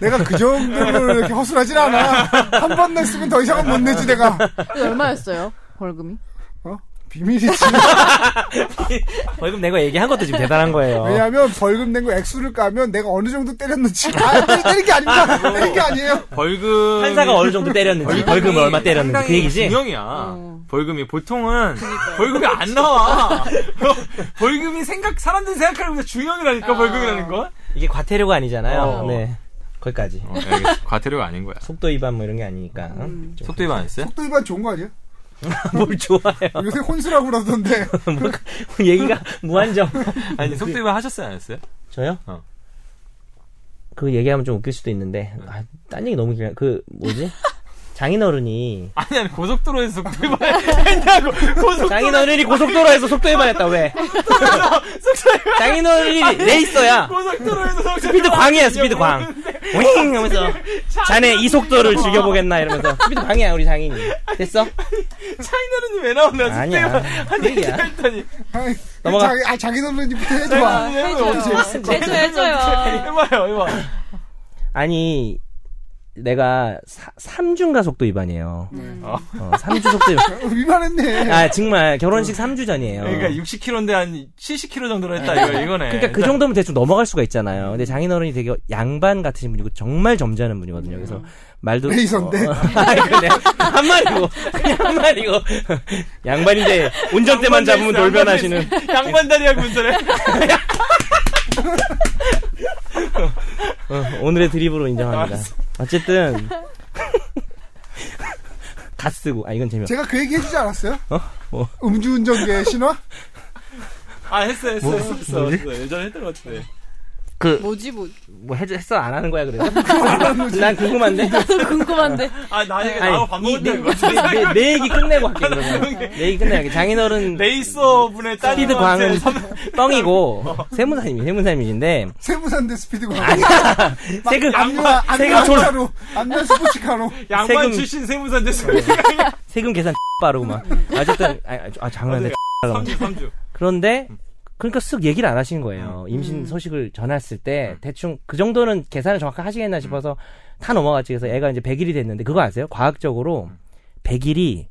Speaker 4: 내가 그 정도로 이렇게 허술하진 않아. 한 번 냈으면 더 이상은 못 내지 내가.
Speaker 2: 이거 얼마였어요? 벌금이?
Speaker 4: 어? 비밀이지.
Speaker 3: 벌금 내고 얘기한 것도 지금 대단한 거예요.
Speaker 4: 왜냐하면 벌금 낸 거 액수를 까면 내가 어느 정도 때렸는지. 아, 때- 때린 게 아닙니다. 때린 게 아니에요.
Speaker 1: 벌금
Speaker 3: 판사가 어느 정도 때렸는지, 벌금을 얼마 때렸는지 그 얘기지?
Speaker 1: 중형이야. 어. 벌금이 보통은 벌금이 안 나와. 벌금이 생각 사람들이 생각하는 것보다 중형이라니까 벌금이라는 건.
Speaker 3: 이게 과태료가 아니잖아요.
Speaker 1: 어.
Speaker 3: 네. 거기까지.
Speaker 1: 어, 과태료가 아닌 거야.
Speaker 3: 속도 위반 뭐 이런 게 아니니까.
Speaker 4: 음.
Speaker 3: 좀
Speaker 1: 속도 위반 안 했어요?
Speaker 4: 속도 위반 좋은 거 아니야?
Speaker 3: 뭘 좋아해요.
Speaker 4: 요새 혼수라고 그러던데.
Speaker 3: 뭐, 얘기가 무한정.
Speaker 1: 아니 속도 위반 하셨어요 안 했어요?
Speaker 3: 저요?
Speaker 1: 어. 네.
Speaker 3: 그 얘기하면 좀 웃길 수도 있는데, 아, 딴 얘기 너무 길어. 그, 뭐지? 장인어른이
Speaker 1: 아니 아니 고속도로에서 속도 해봐야겠냐고 고속도로
Speaker 3: 장인어른이 고속도로에서 속도 위반했다 왜? 장인어른이 레이서야.
Speaker 1: 고속도로에서 속도
Speaker 3: 스피드 광이야 스피드 광. 윙 하면서 자네 이 속도를 즐겨보겠나 이러면서 스피드 광이야 우리 장인이. 됐어?
Speaker 1: 차이나는 왜 나오나
Speaker 3: 아니야.
Speaker 1: 한
Speaker 3: 그
Speaker 1: 얘기가
Speaker 3: 얘기야.
Speaker 1: 했더니
Speaker 4: 아이,
Speaker 3: 넘어가.
Speaker 4: 자기, 아, 자기 선배님부터 해줘봐.
Speaker 1: 해줘요
Speaker 2: 해줘요, 해줘요.
Speaker 1: 해봐요 해봐
Speaker 3: 어. 아니 내가 사, 3주인가 속도 위반이에요.
Speaker 4: 네.
Speaker 3: 어, 3주 속도 위반.
Speaker 4: 어, 위반했네.
Speaker 3: 아 정말 결혼식 3주 전이에요.
Speaker 1: 그러니까 60km인데 한 70km 정도로 했다 이거 이거네
Speaker 3: 그러니까 그 정도면 대충 넘어갈 수가 있잖아요. 근데 장인어른이 되게 양반 같으신 분이고 정말 점잖은 분이거든요. 그래서 말도
Speaker 4: 레이서인데?
Speaker 3: 어, 아니, 그냥 한 마리고 그냥 한 마리고 양반인데 운전대만 잡으면 돌변하시는
Speaker 1: 양반 다리하고 운전해
Speaker 3: 어, 오늘의 드립으로 인정합니다. 어쨌든 갓 쓰고 아 이건 재미없.
Speaker 4: 제가 그 얘기 해주지 않았어요?
Speaker 3: 어? 뭐.
Speaker 4: 음주운전계 신화?
Speaker 1: 아 했어 했어
Speaker 3: 뭐,
Speaker 1: 했어 했어
Speaker 3: 뭐지?
Speaker 1: 했어. 예전에 했던 것 같은데
Speaker 5: 뭐지 뭐
Speaker 3: 뭐 해줘 했어 안 하는 거야 그래서 난 궁금한데.
Speaker 5: 궁금한데
Speaker 1: 아나 얘기
Speaker 3: 아니,
Speaker 1: 나하고 밥
Speaker 3: 이-
Speaker 1: 먹었다는
Speaker 3: 내-
Speaker 1: 거 같아
Speaker 3: 내, 내- 내 얘기 끝내고 할게 그러면. 내 얘기 끝내고 할게. 장인어른
Speaker 1: 레이서 분의 딸
Speaker 3: 스피드 광은 뻥이고 세무사님이 세무사님이신데
Speaker 4: 세무사인데 스피드 광고.
Speaker 3: 세금
Speaker 4: 암류와
Speaker 3: 세금 졸
Speaker 4: 암류로 암류 스포츠카로
Speaker 1: 양반
Speaker 3: 세금-
Speaker 1: 출신 세무사 됐어요
Speaker 3: 그렇죠. 세금 계산 빠르고 막 어쨌든 아, 아, 아 장난해
Speaker 1: 3주 3주
Speaker 3: 그런데
Speaker 1: 음.
Speaker 3: 그러니까 쓱 얘기를 안 하신 거예요 임신 소식을 전했을
Speaker 1: 음.
Speaker 3: 때 대충 그 정도는 계산을 정확히 하시겠나 싶어서 다 넘어갔지 그래서 애가 이제 100일이 됐는데 그거 아세요 과학적으로
Speaker 1: 음.
Speaker 3: 100일이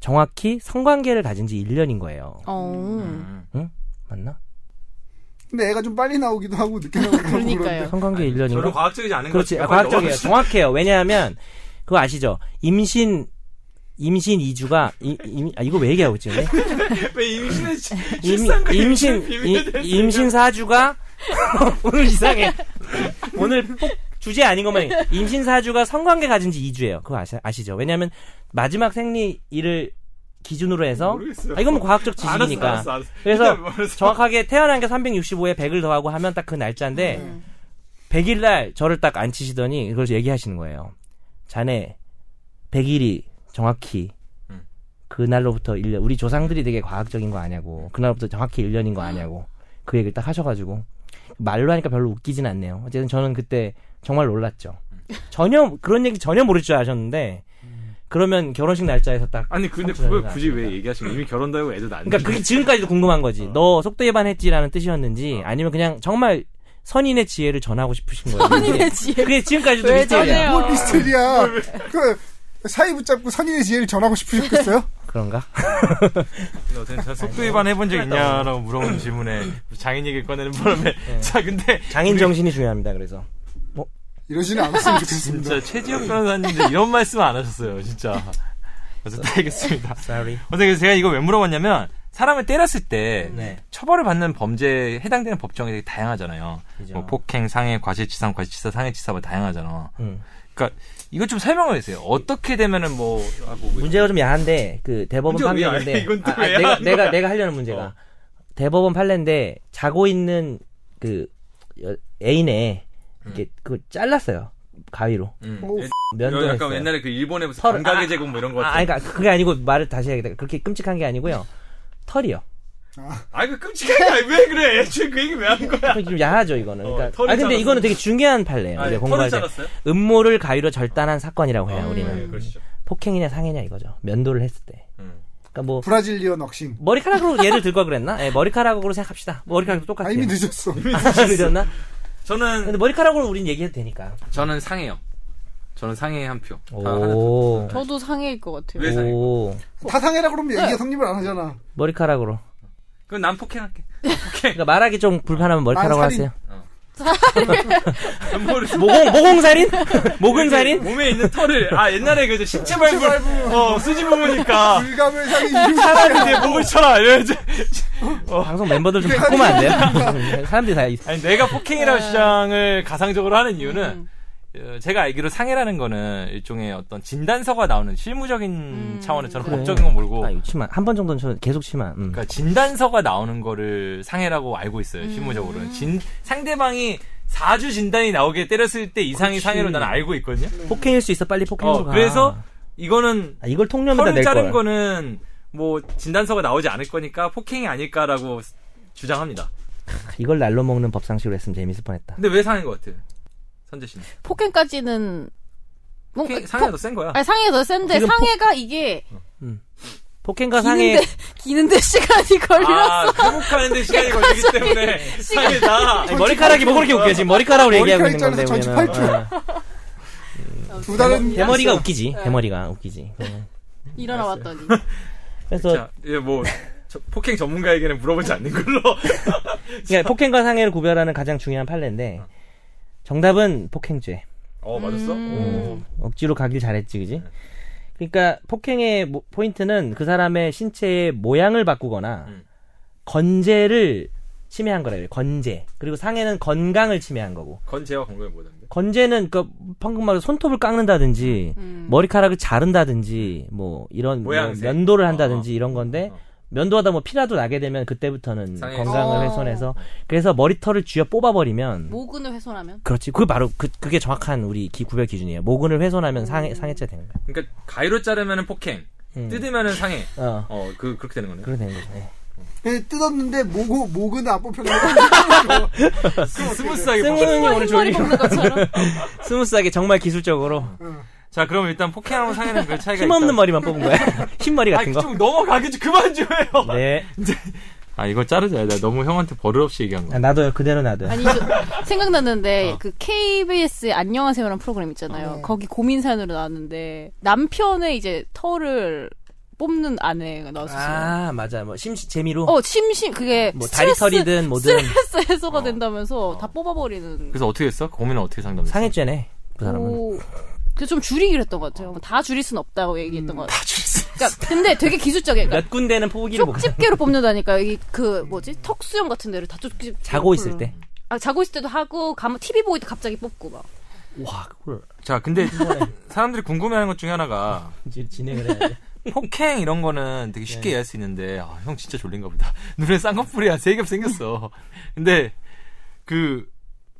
Speaker 3: 정확히 성관계를 가진 지 1년인 거예요
Speaker 5: 어
Speaker 3: 맞나
Speaker 4: 근데 애가 좀 빨리 나오기도 하고 늦게 나오기도 하고
Speaker 5: 그러니까요
Speaker 3: 성관계 1년인가
Speaker 1: 저는 과학적이지 않은 것
Speaker 3: 그렇죠. 그렇지.
Speaker 1: 같아요
Speaker 3: 아, 과학적이에요. 정확해요. 왜냐하면 그거 아시죠? 임신 임신 2주가 이, 임, 아, 이거 왜 얘기하고 있지? 근데?
Speaker 1: 왜 임신은
Speaker 3: 임,
Speaker 1: 출산과
Speaker 3: 임신
Speaker 1: 그 임신 비밀에
Speaker 3: 임,
Speaker 1: 대해서
Speaker 3: 임신 4주가 오늘 이상해. 오늘 꼭 주제 아닌 것만 얘기해. 임신 4주가 성관계 가진 지 2주예요. 그거 아시, 아시죠? 왜냐하면 마지막 생리일을 기준으로 해서
Speaker 1: 모르겠어요.
Speaker 3: 아, 이건 뭐 과학적 지식이니까.
Speaker 1: 알았어 알았어 알았어
Speaker 3: 그래서
Speaker 1: 일단 뭐 알았어.
Speaker 3: 정확하게 태어난 게 365에 100을 더하고 하면 딱 그 날짜인데 100일 날 저를 딱 앉히시더니 그걸 얘기하시는 거예요. 자네 100일이 정확히
Speaker 1: 음.
Speaker 3: 그날로부터 1년 우리 조상들이 되게 과학적인 거 아냐고 그날부터 정확히 1년인 거 아냐고 그 얘기를 딱 하셔가지고 말로 하니까 별로 웃기진 않네요. 어쨌든 저는 그때 정말 놀랐죠. 전혀 그런 얘기 전혀 모를 줄 아셨는데 그러면 결혼식 날짜에서 딱
Speaker 1: 아니 근데
Speaker 3: 삼촌
Speaker 1: 그걸
Speaker 3: 아니라.
Speaker 1: 굳이 왜 얘기하시는 거예요? 이미 결혼도 하고 애도 낳았는데
Speaker 3: 그러니까 그게 지금까지도 궁금한 거지.
Speaker 1: 어.
Speaker 3: 너 속도 예반했지라는 뜻이었는지 아니면 그냥 정말 선인의 지혜를 전하고 싶으신 거예요.
Speaker 5: 선인의 지혜
Speaker 3: 그게 지금까지도
Speaker 5: 왜
Speaker 3: 미스터리야.
Speaker 5: 전해요?
Speaker 4: 뭘 미스테리야. 그 사이 붙잡고 선인의 지혜를 전하고 싶으셨겠어요?
Speaker 3: 그런가?
Speaker 1: 어쨌든 저는 속도 위반 해본 적 있냐라고
Speaker 3: 음.
Speaker 1: 물어본 질문에 장인 얘기를 꺼내는 바람에 자 근데
Speaker 3: 네. 장인 정신이 중요합니다. 그래서
Speaker 4: 이러지는 않았으면 좋겠습니다.
Speaker 1: 진짜 최지혁 변호사님도 이런 말씀 안 하셨어요 진짜 어쨌든 알겠습니다
Speaker 3: sorry.
Speaker 1: 어쨌든 제가 이거 왜 물어봤냐면 사람을 때렸을 때
Speaker 3: 네.
Speaker 1: 처벌을 받는 범죄에 해당되는 법정이 되게 다양하잖아요 뭐 폭행 상해 과실치상 과실치사 상해치사 뭐 다양하잖아
Speaker 3: 음.
Speaker 1: 그러니까 이거 좀 설명을 해주세요 어떻게 되면은 뭐
Speaker 3: 문제가 좀 야한데 그 대법원
Speaker 1: 문제가 왜 야해?
Speaker 3: 판례인데
Speaker 1: 이건 또
Speaker 3: 아,
Speaker 1: 왜
Speaker 3: 아, 내가
Speaker 1: 야한
Speaker 3: 내가
Speaker 1: 거야?
Speaker 3: 내가 하려는 문제가
Speaker 1: 어.
Speaker 3: 대법원 판례인데 자고 있는 그 여- 애인의 이렇게 그 잘랐어요 가위로
Speaker 1: 음.
Speaker 4: 오,
Speaker 3: 면도했어요.
Speaker 1: 그 일본에 무슨
Speaker 3: 뭐 털- 아,
Speaker 1: 제공 뭐 이런 거
Speaker 3: 아, 그러니까 그게 아니고 말을 다시 해야겠다. 그렇게 끔찍한 게 아니고요. 털이요.
Speaker 1: 아이 그 끔찍하게 왜 그래? 애초에 그 얘기 왜 한 거야?
Speaker 3: 그게 좀 야하죠 이거는.
Speaker 1: 어,
Speaker 3: 그러니까
Speaker 1: 털을
Speaker 3: 아 근데
Speaker 1: 잘랐어요.
Speaker 3: 이거는 되게 중요한 판례예요. 아, 이제 공부할 때 음모를 가위로 절단한 사건이라고 해요. 우리는
Speaker 1: 그렇죠.
Speaker 3: 폭행이냐 상해냐 이거죠. 면도를 했을 때.
Speaker 1: 음.
Speaker 3: 그러니까 뭐
Speaker 4: 브라질리언 억싱.
Speaker 3: 머리카락으로 얘를 들고 그랬나? 예, 머리카락으로 생각합시다. 머리카락도 똑같아요.
Speaker 4: 아, 이미 늦었어.
Speaker 3: 아, 늦었나? 근데
Speaker 1: 저는
Speaker 3: 머리카락으로 우린 얘기해도 되니까.
Speaker 1: 저는 상해요. 저는 상해 한 표. 다 아, 하나 더.
Speaker 3: 오.
Speaker 5: 저도 상해일 것 같아요
Speaker 1: 왜 상해?
Speaker 3: 오.
Speaker 4: 타상해라 그러면
Speaker 5: 네.
Speaker 4: 얘기가 성립을 안 하잖아.
Speaker 3: 머리카락으로.
Speaker 1: 그럼 난 폭행할게. 네.
Speaker 3: 그러니까 말하기 좀 불편하면 머리카락으로
Speaker 4: 난 살인.
Speaker 3: 하세요.
Speaker 1: 뭐
Speaker 3: 모공 모공살인? 모근살인?
Speaker 1: 몸에 있는 털을 아 옛날에 그 신체 발부 어 수지
Speaker 3: 아.
Speaker 1: 부모니까
Speaker 4: 불감을 상해 이유
Speaker 1: 내 목을 쳐라 이러면서
Speaker 3: 방송 멤버들 좀 바꾸면 안 돼요? 사람들이 다 있-
Speaker 1: 아니 내가 폭행이라는 주장을 가상적으로 하는 이유는 어, 제가 알기로 상해라는 거는 일종의 어떤 진단서가 나오는 실무적인 차원에 저는
Speaker 3: 그래.
Speaker 1: 법적인 건 모르고
Speaker 3: 아, 이거 치마. 한 번 정도는 저 계속 치마. 음.
Speaker 1: 그러니까 진단서가 나오는 거를 상해라고 알고 있어요. 실무적으로는 진 상대방이 4주 진단이 나오게 때렸을 때 이상의 상해로 나는 알고 있거든요.
Speaker 3: 폭행일 수 있어. 빨리 폭행으로
Speaker 1: 어,
Speaker 3: 가.
Speaker 1: 그래서 이거는
Speaker 3: 아, 이걸 통념에다
Speaker 1: 털을
Speaker 3: 낼
Speaker 1: 자른
Speaker 3: 거야.
Speaker 1: 거는 뭐 진단서가 나오지 않을 거니까 폭행이 아닐까라고 주장합니다.
Speaker 3: 아, 이걸 날로 먹는 법상식으로 했으면 재밌을 뻔했다.
Speaker 1: 근데 왜 상해인 것 같아요? 선재 씨는.
Speaker 2: 폭행까지는 뭐
Speaker 1: 폭행,
Speaker 2: 상해
Speaker 1: 상해가 더 센 거야.
Speaker 2: 아니, 상해가 더 센데
Speaker 3: 그 지금 폭-
Speaker 2: 상해가 이게
Speaker 3: 폭행과 상해
Speaker 2: 기는데 기는데 시간이 걸려.
Speaker 1: 아, 회복하는데 시간이 걸리기 때문에 상해다.
Speaker 3: 아니, 머리카락이 뭐 그렇게 웃겨 지금 머리카락으로 얘기하고 있는 건데
Speaker 4: 머리카락
Speaker 3: 우리는.
Speaker 4: 자르면서
Speaker 3: 어. 네.
Speaker 4: 두 달은
Speaker 3: 대머리가 웃기지. 대머리가 웃기지. 어.
Speaker 2: 일어나 왔더니
Speaker 3: 그래서
Speaker 1: 자, 예, 뭐 저- 폭행 전문가에게는 물어보지 않는 걸로.
Speaker 3: 그러니까 폭행과 상해를 구별하는 가장 중요한 판례인데 정답은 폭행죄.
Speaker 1: 어, 맞았어?
Speaker 2: 음.
Speaker 3: 억지로 가길 잘했지, 그지? 그러니까 폭행의 모- 포인트는 그 사람의 신체의 모양을 바꾸거나
Speaker 1: 음.
Speaker 3: 건재를 침해한 거래요. 건재. 그리고 상해는 건강을 침해한 거고.
Speaker 1: 건재와 건강에 뭐였는데?
Speaker 3: 건재는 그 방금 말한 손톱을 깎는다든지
Speaker 2: 음.
Speaker 3: 머리카락을 자른다든지
Speaker 2: 네.
Speaker 3: 뭐 이런 뭐
Speaker 1: 모양새.
Speaker 3: 면도를 한다든지
Speaker 1: 어.
Speaker 3: 이런 건데
Speaker 1: 어.
Speaker 3: 면도하다 뭐 피라도 나게 되면 그때부터는
Speaker 1: 상해.
Speaker 3: 건강을
Speaker 2: 어. 뭐?
Speaker 3: 훼손해서 그래서 머리털을 쥐어 뽑아버리면
Speaker 2: 모근을 훼손하면
Speaker 3: 그렇지. 그게 바로 그, 그게 정확한 우리 기, 구별 기준이에요. 모근을 훼손하면 상해,
Speaker 2: 음.
Speaker 3: 상해죄 되는 거야.
Speaker 1: 그러니까 가위로 자르면은 폭행,
Speaker 3: 음.
Speaker 1: 뜯으면은 상해.
Speaker 3: 어.
Speaker 1: 어, 그 그렇게 되는 거네요.
Speaker 3: 그렇게 되는 거죠. 예.
Speaker 4: 예, 뜯었는데 목 목은 안 뽑혔는데
Speaker 1: 스무스하게
Speaker 3: 스무스하게
Speaker 1: 뽑았어.
Speaker 3: 오늘
Speaker 2: 머리
Speaker 3: 조용히
Speaker 2: 먹는 것처럼
Speaker 3: 스무스하게 정말 기술적으로
Speaker 2: 음.
Speaker 1: 자, 그럼 일단 폭행하고 상해는 그 차이가
Speaker 3: 힘없는
Speaker 1: 있다.
Speaker 3: 머리만 뽑은 거야. 흰머리
Speaker 1: 아이,
Speaker 3: 같은 거.
Speaker 1: 좀 넘어가게 좀 그만 좀 해요.
Speaker 3: 네.
Speaker 7: 아 이거 자르자. 나 너무 형한테 버릇없이 얘기한 거.
Speaker 3: 아, 놔둬요. 그대로 놔둬요.
Speaker 2: 아니 저, 생각났는데
Speaker 3: 아.
Speaker 2: 그 KBS 안녕하세요라는 프로그램 있잖아요. 네. 거기 고민 사연으로 나왔는데 남편의 이제 털을 뽑는 아내가 나왔었어요.
Speaker 3: 아, 맞아. 뭐, 심시, 재미로.
Speaker 2: 어 심심 그게
Speaker 3: 뭐,
Speaker 2: 스트레스,
Speaker 3: 다리털이든 어. 뭐든.
Speaker 2: 스트레스 해소가 된다면서 다 뽑아버리는
Speaker 7: 그래서 어떻게 했어? 고민은 어떻게 상담했어?
Speaker 3: 상해죄네. 그 사람은.
Speaker 2: 그좀 줄이기로 했던 것 같아요. 뭐 다 줄일 순 없다고 얘기했던
Speaker 3: 음.
Speaker 2: 것 같아요. 그러니까 근데 되게 기술적이에요. 그러니까
Speaker 3: 몇 군데는 포기를 못 하고.
Speaker 2: 쪽집게로 뽑는다니까 여기 그 뭐지 턱수염 같은 데를 다 쪽집
Speaker 3: 자고 있을 때.
Speaker 2: 아, 자고 있을 때도 하고 가만 TV 보일 때 갑자기 뽑고 막
Speaker 3: 음. 와, 그걸
Speaker 7: 자, 근데 사람들이 궁금해하는 것 중에 하나가
Speaker 3: 이제 진행을 해야 돼.
Speaker 7: 폭행 이런 거는 되게 쉽게 이해할 수 있는데 아, 형 진짜 졸린가 보다. 눈에 쌍꺼풀이야 세겹 생겼어. 근데 그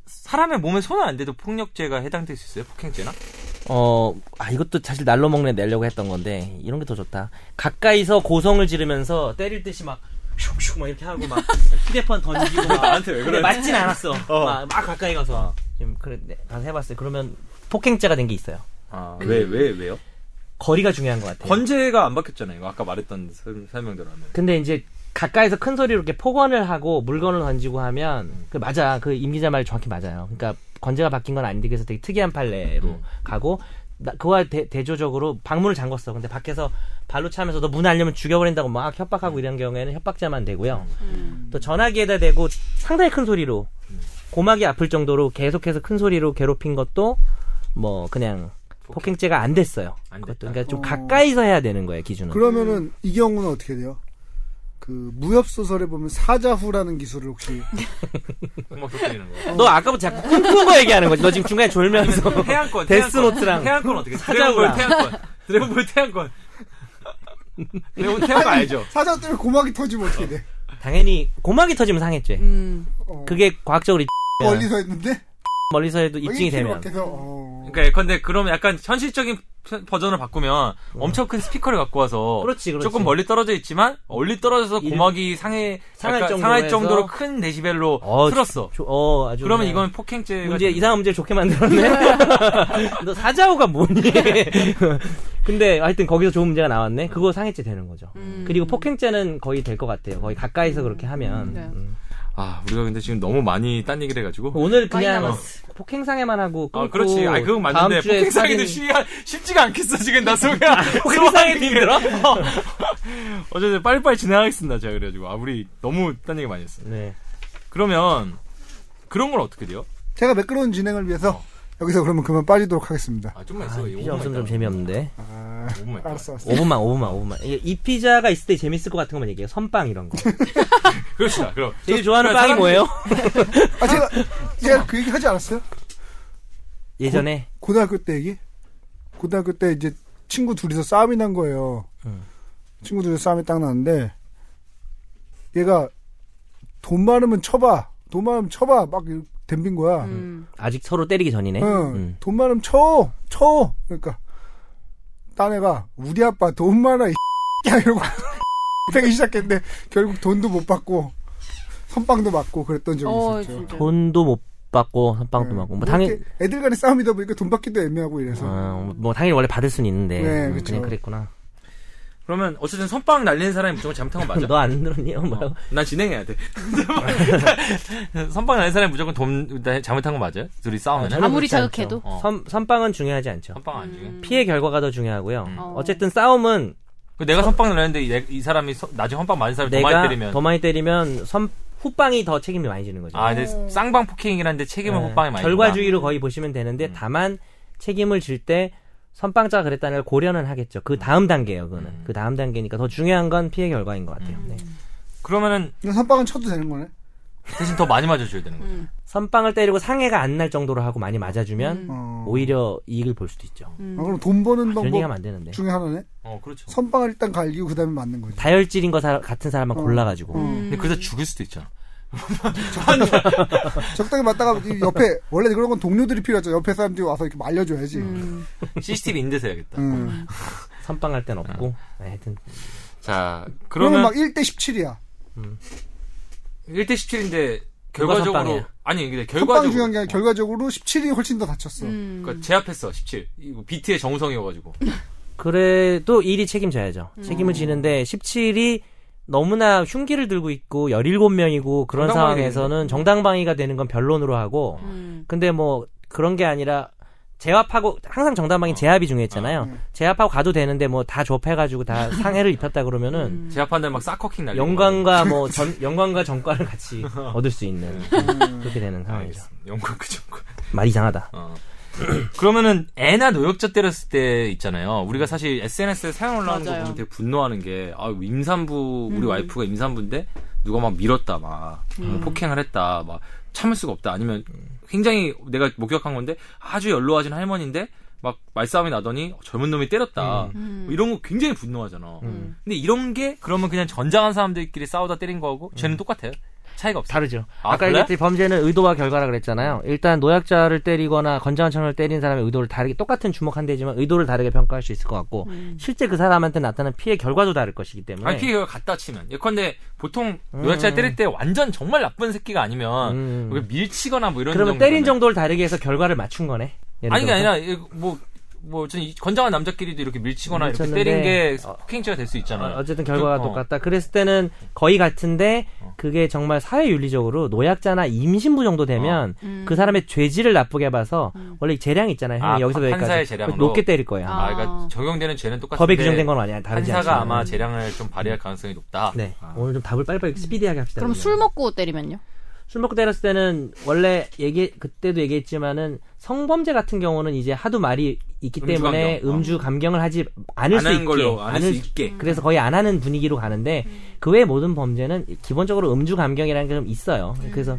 Speaker 7: 사람의 몸에 손을 안 대도 폭력죄가 해당될 수 있어요? 폭행죄나?
Speaker 3: 어, 아, 이것도 사실 날로 먹네 내려고 했던 건데, 이런 게 더 좋다. 가까이서 고성을 지르면서 때릴 듯이 막, 슉슉 막 이렇게 하고 막, 휴대폰 던지고 막.
Speaker 1: 나한테 왜
Speaker 3: 근데
Speaker 1: 그래?
Speaker 3: 맞진 않았어. 막, 막 가까이 가서. 지금, 그래, 네, 가서 해봤어요. 그러면 폭행죄가 된 게 있어요.
Speaker 1: 아, 왜, 왜, 왜요?
Speaker 3: 거리가 중요한 것 같아요.
Speaker 1: 건재가 안 바뀌었잖아요. 이거 아까 말했던 설- 설명대로 하면.
Speaker 3: 근데 이제 가까이서 큰 소리로 이렇게 폭언을 하고 물건을 던지고 하면 그 맞아 그 임기자 말 정확히 맞아요. 그러니까 건재가 바뀐 건 아닌데 그래서 되게 특이한 판례로
Speaker 1: 음.
Speaker 3: 가고 나- 그와 대, 대조적으로 방문을 잠궜어. 근데 밖에서 발로 차면서 너 문 알려면 죽여버린다고 막 협박하고 이런 경우에는 협박자만 되고요.
Speaker 1: 음.
Speaker 3: 또 전화기에다 대고 상당히 큰 소리로 고막이 아플 정도로 계속해서 큰 소리로 괴롭힌 것도 뭐 그냥 폭행죄가 안 됐어요.
Speaker 1: 안
Speaker 3: 그것도
Speaker 1: 됐다.
Speaker 3: 그러니까 좀
Speaker 4: 어.
Speaker 3: 가까이서 해야 되는 거예요 기준은.
Speaker 4: 그러면은 이 경우는 어떻게 돼요? 그 무협 소설에 보면 사자후라는 기술을 혹시
Speaker 1: 음악 터뜨리는 뭐 거.
Speaker 3: 너 아까부터 자꾸 꿈꾸는 거 얘기하는 거지. 너 지금 중간에 졸면서.
Speaker 1: 태양권.
Speaker 3: 데스노트랑.
Speaker 1: 태양권 어떻게?
Speaker 3: 사자우랑.
Speaker 1: 드래곤볼 태양권. 드래곤볼 태양권. 드래곤 태양권 알죠?
Speaker 4: 사자 때문에 고막이 터지면 어떻게 돼?
Speaker 3: 당연히 고막이 터지면 상했죄.
Speaker 2: 음.
Speaker 4: 어,
Speaker 3: 그게 과학적으로 이
Speaker 4: 멀리서 했는데
Speaker 3: 멀리서 해도 입증이 되면.
Speaker 4: 밖에서 어,
Speaker 1: 그러니까 근데 그럼 약간 현실적인 편- 버전을 바꾸면 엄청 큰 스피커를 갖고 와서
Speaker 3: 그렇지, 그렇지.
Speaker 1: 조금 멀리 떨어져 있지만 멀리 떨어져서
Speaker 3: 일-
Speaker 1: 고막이 상해
Speaker 3: 상할
Speaker 1: 약간
Speaker 3: 정도로
Speaker 1: 상할
Speaker 3: 해서-
Speaker 1: 정도로 큰 데시벨로
Speaker 3: 어,
Speaker 1: 틀었어.
Speaker 3: 조- 어, 아주.
Speaker 1: 그러면
Speaker 3: 그냥
Speaker 1: 이건 폭행죄가
Speaker 3: 문제, 이상한 문제 좋게 만들었네? 너 사자오가 뭐니? 근데 하여튼 거기서 좋은 문제가 나왔네? 그거 상해죄 되는 거죠.
Speaker 2: 음.
Speaker 3: 그리고 폭행죄는 거의 될 것 같아요. 거의 가까이서 그렇게 하면.
Speaker 2: 네.
Speaker 3: 음.
Speaker 7: 아, 우리가 근데 지금 너무 많이 딴 얘기를 해가지고.
Speaker 3: 오늘
Speaker 2: 많이
Speaker 3: 그냥
Speaker 2: 남았어.
Speaker 3: 폭행상해만 하고. 끊고
Speaker 7: 아, 그렇지. 아, 그건 맞는데
Speaker 3: 다음 주에
Speaker 7: 폭행상에도
Speaker 3: 살인-
Speaker 7: 쉽지가 않겠어 지금 나 소개야.
Speaker 3: 폭행상해도 힘들어?
Speaker 7: 어쨌든 빨리빨리 진행하겠습니다. 제가 그래가지고 아, 우리 너무 딴 얘기 많이 했어.
Speaker 3: 네.
Speaker 7: 그러면 그런 건 어떻게 돼요?
Speaker 4: 제가 매끄러운 진행을 위해서 여기서 그러면 그만 빠지도록 하겠습니다.
Speaker 7: 아, 좀만
Speaker 3: 아,
Speaker 7: 있어.
Speaker 3: 이 피자 없으면 좀 재미없는데.
Speaker 4: 아,
Speaker 7: 5분만 있다.
Speaker 4: 알았어, 알았어.
Speaker 3: 5분만, 5분만, 5분만. 이, 이 피자가 있을 때 재밌을 것 같은 것만 얘기해요. 선빵 이런 거.
Speaker 7: 그렇습니다. 그럼
Speaker 3: 제일 좋아하는
Speaker 1: 그러니까
Speaker 7: 그래,
Speaker 3: 빵이 뭐예요?
Speaker 4: 아 제가 제가 그 얘기 하지 않았어요?
Speaker 3: 예전에
Speaker 4: 고등학교 때 얘기? 고등학교 때 이제 친구 둘이서 싸움이 난 거예요. 친구 둘이서 싸움이 딱 났는데 얘가 돈 많으면 쳐봐, 돈 많으면 쳐봐 막 이렇게 덤빈 거야.
Speaker 2: 음.
Speaker 3: 아직 서로 때리기 전이네.
Speaker 4: 응.
Speaker 3: 음.
Speaker 4: 돈 많으면 쳐! 쳐! 그러니까, 딴 애가 우리 아빠 돈 많아 이 야 이러고 되기 시작했는데 결국 돈도 못 받고 선빵도 맞고 그랬던 적이
Speaker 5: 어,
Speaker 4: 있었죠.
Speaker 5: 진짜.
Speaker 3: 돈도 못 받고 선빵도
Speaker 4: 네.
Speaker 3: 받고 뭐
Speaker 4: 이렇게
Speaker 3: 당연
Speaker 4: 애들 간의 싸움이다 보니까 돈 받기도 애매하고 이래서
Speaker 3: 어, 뭐 당연히 원래 받을 수는 있는데
Speaker 4: 네,
Speaker 3: 음,
Speaker 4: 그쵸.
Speaker 3: 그냥 그랬구나.
Speaker 8: 그러면 어쨌든 선빵 날리는 사람이 무조건 잘못한 건 맞아.
Speaker 3: 너 안 들었니? 뭐라고?
Speaker 8: 어, 난 진행해야 돼.
Speaker 1: 선빵 날 사람이 무조건 돈 잘못한 거 맞아요? 둘이 싸우면
Speaker 3: 저는
Speaker 5: 아무리
Speaker 3: 그렇지 않죠.
Speaker 5: 자극해도.
Speaker 1: 어.
Speaker 3: 선, 선빵은 중요하지 않죠.
Speaker 1: 선빵 안
Speaker 2: 음.
Speaker 1: 중요.
Speaker 3: 피해 결과가 더 중요하고요.
Speaker 1: 음.
Speaker 5: 어.
Speaker 3: 어쨌든 싸움은
Speaker 1: 그 내가 선빵을 했는데 이, 내- 이 사람이 서- 나중에 선빵 맞은 사람이 더
Speaker 3: 내가
Speaker 1: 많이 때리면
Speaker 3: 더 많이 때리면 선 후빵이 더 책임이 많이 지는 거죠.
Speaker 1: 아, 근데 쌍방 폭행이라는데 책임을
Speaker 3: 네.
Speaker 1: 호빵이 음. 많이
Speaker 3: 결과주의로 거의 보시면 되는데 다만 책임을 질 때 선빵자가 그랬다는 걸 고려는 하겠죠. 그 다음 단계예요, 그거는. 그 다음 단계니까 더 중요한 건 피해 결과인 것 같아요.
Speaker 1: 음.
Speaker 3: 네.
Speaker 1: 준다. 그러면은
Speaker 4: 그냥 선빵은 쳐도 되는 거네.
Speaker 1: 대신 더 많이 맞아줘야 되는 거죠.
Speaker 3: 선빵을 때리고 상해가 안 날 정도로 하고 많이 맞아주면
Speaker 4: 어.
Speaker 3: 오히려 이익을 볼 수도 있죠.
Speaker 4: 아, 그럼 돈 버는
Speaker 3: 이런
Speaker 4: 방법
Speaker 3: 얘기하면 안 되는데.
Speaker 4: 중에 하나네.
Speaker 1: 어, 그렇죠.
Speaker 4: 선빵을 일단 갈기고 그다음에 맞는 거지.
Speaker 3: 다혈질인 거 사- 같은 사람만
Speaker 4: 어.
Speaker 3: 골라가지고.
Speaker 1: 근데 그래서 죽을 수도 있잖아.
Speaker 4: 적당히 맞다가 이 옆에 원래 그런 건 동료들이 필요하죠. 옆에 사람들이 와서 이렇게 말려줘야지.
Speaker 5: 음.
Speaker 2: 음.
Speaker 1: CCTV 있는 데서 해야겠다.
Speaker 4: 음.
Speaker 3: 선빵할 땐 없고.
Speaker 1: 음.
Speaker 3: 네, 하여튼.
Speaker 1: 자,
Speaker 4: 그러면
Speaker 1: 그러면
Speaker 4: 막 1대 17이야.
Speaker 1: 1대 17인데
Speaker 3: 누가
Speaker 1: 결과적으로
Speaker 3: 선빵이야?
Speaker 1: 아니 근데 결과적으로
Speaker 4: 선빵 중요한 게 아니라 결과적으로 17이 훨씬 더 다쳤어.
Speaker 2: 음.
Speaker 1: 그러니까 제압했어 17. 이거 BT의 정우성이어가지고.
Speaker 3: 그래도 1이 책임져야죠. 책임을 지는데 17이 너무나 흉기를 들고 있고 17명이고 그런
Speaker 1: 정당방위가
Speaker 3: 상황에서는 정당방위가 되는 건 변론으로
Speaker 2: 음.
Speaker 3: 하고 근데 뭐 그런 게 아니라 제압하고 항상 정당방위 제압이 중요했잖아요. 제압하고 가도 되는데 뭐 다 좁혀가지고 다 상해를 입혔다 그러면은
Speaker 1: 제압한 데막 싸커킹 날리고.
Speaker 3: 영광과 뭐 전, 영광과 정과를 같이 얻을 수 있는 그렇게 되는 상황이죠.
Speaker 1: 아, 알겠습니다. 영광 그 정도.
Speaker 3: 말 이상하다.
Speaker 1: 어. 그러면은 애나 노역자 때렸을 때 있잖아요. 우리가 사실 SNS에 사연 올라오는 거
Speaker 5: 맞아요.
Speaker 1: 보면 되게 분노하는 게 아, 임산부 우리 와이프가 임산부인데 누가 막 밀었다 막 뭐 폭행을 했다 막 참을 수가 없다 아니면 굉장히 내가 목격한 건데 아주 연로하신 할머니인데 막 말싸움이 나더니 어, 젊은 놈이 때렸다 뭐 이런 거 굉장히 분노하잖아. 근데 이런 게 음. 음. 그러면 그냥 전장한 사람들끼리 싸우다 때린 거하고 쟤는 똑같아요. 차이가 없어.
Speaker 3: 다르죠.
Speaker 1: 아,
Speaker 3: 아, 까
Speaker 1: 그래?
Speaker 3: 얘기했듯이 범죄는 의도와 결과라 그랬잖아요. 일단 노약자를 때리거나 건장한 청년을 때린 사람의 의도를 다르게 똑같은 주먹 한 대지만 의도를 다르게 평가할 수 있을 것 같고 실제 그 사람한테 나타난 피해 결과도 다를 것이기 때문에
Speaker 1: 아니, 피해가 갖다 치면. 예컨대, 보통, 노약자 때릴 때 완전 정말 나쁜 새끼가 아니면,
Speaker 3: 음.
Speaker 1: 그게 밀치거나 뭐 이런
Speaker 3: 그러면
Speaker 1: 정도면-
Speaker 3: 때린 정도를 다르게 해서 결과를 맞춘 거네. 예를
Speaker 1: 아니, 게
Speaker 3: 들어서.
Speaker 1: 아니라, 이- 뭐, 뭐, 전 이- 건장한 남자끼리도 이렇게 밀치거나 이렇게
Speaker 3: 밀쳤는데,
Speaker 1: 때린 게 폭행죄가 될 수 있잖아요.
Speaker 3: 어, 어쨌든 결과가
Speaker 1: 그, 어.
Speaker 3: 똑같다. 그랬을 때는 거의 같은데 그게 정말 사회 윤리적으로 노약자나 임신부 정도 되면
Speaker 1: 어.
Speaker 2: 음.
Speaker 3: 그 사람의 죄질을 나쁘게 봐서
Speaker 5: 음.
Speaker 3: 원래 재량이 있잖아요. 형이
Speaker 1: 아,
Speaker 3: 여기서
Speaker 1: 판사의
Speaker 3: 여기까지
Speaker 1: 재량으로.
Speaker 3: 높게 때릴 거예요.
Speaker 1: 아, 그러니까 적용되는 죄는 똑같은데.
Speaker 3: 법에 규정된 건 아니야. 다르지
Speaker 1: 판사가
Speaker 3: 않지만.
Speaker 1: 아마 재량을 좀 발휘할 가능성이 높다.
Speaker 3: 네.
Speaker 1: 아.
Speaker 3: 오늘 좀 답을 빨리빨리 스피디하게 합시다.
Speaker 5: 음. 그럼
Speaker 3: 그러면.
Speaker 5: 술 먹고 때리면요?
Speaker 3: 술 먹고 때렸을 때는 원래 얘기 그때도 얘기했지만은 성범죄 같은 경우는 이제 하도 말이 있기
Speaker 1: 음주
Speaker 3: 때문에
Speaker 1: 감경. 어.
Speaker 3: 음주 감경을 하지 않을
Speaker 8: 안
Speaker 3: 수 있게
Speaker 8: 하는 걸로 안 할 수
Speaker 3: 않을 수-
Speaker 5: 음.
Speaker 8: 있게.
Speaker 3: 그래서 거의 안 하는 분위기로 가는데 그 외 모든 범죄는 기본적으로 음주 감경이라는 게 좀 있어요.
Speaker 5: 음.
Speaker 3: 그래서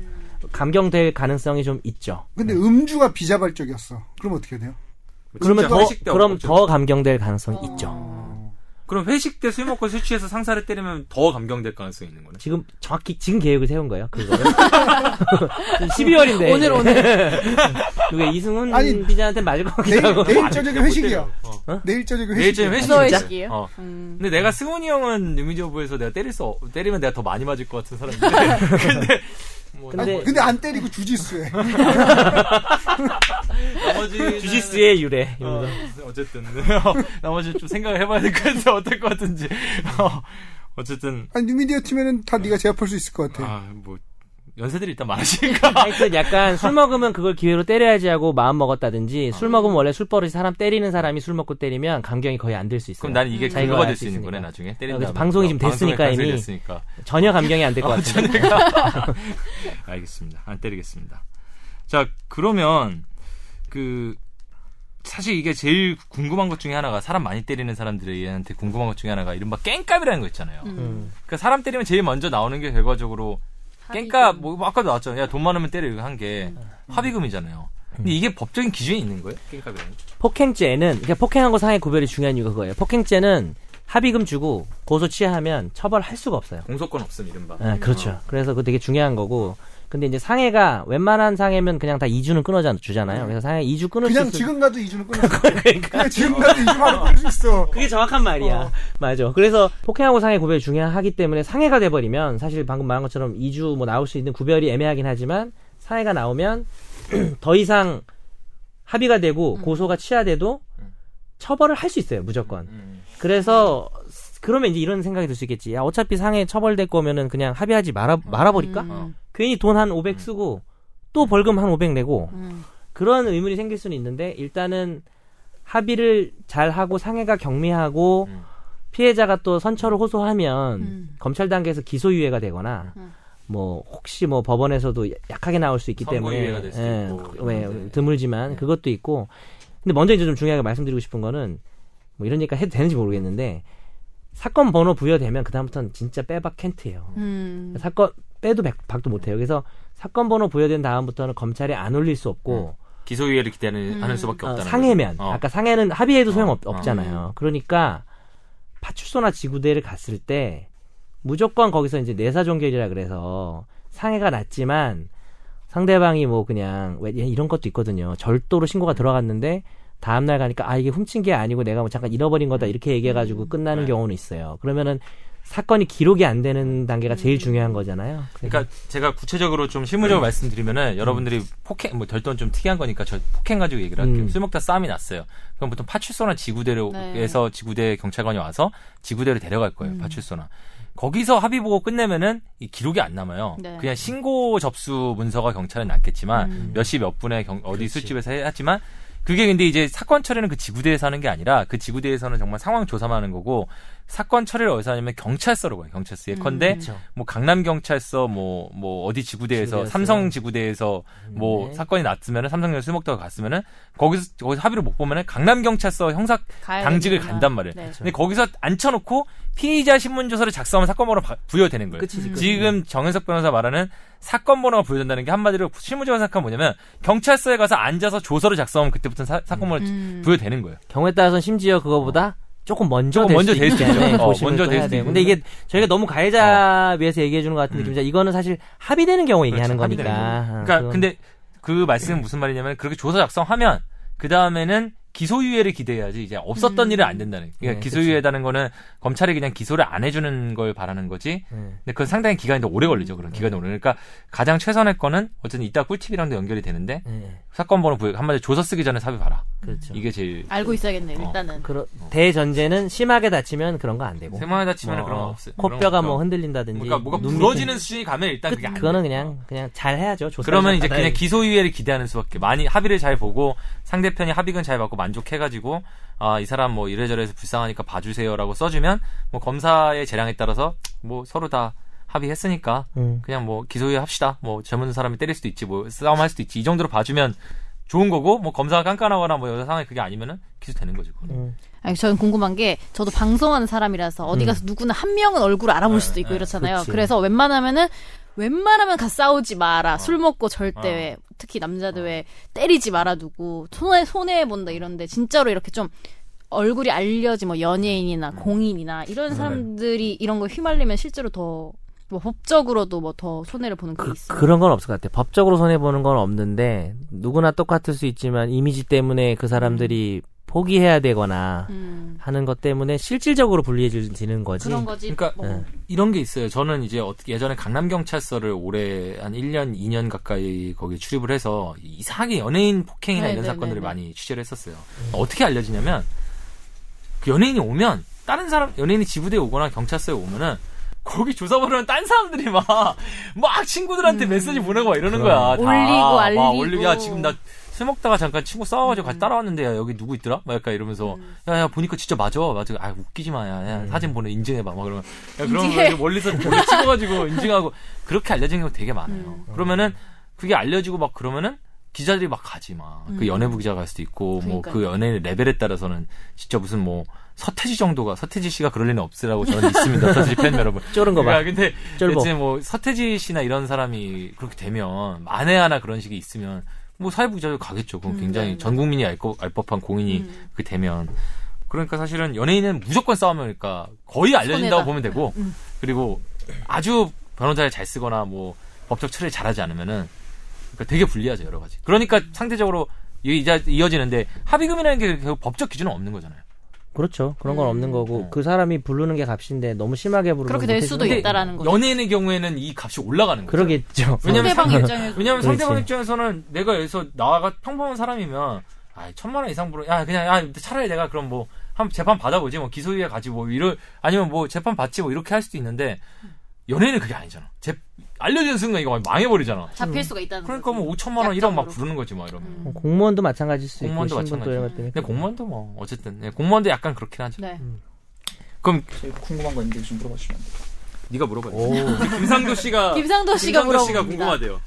Speaker 3: 감경될 가능성이 좀 있죠.
Speaker 4: 근데 음주가 비자발적이었어. 그럼 어떻게 돼요?
Speaker 3: 음. 그러면
Speaker 8: 진짜
Speaker 3: 더
Speaker 8: 회식 때
Speaker 3: 그럼
Speaker 8: 없죠.
Speaker 3: 더 감경될
Speaker 5: 어.
Speaker 3: 가능성이 있죠.
Speaker 8: 그럼 회식 때 술 먹고 술 취해서 상사를 때리면 더 감경될 가능성이 있는 거네.
Speaker 3: 지금 정확히 지금 계획을 세운 거예요. 그거를 12월인데
Speaker 5: 오늘, 오늘.
Speaker 3: 그게 이승훈
Speaker 4: 아니, 네.
Speaker 3: 기자한테 맞을 것
Speaker 4: 내일
Speaker 3: 같기도 하고.
Speaker 4: 내일 아, 저녁에 회식이야.
Speaker 1: 어.
Speaker 4: 내일 저녁에 회식.
Speaker 1: 내일쯤 회식
Speaker 5: 너 회식이에요?
Speaker 1: 어.
Speaker 5: 음.
Speaker 1: 근데 내가 승훈이 형은 유미저부에서 내가 때릴 수 없- 때리면 내가 더 많이 맞을 것 같은 사람인데 근데 뭐
Speaker 3: 근데
Speaker 4: 근데 안 때리고 주짓수해.
Speaker 1: 나머지
Speaker 3: 주짓수의 유래. 이러면서.
Speaker 1: 어, 쨌든 나머지 좀 생각을 해봐야 될 것 같은데 어떨 것 같은지 어, 어쨌든
Speaker 4: 아니 뉴미디어 팀에는 다 네가 제압할 수 있을 것 같아.
Speaker 1: 아 뭐 연세들이 일단 많으니까
Speaker 3: 하여튼 약간 술 먹으면 그걸 기회로 때려야지 하고 마음 먹었다든지 술 먹으면 원래 술버릇이 사람 때리는 사람이 술 먹고 때리면 감경이 거의 안 될 수 있어요.
Speaker 1: 그럼 나는 이게
Speaker 3: 자기가
Speaker 1: 근거가 될
Speaker 3: 음. 알수
Speaker 1: 수 있는
Speaker 3: 있으니까.
Speaker 1: 거네 나중에 때린
Speaker 3: 아, 그래서
Speaker 1: 다음에.
Speaker 3: 방송이 지금
Speaker 1: 어, 방송에
Speaker 3: 됐으니까
Speaker 1: 방송이
Speaker 3: 이미.
Speaker 1: 됐으니까
Speaker 3: 전혀 감경이 안 될 것 같은데.
Speaker 1: 알겠습니다 안 때리겠습니다 자 그러면 그 사실 이게 제일 궁금한 것 중에 하나가 사람 많이 때리는 사람들한테 궁금한 것 중에 하나가 이른바 깽값이라는 거 있잖아요
Speaker 3: 음.
Speaker 1: 그러니까 사람 때리면 제일 먼저 나오는 게 결과적으로 그러니까 뭐 아까도 나왔잖아요. 야 돈 많으면 때려 이거 한 게 합의금이잖아요.
Speaker 3: 음.
Speaker 1: 근데 이게 법적인 기준이 있는 거예요? 깽값이라는?
Speaker 3: 폭행죄는 그러니까 폭행하고 상해 구별이 중요한 이유가 그거예요. 폭행죄는 합의금 주고 고소 취하하면 처벌할 수가 없어요.
Speaker 1: 공소권 없음 이른바.
Speaker 3: 예, 그렇죠. 그래서 그거 되게 중요한 거고 근데 이제 상해가 웬만한 상해면 그냥 다 2주는 끊어져 주잖아요. 그래서 상해 2주 끊을 수
Speaker 4: 그냥
Speaker 3: 있을-
Speaker 4: 지금 가도 이주는 끊을 수 있어.
Speaker 3: 그러니까
Speaker 4: 그냥 지금 가도 이주 바로 끊을 수 있어.
Speaker 3: 그게 정확한 말이야. 맞아. 그래서 폭행하고 상해 구별이 중요하기 때문에 상해가 돼버리면 사실 방금 말한 것처럼 2주 뭐 나올 수 있는 구별이 애매하긴 하지만 상해가 나오면 더 이상 합의가 되고 고소가 취하돼도 처벌을 할 수 있어요. 무조건.
Speaker 1: 음.
Speaker 3: 그래서 그러면 이제 이런 생각이 들 수 있겠지. 야 어차피 상해 처벌될 거면은 그냥 합의하지 말아 말아버릴까?
Speaker 5: 음.
Speaker 3: 괜히 돈 한 500 쓰고 또 벌금 한 500 내고
Speaker 5: 음.
Speaker 3: 그런 의문이 생길 수는 있는데 일단은 합의를 잘 하고 상해가 경미하고
Speaker 1: 음.
Speaker 3: 피해자가 또 선처를 호소하면
Speaker 5: 음.
Speaker 3: 검찰 단계에서 기소유예가 되거나
Speaker 5: 음.
Speaker 3: 뭐 혹시 뭐 법원에서도 약하게 나올 수 있기
Speaker 1: 선고유예가
Speaker 3: 때문에
Speaker 1: 될 수도 있고.
Speaker 3: 왜
Speaker 1: 네.
Speaker 3: 드물지만 그것도 있고 근데 먼저 이제 좀 중요하게 말씀드리고 싶은 거는 뭐 이런 얘기가 해도 되는지 모르겠는데 사건 번호 부여되면 그다음부터는 진짜 빼박 캔트예요.
Speaker 5: 음.
Speaker 3: 사건 빼도 백- 박도 못해요. 그래서 사건 번호 부여된 다음부터는 검찰에 안 올릴 수
Speaker 1: 음.
Speaker 3: 없고
Speaker 1: 기소유예를 기대하는
Speaker 5: 음.
Speaker 1: 하는 수밖에
Speaker 3: 어,
Speaker 1: 없다는
Speaker 3: 상해면
Speaker 1: 거지. 어.
Speaker 3: 아까 상해는 합의해도 소용
Speaker 1: 어, 어.
Speaker 3: 없, 잖아요 그러니까 파출소나 지구대를 갔을 때 무조건 거기서 이제 내사 종결이라 그래서 상해가 났지만 상대방이 뭐 그냥 왜 이런 것도 있거든요. 절도로 신고가 들어갔는데 다음 날 가니까 아 이게 훔친 게 아니고 내가 뭐 잠깐 잃어버린 거다 이렇게 얘기해 가지고 끝나는
Speaker 1: 네.
Speaker 3: 경우는 있어요. 그러면은 사건이 기록이 안 되는 단계가 제일 중요한 거잖아요.
Speaker 1: 음. 그러니까 제가 구체적으로 좀 실무적으로 말씀드리면은 여러분들이 폭행 뭐 절도는 좀 특이한 거니까 저 폭행 가지고 얘기를 할게요.
Speaker 3: 음.
Speaker 1: 술 먹다 싸움이 났어요. 그럼 보통 파출소나 지구대로에서 지구대 경찰관이 와서 지구대로 데려갈 거예요. 파출소나 거기서 합의 보고 끝내면은 이 기록이 안 남아요.
Speaker 5: 네.
Speaker 1: 그냥 신고 접수 문서가 경찰에 남겠지만 몇 시 몇 분에 경- 어디 술집에서 해- 했지만 그게 근데 이제 사건 처리는 그 지구대에서 하는 게 아니라 그 지구대에서는 정말 상황 조사만 하는 거고 사건 처리를 어디서 하냐면 경찰서로 가요. 경찰서 예컨대 뭐 강남 경찰서 뭐 뭐 어디 지구대에서
Speaker 3: 지구대에서.
Speaker 1: 삼성 지구대에서 뭐
Speaker 3: 네.
Speaker 1: 사건이 났으면은 삼성역 술 먹다가 갔으면은 거기서 거기서 합의를 못 보면은 강남 경찰서 형사
Speaker 5: 가야
Speaker 1: 당직을
Speaker 5: 되는구나.
Speaker 1: 간단 말이에요.
Speaker 5: 네.
Speaker 1: 근데 거기서 앉혀놓고 피의자 신문 조서를 작성하면 사건 번호 가 부여되는 거예요.
Speaker 3: 그치, 그치.
Speaker 1: 지금 정현석 변호사 말하는 사건 번호가 부여된다는 게 한마디로 실무적인 생각하면 뭐냐면 경찰서에 가서 앉아서 조서를 작성하면 그때부터 사, 건 번호
Speaker 5: 음.
Speaker 1: 부여되는 거예요.
Speaker 3: 경우에 따라서 는 심지어 그거보다 조금 먼저
Speaker 1: 조금
Speaker 3: 될
Speaker 1: 먼저
Speaker 3: 수도
Speaker 1: 될 수도 있죠.
Speaker 3: 있잖아요.
Speaker 1: 어,
Speaker 3: 고심을
Speaker 1: 먼저
Speaker 3: 또
Speaker 1: 될
Speaker 3: 해야
Speaker 1: 수도
Speaker 3: 돼요.
Speaker 1: 있고.
Speaker 3: 근데 이게 저희가 너무 가해자 위해서 얘기해 주는 것 같은 느낌이죠. 이거는 사실 합의되는 경우 얘기하는
Speaker 1: 음. 그렇죠.
Speaker 3: 거니까.
Speaker 1: 합의되는
Speaker 3: 아,
Speaker 1: 그러니까
Speaker 3: 그건-
Speaker 1: 근데 그 말씀은 무슨 말이냐면 그렇게 조사 작성하면 그 다음에는 기소유예를 기대해야지 이제 없었던 일은 안 된다는. 그러니까
Speaker 3: 네,
Speaker 1: 기소유예다는 거는 검찰이 그냥 기소를 안 해주는 걸 바라는 거지.
Speaker 3: 네.
Speaker 1: 근데 그건 상당히 기간이 더 오래 걸리죠. 그런 기간이 오래. 그러니까 가장 최선의 거는 어쨌든 이따 꿀팁이랑도 연결이 되는데
Speaker 3: 네,
Speaker 1: 사건 번호 부여 한마디 로 조서 쓰기 전에 삽입 봐라.
Speaker 3: 그렇죠.
Speaker 1: 이게 제일
Speaker 5: 알고 있어야겠네요. 일단은.
Speaker 3: 그러, 대전제는 심하게 다치면 그런 거 안 되고.
Speaker 1: 세마에 다치면
Speaker 3: 뭐,
Speaker 1: 그런 거
Speaker 3: 어,
Speaker 1: 없어요.
Speaker 3: 코뼈가
Speaker 1: 그런 거
Speaker 3: 뭐
Speaker 1: 없죠.
Speaker 3: 흔들린다든지.
Speaker 1: 그러니까 뭐가
Speaker 3: 눈 밑에-
Speaker 1: 부러지는 수준이 가면 일단 그게 안 돼요.
Speaker 3: 그거는 그냥 그냥 잘 해야죠. 뭐 조사
Speaker 1: 그러면 이제
Speaker 3: 받아야
Speaker 1: 그냥
Speaker 3: 돼.
Speaker 1: 기소유예를 기대하는 수밖에 많이 합의를 잘 보고 상대편이 합의금 잘 받고 만족해가지고 아 이 사람 뭐 이래저래서 불쌍하니까 봐주세요라고 써주면 뭐 검사의 재량에 따라서 뭐 서로 다 합의했으니까
Speaker 3: 음.
Speaker 1: 그냥 뭐 기소유예 합시다 뭐 젊은 사람이 때릴 수도 있지 뭐 싸움할 수도 있지 이 정도로 봐주면 좋은 거고 뭐 검사가 깐깐하거나 뭐 여자 상황이 그게 아니면은 기소되는 거지 그거는.
Speaker 2: 아니, 저는 궁금한 게 저도 방송하는 사람이라서
Speaker 1: 음.
Speaker 2: 어디 가서 누구나 한 명은 얼굴을 알아볼
Speaker 1: 네,
Speaker 2: 수도 있고 이렇잖아요.
Speaker 3: 그치.
Speaker 2: 그래서 웬만하면은 웬만하면 가 싸우지
Speaker 1: 어.
Speaker 2: 마라. 술 먹고 절대 왜 특히 남자들 왜 때리지 말아 두고 손해 손해 본다 이런데 진짜로 이렇게 좀 얼굴이 알려진 뭐 연예인이나
Speaker 1: 음.
Speaker 2: 공인이나 이런
Speaker 1: 네.
Speaker 2: 사람들이 이런 거 휘말리면 실제로 더 뭐 법적으로도 뭐 더 손해를 보는 게 있어요.
Speaker 3: 그런 건 없을 것 같아요. 법적으로 손해 보는 건 없는데 누구나 똑같을 수 있지만 이미지 때문에 그 사람들이 포기해야 되거나
Speaker 2: 음,
Speaker 3: 하는 것 때문에 실질적으로 불리해지는 거지.
Speaker 2: 그런 거지.
Speaker 1: 그 그러니까
Speaker 2: 뭐.
Speaker 3: 네.
Speaker 1: 이런 게 있어요. 저는 이제 어떻게 예전에 강남 경찰서를 올해 한 1년, 2년 가까이 거기 출입을 해서 이상하게 연예인 폭행이나
Speaker 5: 네,
Speaker 1: 이런
Speaker 5: 네,
Speaker 1: 사건들을
Speaker 5: 네, 네.
Speaker 1: 많이 취재를 했었어요. 어떻게 알려지냐면 그 연예인이 오면 다른 사람 연예인이 지부대에 오거나 경찰서에 오면은 거기 조사받으면 딴 사람들이 막 막 친구들한테 메시지 보내고 막 이러는 거야. 다.
Speaker 2: 음. 올리고
Speaker 1: 막
Speaker 2: 알리고.
Speaker 1: 올리고 야 지금 나 술 먹다가 잠깐 친구 싸워가지고 같이 따라왔는데 야, 여기 누구 있더라? 막 약간 이러면서 야야 보니까 진짜 맞아 맞아 아 웃기지 마야 야, 사진 보내 인증해봐 막 그러면 야, 그런 거 이렇게 멀리서 이렇게 찍어가지고 인증하고 그렇게 알려진 경우 되게 많아요. 그러면은 그게 알려지고 막 그러면은 기자들이 막 가지 막 그 연예부 기자 갈 수도 있고 뭐 그 연예인 레벨에 따라서는 진짜 무슨 뭐 서태지 정도가 서태지 씨가 그럴 리는 없으라고 저는 믿습니다. 서태지 팬 여러분.
Speaker 3: 쫄은 거 봐.
Speaker 1: 그러니까 근데
Speaker 3: 쫄보.
Speaker 1: 이제 뭐 서태지 씨나 이런 사람이 그렇게 되면 만에 하나 그런 식이 있으면 뭐 사회부 기자로 가겠죠.
Speaker 5: 음,
Speaker 1: 그럼 굉장히
Speaker 5: 네.
Speaker 1: 전 국민이 알, 거- 알 법한 공인이 그렇게 되면 그러니까 사실은 연예인은 무조건 싸우면 그러니까 거의 알려진다고
Speaker 5: 손해다.
Speaker 1: 보면 되고 그리고 아주 변호사를 잘 쓰거나 뭐 법적 처리 잘하지 않으면은 그러니까 되게 불리하죠 여러 가지. 그러니까 상대적으로 이- 이자 이어지는데 합의금이라는 게 결국 법적 기준은 없는 거잖아요.
Speaker 3: 그렇죠. 그런 건 없는 거고
Speaker 1: 음.
Speaker 3: 그 사람이 부르는 게 값인데 너무 심하게 부르면
Speaker 5: 그렇게 될
Speaker 3: 못해주는
Speaker 5: 수도
Speaker 3: 거고.
Speaker 5: 있다라는 거죠.
Speaker 1: 연예인의 경우에는 이 값이 올라가는 거죠.
Speaker 3: 그러겠죠.
Speaker 1: 왜냐면
Speaker 5: 상대방
Speaker 1: 상대-
Speaker 5: 입장에서
Speaker 1: 왜냐면
Speaker 3: 그렇지.
Speaker 1: 상대방 입장에서는 내가 여기서 나가 평범한 사람이면 아 천만 원 이상 부르 야 그냥 야 차라리 내가 그럼 뭐 한번 재판 받아보지 뭐 기소유예 가지 뭐 이럴 아니면 뭐 재판 받지 뭐 이렇게 할 수도 있는데 연예인은 그게 아니잖아 재, 알려진 순간 이거 망해버리잖아
Speaker 5: 잡힐 수가 있다는
Speaker 1: 그러니까
Speaker 5: 거죠.
Speaker 1: 뭐 5천만 원 1억 막
Speaker 5: 약점으로.
Speaker 1: 부르는 거지 막 이러면
Speaker 5: 음.
Speaker 3: 공무원도 마찬가지일 수 있고
Speaker 1: 공무원도
Speaker 3: 신분 또 이런 것 때문에.
Speaker 1: 근데 공무원도 뭐 어쨌든 예, 공무원도 약간 그렇긴 하죠
Speaker 5: 네.
Speaker 1: 그럼
Speaker 9: 저희 궁금한 거 있는데 좀 물어봐주시면 안 돼요?
Speaker 8: 네가 물어봐. 김상도
Speaker 1: 아,
Speaker 8: 씨가
Speaker 5: 김상도 씨가
Speaker 8: 김상도
Speaker 5: 물어봅니다.
Speaker 8: 씨가 궁금하대요.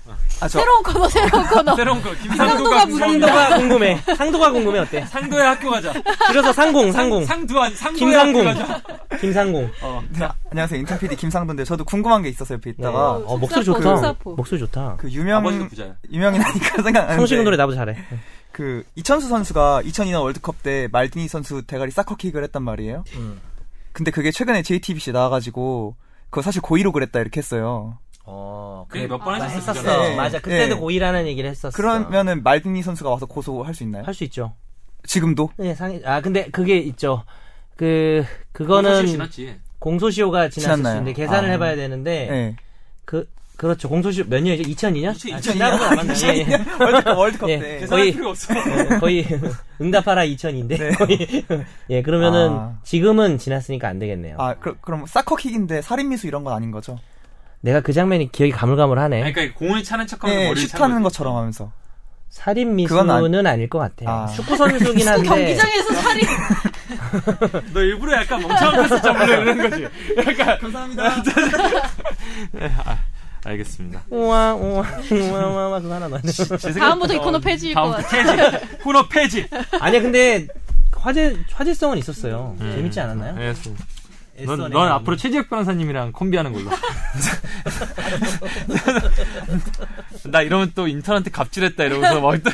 Speaker 5: 새로운 코너, 새로운 코너.
Speaker 8: 새로운 거 김상도가
Speaker 5: 상도가
Speaker 8: 궁금합니다.
Speaker 5: 물어본다.
Speaker 3: 상도가 궁금해. 상도가 궁금해 어때?
Speaker 8: 상도의 학교 가자.
Speaker 3: 줄여서 상공, 상공,
Speaker 8: 상두한 상도의 학교
Speaker 3: 김상공,
Speaker 8: 가자.
Speaker 3: 김상공.
Speaker 9: 네, 아, 안녕하세요 인턴 PD 김상도인데 저도 궁금한 게 있어서 옆에 있다가
Speaker 3: 어, 목소리 좋다.
Speaker 5: 속사포.
Speaker 3: 목소리 좋다. 아,
Speaker 9: 그 유명
Speaker 8: 아버지도 부자야.
Speaker 9: 유명이라니까 생각나는데
Speaker 3: 성시근 노래 나보다 잘해.
Speaker 9: 그 이천수 선수가 2002년 월드컵 때 말디니 선수 대가리 사커킥을 했단 말이에요.
Speaker 3: 음.
Speaker 9: 근데 그게 최근에 JTBC 나와가지고 그거 사실 고의로 그랬다 이렇게 했어요.
Speaker 3: 어,
Speaker 8: 그게
Speaker 1: 네.
Speaker 8: 몇 번 네.
Speaker 3: 했었어.
Speaker 8: 하셨었잖아.
Speaker 9: 예.
Speaker 3: 맞아. 그때도
Speaker 9: 예.
Speaker 3: 고의라는 얘기를 했었어.
Speaker 9: 그러면은 말디니 선수가 와서 고소할 수 있나요?
Speaker 3: 할 수 있죠.
Speaker 9: 지금도?
Speaker 3: 네, 상, 아 근데 그게 있죠. 그 그거는
Speaker 8: 사실 지났지.
Speaker 3: 공소시효가 지났을 수
Speaker 9: 지났나요?
Speaker 3: 있는데 계산을
Speaker 9: 아.
Speaker 3: 해봐야
Speaker 8: 네.
Speaker 3: 되는데
Speaker 9: 예.
Speaker 3: 그 그렇죠. 공소시효 몇 년이죠? 아, 2002년?
Speaker 9: 2002년 월드컵, 월드컵
Speaker 3: 예.
Speaker 9: 때.
Speaker 8: 계산할
Speaker 3: 거의-
Speaker 8: 필요가 없어.
Speaker 3: 예. 거의 응답하라 2000인데 거의 예 그러면은
Speaker 9: 네. 아.
Speaker 3: 지금은 지났으니까 안 되겠네요.
Speaker 9: 아, 그, 그럼 사커킥인데 살인미수 이런 건 아닌 거죠?
Speaker 3: 내가 그 장면이 기억이 가물가물하네.
Speaker 8: 아니, 그러니까 공을 차는
Speaker 1: 네,
Speaker 8: 척하면서
Speaker 9: 예,
Speaker 8: 머리를 네.
Speaker 9: 슛
Speaker 8: 차는
Speaker 9: 하는
Speaker 8: 거.
Speaker 9: 것처럼 하면서.
Speaker 3: 살인
Speaker 9: 그건 아니-
Speaker 3: 미수는 아닐 것 같아요.
Speaker 9: 아.
Speaker 3: 축구 선수긴
Speaker 5: 또
Speaker 3: 한데
Speaker 5: 경기장에서 살이
Speaker 8: 너 일부러 약간 멍청한 패스 물려 이런 거지.
Speaker 1: 네, 아, 알겠습니다
Speaker 3: 우와 우와 우와 우와, 우와 그거 하나 넣었네.
Speaker 5: 다음부터
Speaker 1: 그
Speaker 5: 이 코너 폐지일 것
Speaker 8: 어, 다음
Speaker 5: 같아.
Speaker 8: 폐지. 코너 폐지.
Speaker 1: 네?
Speaker 3: 아니야 근데 화제 화제성은 있었어요. 재밌지 않았나요?
Speaker 1: 예, 좀- 넌,
Speaker 3: 애써낸
Speaker 1: 넌
Speaker 3: 얘기.
Speaker 1: 앞으로 최지혁 변호사님이랑 콤비하는 걸로. 나 이러면 또 인턴한테 갑질했다 이러면서 막또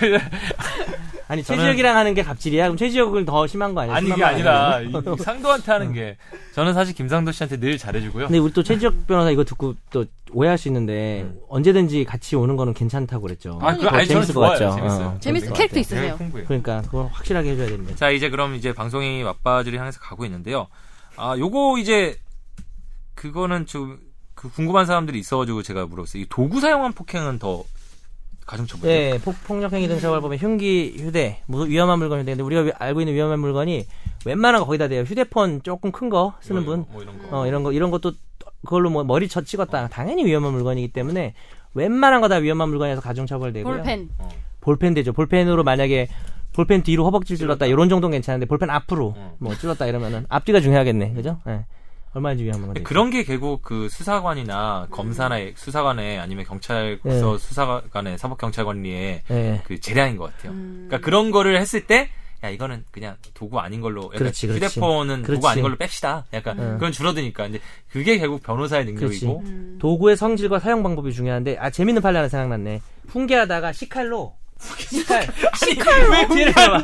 Speaker 3: 아니
Speaker 1: 저는-
Speaker 3: 최지혁이랑 하는 게 갑질이야? 그럼 최지혁은 더 심한 거 아니야?
Speaker 1: 아니
Speaker 3: 심한
Speaker 1: 이게
Speaker 3: 말
Speaker 1: 아니라
Speaker 3: 아니야?
Speaker 1: 이- 이 상도한테 하는 게 저는 사실 김상도 씨한테 늘 잘해주고요.
Speaker 5: 네,
Speaker 3: 근데 우리 또 최지혁 변호사 이거 듣고 또 오해할 수 있는데 언제든지 같이 오는 거는 괜찮다고 그랬죠.
Speaker 1: 음. 아, 그거
Speaker 3: 그거
Speaker 1: 아니, 저는
Speaker 3: 재밌을 것
Speaker 1: 좋아요.
Speaker 3: 같죠.
Speaker 1: 재밌어요.
Speaker 3: 어.
Speaker 5: 재밌어.
Speaker 1: 재밌을
Speaker 5: 캐릭터
Speaker 1: 되게
Speaker 5: 있으세요.
Speaker 1: 풍부해요.
Speaker 3: 그러니까 그건 확실하게 해줘야 됩니다.
Speaker 1: 자 이제 그럼 이제 방송이 맞바지를 향해서 가고 있는데요. 아 요거 이제 그거는 좀 그 궁금한 사람들이 있어가지고 제가 물어봤어요. 이 도구 사용한 폭행은 더 가중처벌. 요뭐
Speaker 3: 네, 폭, 폭력행위 등 처벌법에 흉기, 휴대, 무 위험한 물건 휴대인데 우리가 위- 알고 있는 위험한 물건이 웬만한 거 거기다 돼요. 휴대폰 조금 큰 거 쓰는 분,
Speaker 1: 뭐 이런 거.
Speaker 3: 어 이런 거 이런 것도 그걸로 뭐 머리 쳐 찍었다 당연히 위험한 물건이기 때문에 웬만한 거 다 위험한 물건에서 가중처벌되고요.
Speaker 5: 볼펜.
Speaker 3: 볼펜 되죠. 볼펜으로 만약에 볼펜 뒤로 허벅지 찔렀다 이런 정도는 괜찮은데 볼펜 앞으로
Speaker 1: 어.
Speaker 3: 뭐 찔렀다 이러면은 앞뒤가 중요하겠네, 그죠? 예. 얼마나 중요한
Speaker 1: 근데
Speaker 3: 건데.
Speaker 1: 그런 게 결국 그 수사관이나 검사나 예, 수사관에 아니면 경찰서
Speaker 3: 네.
Speaker 1: 수사관에 사법경찰관리에
Speaker 3: 예.
Speaker 1: 그 재량인 것 같아요. 그러니까 그런 거를 했을 때. 야 이거는 그냥 도구 아닌 걸로 약간
Speaker 3: 그렇지, 그렇지.
Speaker 1: 휴대폰은
Speaker 3: 그렇지.
Speaker 1: 도구 아닌 걸로 뺍시다 약간
Speaker 3: 음.
Speaker 1: 그건 줄어드니까 이제 그게 결국 변호사의 능력이고
Speaker 5: 음.
Speaker 3: 도구의 성질과 사용 방법이 중요한데 아 재밌는 판례 하나 생각났네. 훈계하다가 시칼로 시칼 시칼로 뒤를 봐.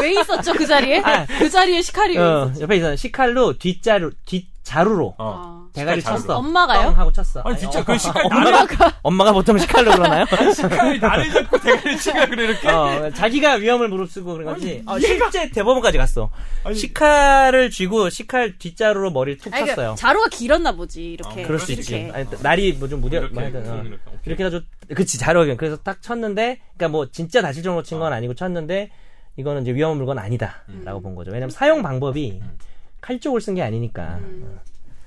Speaker 5: 왜 있었죠 그 자리에?
Speaker 3: 아.
Speaker 5: 그 자리에 시카리 왜
Speaker 3: 어,
Speaker 5: 있었죠?
Speaker 3: 옆에 있잖아. 시칼로 뒷자루 뒷자루로
Speaker 1: 어.
Speaker 5: 아.
Speaker 3: 대가리
Speaker 1: 시칼
Speaker 3: 쳤어.
Speaker 1: 자루로.
Speaker 5: 엄마가요?
Speaker 3: 떵 하고 쳤어.
Speaker 1: 아니 진짜
Speaker 3: 어,
Speaker 1: 그 시간
Speaker 5: 엄마가
Speaker 3: 엄마가 보통 시칼로 그러나요?
Speaker 1: 나를 나를 잡고 대가리 치가 그래 이렇게
Speaker 3: 어, 자기가 위험을 무릅쓰고 그런 거지. 어, 실제 대법원까지 갔어. 시칼을 쥐고 시칼 뒷자루로 머리를 툭
Speaker 5: 아니, 그러니까
Speaker 3: 쳤어요.
Speaker 5: 자루가 길었나 보지 이렇게.
Speaker 3: 그럴 수 있지.
Speaker 5: 이렇게.
Speaker 3: 아니, 또 날이 뭐 좀 무뎌,
Speaker 1: 이렇게,
Speaker 3: 뭐 하여튼, 어.
Speaker 1: 이렇게, 오케이.
Speaker 3: 이렇게 해가지고, 그치, 잘 어겨. 그래서 딱 쳤는데, 그니까 뭐, 진짜 다실적으로 친 건 아니고 쳤는데, 이거는 이제 위험한 물건 아니다.
Speaker 1: 음.
Speaker 3: 라고 본 거죠. 왜냐면 사용 방법이 칼 쪽을 쓴 게 아니니까.
Speaker 5: 음.
Speaker 3: 어,